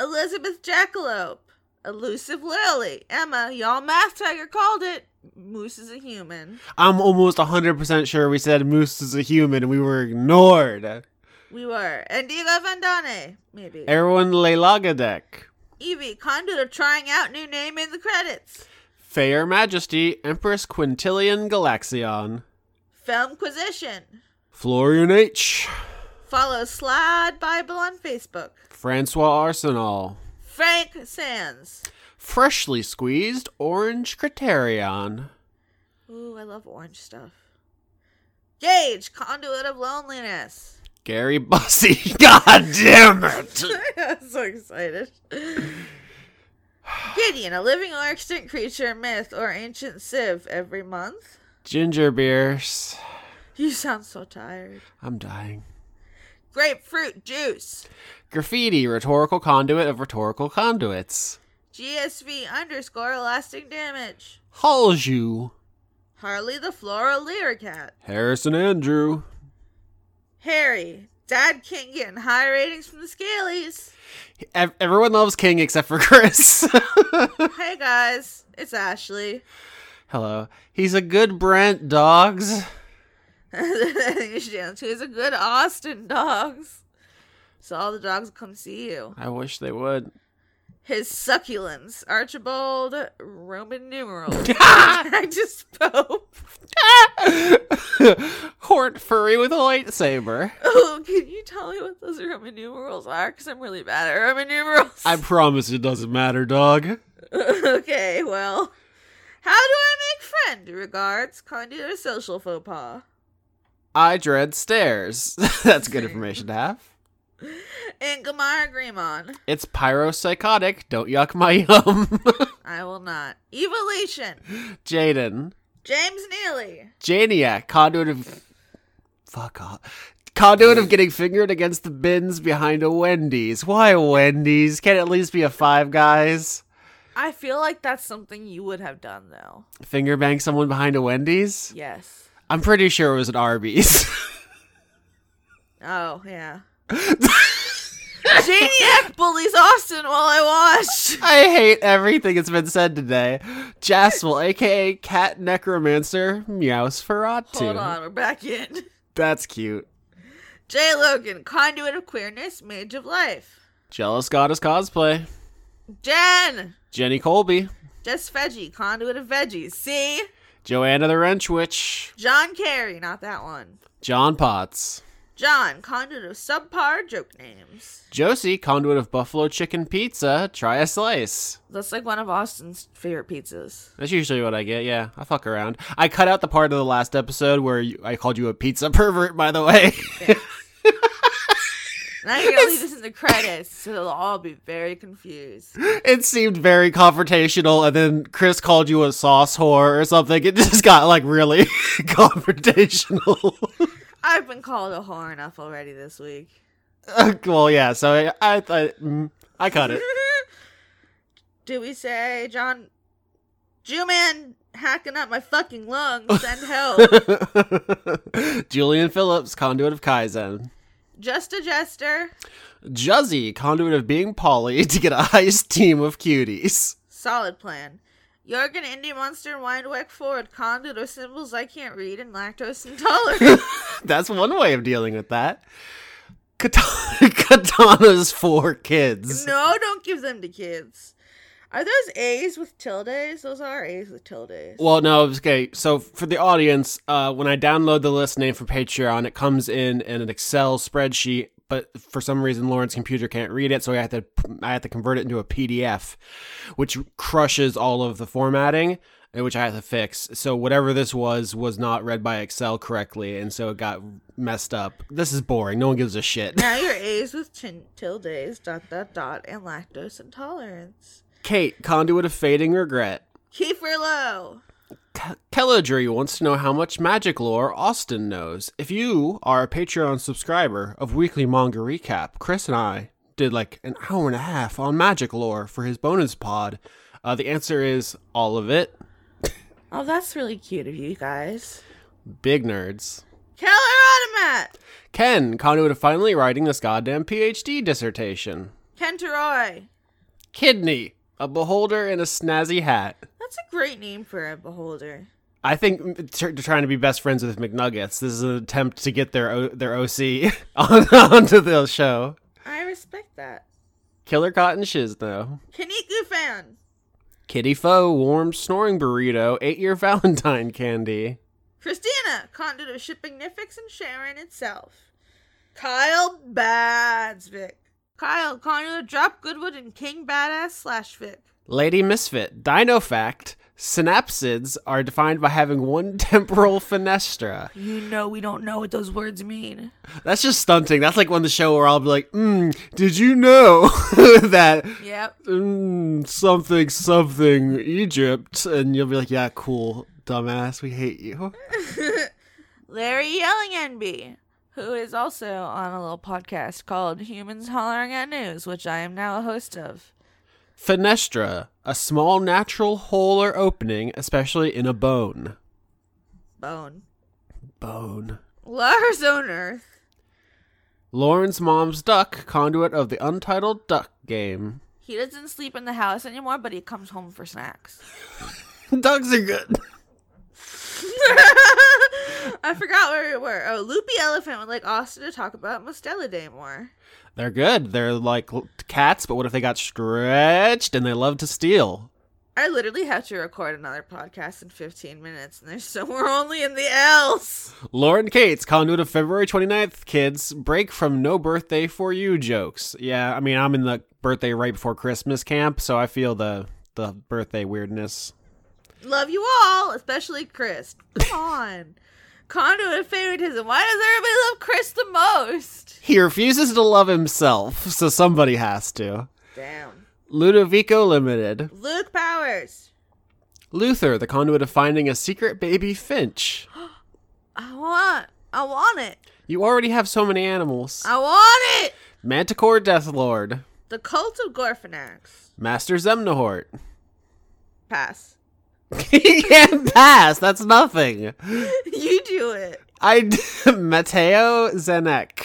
C: Elizabeth Jackalope. Elusive Lily. Emma, y'all math tiger called it. Moose is a human.
D: I'm almost 100% sure we said Moose is a human and we were ignored.
C: We were. Indigo Vandane. Maybe.
D: Erwin Leilagadek,
C: Evie, conduit of trying out new name in the credits.
D: Fair Majesty, Empress Quintilian Galaxion,
C: Filmquisition.
D: Florian H.,
C: Follow Slide Bible on Facebook.
D: Francois Arsenal,
C: Frank Sands.
D: Freshly Squeezed Orange Criterion,
C: Ooh, I love orange stuff. Gage, conduit of loneliness. <laughs>
D: Gary Bussy. <laughs> God damn it!
C: I'm so excited. Gideon, a living or extinct creature, myth, or ancient civ every month.
D: Ginger Beers.
C: You sound so tired.
D: I'm dying.
C: Grapefruit juice.
D: Graffiti, rhetorical conduit of rhetorical conduits.
C: GSV underscore lasting damage.
D: Halju.
C: Harley the floral lyricat.
D: Harrison Andrew.
C: Harry, Dad King getting high ratings from the Scalies.
D: Ev- everyone loves King except for <laughs> Chris.
C: hey guys, it's Ashley.
D: Hello. He's a good Brent, dogs.
C: I think you should answer. He's a good Austin dogs. So all the dogs come see you.
D: I wish they would.
C: His succulents, Archibald Roman
D: <laughs>
C: numeral. <laughs> I just spoke.
D: Hort furry with a lightsaber.
C: Oh, can you tell me what those Roman numerals are? Because I'm really bad at Roman numerals.
D: I promise it doesn't matter, dog.
C: <laughs> okay, well. How do I make friend? Regards, candid or social faux pas.
D: I dread stairs. <laughs> That's good information to have.
C: And Gamar Greymon.
D: It's pyropsychotic. Don't yuck my yum. <laughs>
C: I will not. Evolution.
D: Jaden.
C: James Neely.
D: Janiac. Conduit of. Fuck off. Conduit of getting fingered against the bins behind a Wendy's. Why a Wendy's? Can't at least be a Five Guys?
C: I feel like that's something you would have done though.
D: Finger bang someone behind a Wendy's?
C: Yes.
D: I'm pretty sure it was an Arby's. <laughs>
C: Oh, yeah. <laughs> Janiac bullies Austin while I watch.
D: I hate everything that's been said today. Jaspel, aka Cat Necromancer, meows Feratu.
C: Hold on, we're back in.
D: That's cute.
C: Jay Logan, conduit of queerness, mage of life.
D: Jealous Goddess Cosplay.
C: Jen,
D: Jenny Colby.
C: just veggie, conduit of veggies. See,
D: Joanna the Wrench Witch.
C: John Carey, not that one.
D: John Potts.
C: John, conduit of subpar joke names.
D: Josie, conduit of Buffalo Chicken Pizza. Try a slice.
C: That's like one of Austin's favorite pizzas.
D: That's usually what I get. Yeah, I fuck around. I cut out the part of the last episode where you, I called you a pizza pervert. By the way,
C: Now you're gonna leave this in the credits, so they'll all be very confused.
D: <laughs> it seemed very confrontational, and then Chris called you a sauce whore or something. It just <laughs> got like really confrontational. <laughs>
C: I've been called a whore enough already this week.
D: well, yeah. So I, I, I, mm, I cut it.
C: Do we say John Jew man hacking up my fucking lungs? Send help.
D: Julian Phillips, conduit of Kaizen.
C: Just a jester.
D: Juzzy, conduit of being Polly <laughs> to get a heist team of cuties. <laughs>
C: Solid plan. Jorgen, Indie Monster, Windweck Ford, Conduit, or symbols I can't read, and lactose intolerant.
D: That's one way of dealing with that. Katana, <laughs> katana's for kids.
C: no, don't give them to kids. Are those A's with tildes? Those are A's with tildes.
D: Well, Oh, no, it's okay. So for the audience, uh, when I download the list name from Patreon, it comes in in an Excel spreadsheet. But for some reason, Lauren's computer can't read it, so I have to I have to convert it into a PDF, which crushes all of the formatting, and which I have to fix. So whatever this was was not read by Excel correctly, and so it got messed up. This is boring. No one gives a shit.
C: Now your A's with chin- tildes, dot, dot, dot, and lactose intolerance.
D: Kate, conduit of fading regret.
C: Kiefer Low.
D: Ke- Kelladry wants to know how much magic lore Austin knows. If you are a Patreon subscriber of Weekly Manga Recap, Chris and I did like an hour and a half on magic lore for his bonus pod. Uh, the answer is all of it.
C: Oh, that's really cute of you guys.
D: Big nerds.
C: Keller Automat.
D: Ken, conduit of finally writing this goddamn PhD dissertation.
C: Kenteroy.
D: Kidney, a beholder in a snazzy hat.
C: That's a great name for a beholder.
D: I think t- trying to be best friends with McNuggets. This is an attempt to get their o- their OC <laughs> on- onto the show.
C: I respect that.
D: Killer Cotton Shiz, though.
C: Kaniku fan.
D: Kitty Foe, Warm Snoring Burrito, Eight Year <laughs> Valentine Candy.
C: Christina, conduit of shipping Nifix and Sharon itself. Kyle Badsvik. Kyle, conduit of Drop Goodwood and King Badass slash Vic.
D: Lady Misfit, Dino Fact. Synapsids are defined by having one <laughs> temporal fenestra.
C: You know we don't know what those words mean.
D: That's just stunting. That's like one of the show where I'll be like, mm, did you know <laughs> that
C: Yep.
D: mm, something, something, Egypt? And you'll be like, yeah, cool, dumbass, we hate you.
C: Larry Yelling NB, who is also on a little podcast called Humans Hollering at News, which I am now a host of.
D: Fenestra, a small natural hole or opening, especially in a bone.
C: Bone.
D: Bone.
C: Lars on Earth.
D: Lauren's mom's duck, conduit of the Untitled Duck Game. <laughs>
C: He doesn't sleep in the house anymore, but he comes home for snacks.
D: Ducks are good.
C: I forgot where we were. Oh, Loopy Elephant would like Austin to talk about Mostella Day more.
D: They're good. They're like l- cats, but what if they got stretched and they love to steal?
C: I literally have to record another podcast in 15 minutes, and there's so we're <laughs> only in the L's.
D: Lauren Cates, conduit of February 29th, kids. Break from no birthday for you jokes. Yeah, I mean, I'm in the birthday right before Christmas camp, so I feel the
J: the birthday weirdness.
C: Love you all, especially Chris. Come on. Conduit of favoritism. Why does everybody love Chris the most?
J: He refuses to love himself, so somebody has to.
C: Damn.
J: Ludovico Limited.
C: Luke Powers.
J: Luther, the conduit of finding a secret baby finch.
C: I want I want it.
J: You already have so many animals.
C: I want it.
J: Manticore Deathlord.
C: The cult of Gorfanax.
J: Master Zemnahort.
C: Pass. <laughs>
J: <laughs> he can't pass. That's nothing.
C: you do it.
J: I <laughs> Mateo Zenek.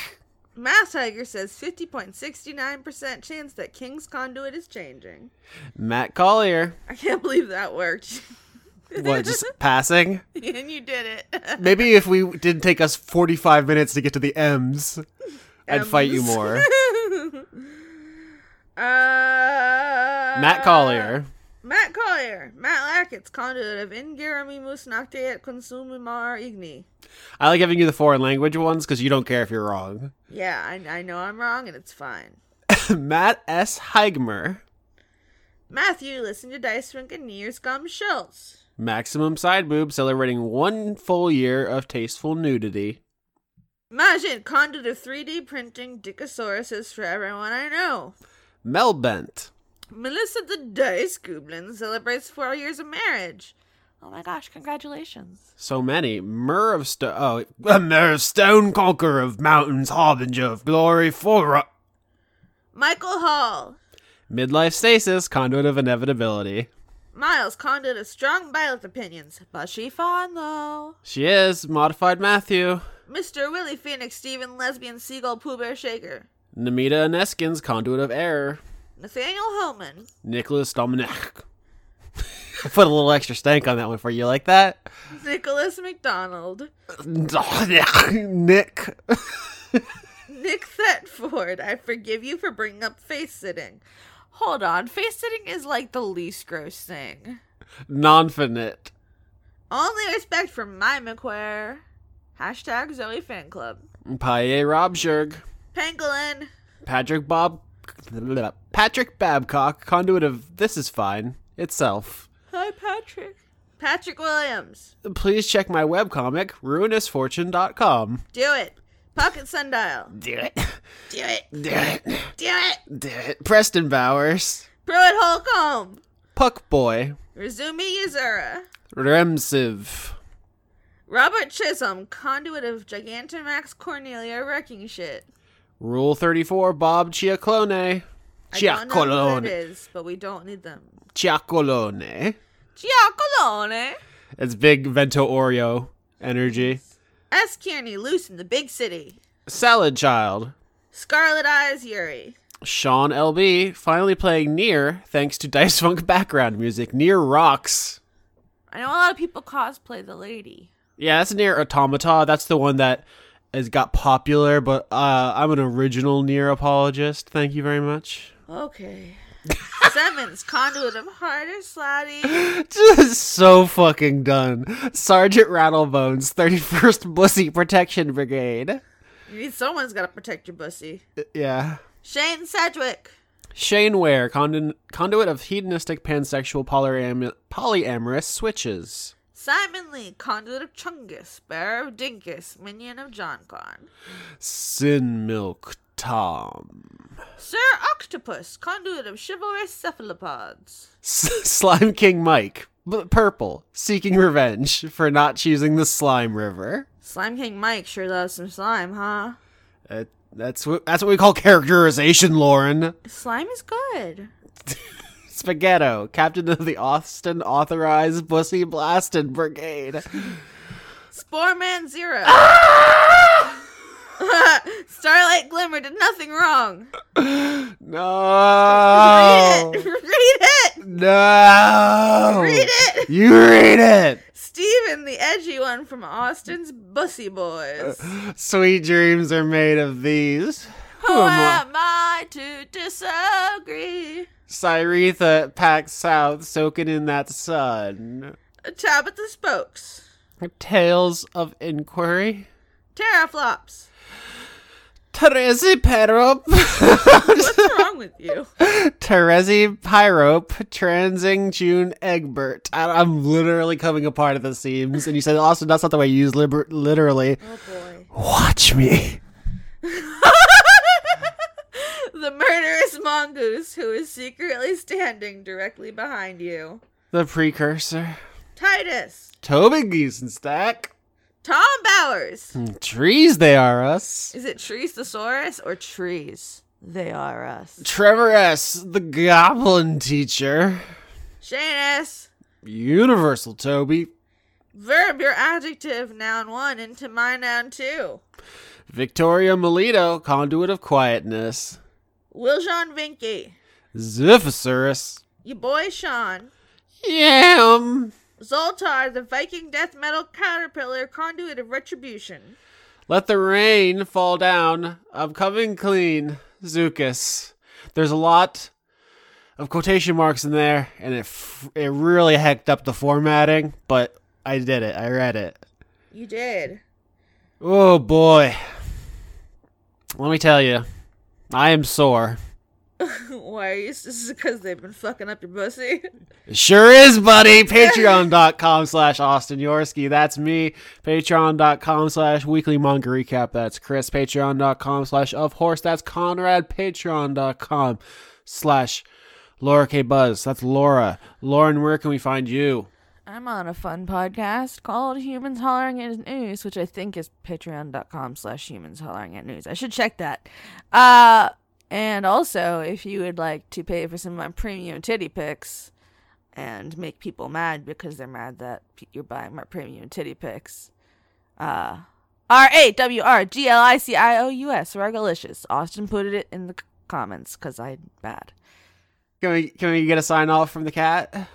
C: Mass Tiger says 50.69% chance that King's Conduit is changing.
J: Matt Collier.
C: I can't believe that worked. <laughs>
J: What, <laughs> just passing?
C: and you did it. <laughs>
J: Maybe if we didn't take us 45 minutes to get to the M's, I'd fight you
C: M's.
J: <laughs> more.
C: Uh,
J: Matt Collier.
C: Matt Collier. Matt Lackett's conduit of Ingaramimus nocte et consumimar igni.
J: I like giving you the foreign language ones because you don't care if you're wrong. <laughs>
C: Yeah, I, I know I'm wrong and it's fine.
J: Matt S. Heigmer.
C: Matthew, listen to Dice Rink and New Year's Gum Schultz.
J: Maximum Side Boob celebrating one full year of tasteful nudity.
C: Imagine conduit of 3D printing Dickosauruses for everyone I know.
J: Melbent.
C: Melissa the Dice Goblin celebrates four years of marriage. Oh my gosh, congratulations.
J: So many. Myrrh of Stone. Oh, a Myrrh of Stone, conqueror of mountains, harbinger of glory, for
C: Michael Hall.
J: Midlife stasis, conduit of inevitability.
C: Miles, conduit of strong ballot opinions. But she fine though.
J: She is. Modified Matthew.
C: Mr. Willie Phoenix, Stephen, Lesbian, Seagull, Pooh Bear, Shaker.
J: Namita Aneskins, conduit of error.
C: Nathaniel Hellman.
J: Nicholas Dominic. I <laughs> put a little extra stank on that one for you. Like that?
C: Nicholas McDonald.
J: <laughs> Nick.
C: Nick Thetford, I forgive you for bringing up face sitting. Hold on, face sitting is like the least gross thing.
J: Nonfinite.
C: Only respect for my McQuare. Hashtag Zoe Fan Club.
J: Paye Robjerg.
C: Pangolin.
J: Patrick Bob. Patrick Babcock, conduit of This Is Fine itself.
C: Hi, Patrick. Patrick Williams.
J: Please check my webcomic, ruinousfortune.com.
C: Do it. Pocket Sundial.
J: Do it.
C: Do it.
J: Do it.
C: Do it.
J: Do it. Preston Bowers.
C: Pruitt Holcomb.
J: Puck Boy.
C: Razumi Yuzura.
J: Remsiv.
C: Robert Chisholm, conduit of Gigantamax Cornelia wrecking shit.
J: Rule 34, Bob Chiaclone.
C: I don't know who it
J: Chiacolone.
C: is, but we don't need them.
J: Chiacolone.
C: Giacolone.
J: It's big Vento Oreo energy.
C: S. Kearney, loose in the big city.
J: Salad Child.
C: Scarlet Eyes Yuri.
J: Sean LB, finally playing Near thanks to Dice Funk background music. Near rocks.
C: I know a lot of people cosplay the lady.
J: Yeah, that's near Automata. That's the one that has got popular, but uh, I'm an original near apologist. Thank you very much. <laughs>
C: Okay. Sevens, conduit of harder slotty.
J: Just so fucking done. Sergeant Rattlebones, 31st Bussy Protection Brigade.
C: You need someone's gotta protect your bussy.
J: Yeah.
C: Shane Sedgwick.
J: Shane Ware, condon- conduit of hedonistic pansexual polyam- polyamorous switches.
C: Simon Lee, conduit of Chungus, bearer of Dinkus, minion of John Con.
J: Sin Milk Tom.
C: Sir Octopus, conduit of chivalrous cephalopods.
J: S- slime King Mike, b- purple, seeking revenge for not choosing the slime river.
C: Slime King Mike sure loves some slime, huh?
J: Uh, that's what that's what we call characterization, Lauren.
C: Slime is good.
J: Spaghetto, captain of the Austin authorized Bussy Blasted Brigade.
C: Spore Man Zero. Ah! <laughs> Starlight Glimmer did nothing wrong.
J: No,
C: <laughs> Read it.
J: Oh. no.
C: Read it.
J: You read it.
C: Steven, the edgy one from Austin's Bussy Boys.
J: Sweet dreams are made of these.
C: Who
J: am
C: am I to disagree?
J: Cyretha at Pack South, soaking in that sun.
C: A tab at the spokes.
J: Tales of Inquiry.
C: Teraflops.
J: Terezi Perop. <laughs>
K: What's wrong with
C: <laughs>
K: you?
J: Terezi Pyrope transing June Egbert. I, I'm literally coming apart at the seams. And you said, Austin, that's not the way you use liber- literally.
K: Oh boy.
J: Watch me.
K: The murderous mongoose who is secretly standing directly behind you.
J: The precursor.
K: Titus!
J: Tobin Giesenstack.
K: Tom Bowers!
J: Trees they are us.
C: Is it trees thesaurus or trees? They are us.
J: Trevor S., the goblin teacher.
K: Shanus!
J: Universal Toby.
K: Verb your adjective, noun one, into my noun two.
J: Victoria Melito, conduit of quietness.
K: Wiljon Vinky.
J: Ziphosaurus.
K: Your boy Sean.
J: Yam.
K: Zoltar, the Viking death metal caterpillar conduit of retribution.
J: Let the rain fall down. I'm coming clean. Zukas. There's a lot of quotation marks in there, and it f- it really hecked up the formatting, but I did it. I read it.
K: You did. <laughs>
J: Oh boy. Let me tell you, I am sore.
K: Why are you? This is because they've been fucking up your pussy. <laughs>
J: It Sure is, buddy. Patreon.com slash Austin Yorsky. That's me. Patreon.com slash weekly manga recap. That's Chris. Patreon.com slash of horse. That's Conrad. Patreon.com slash Laura K. Buzz. That's Laura. Lauren, where can we find you?
C: I'm on a fun podcast called Humans Hollering at News, which I think is patreon.com slash humans hollering at news. I should check that. Uh, and also, if you would like to pay for some of my premium titty pics and make people mad because they're mad that p- you're buying my premium titty pics, uh, R-A-W-R-G-L-I-C-I-O-U-S, Regalicious. Austin put it in the c- comments because I'm bad.
J: Can we, can we get a sign off from the cat?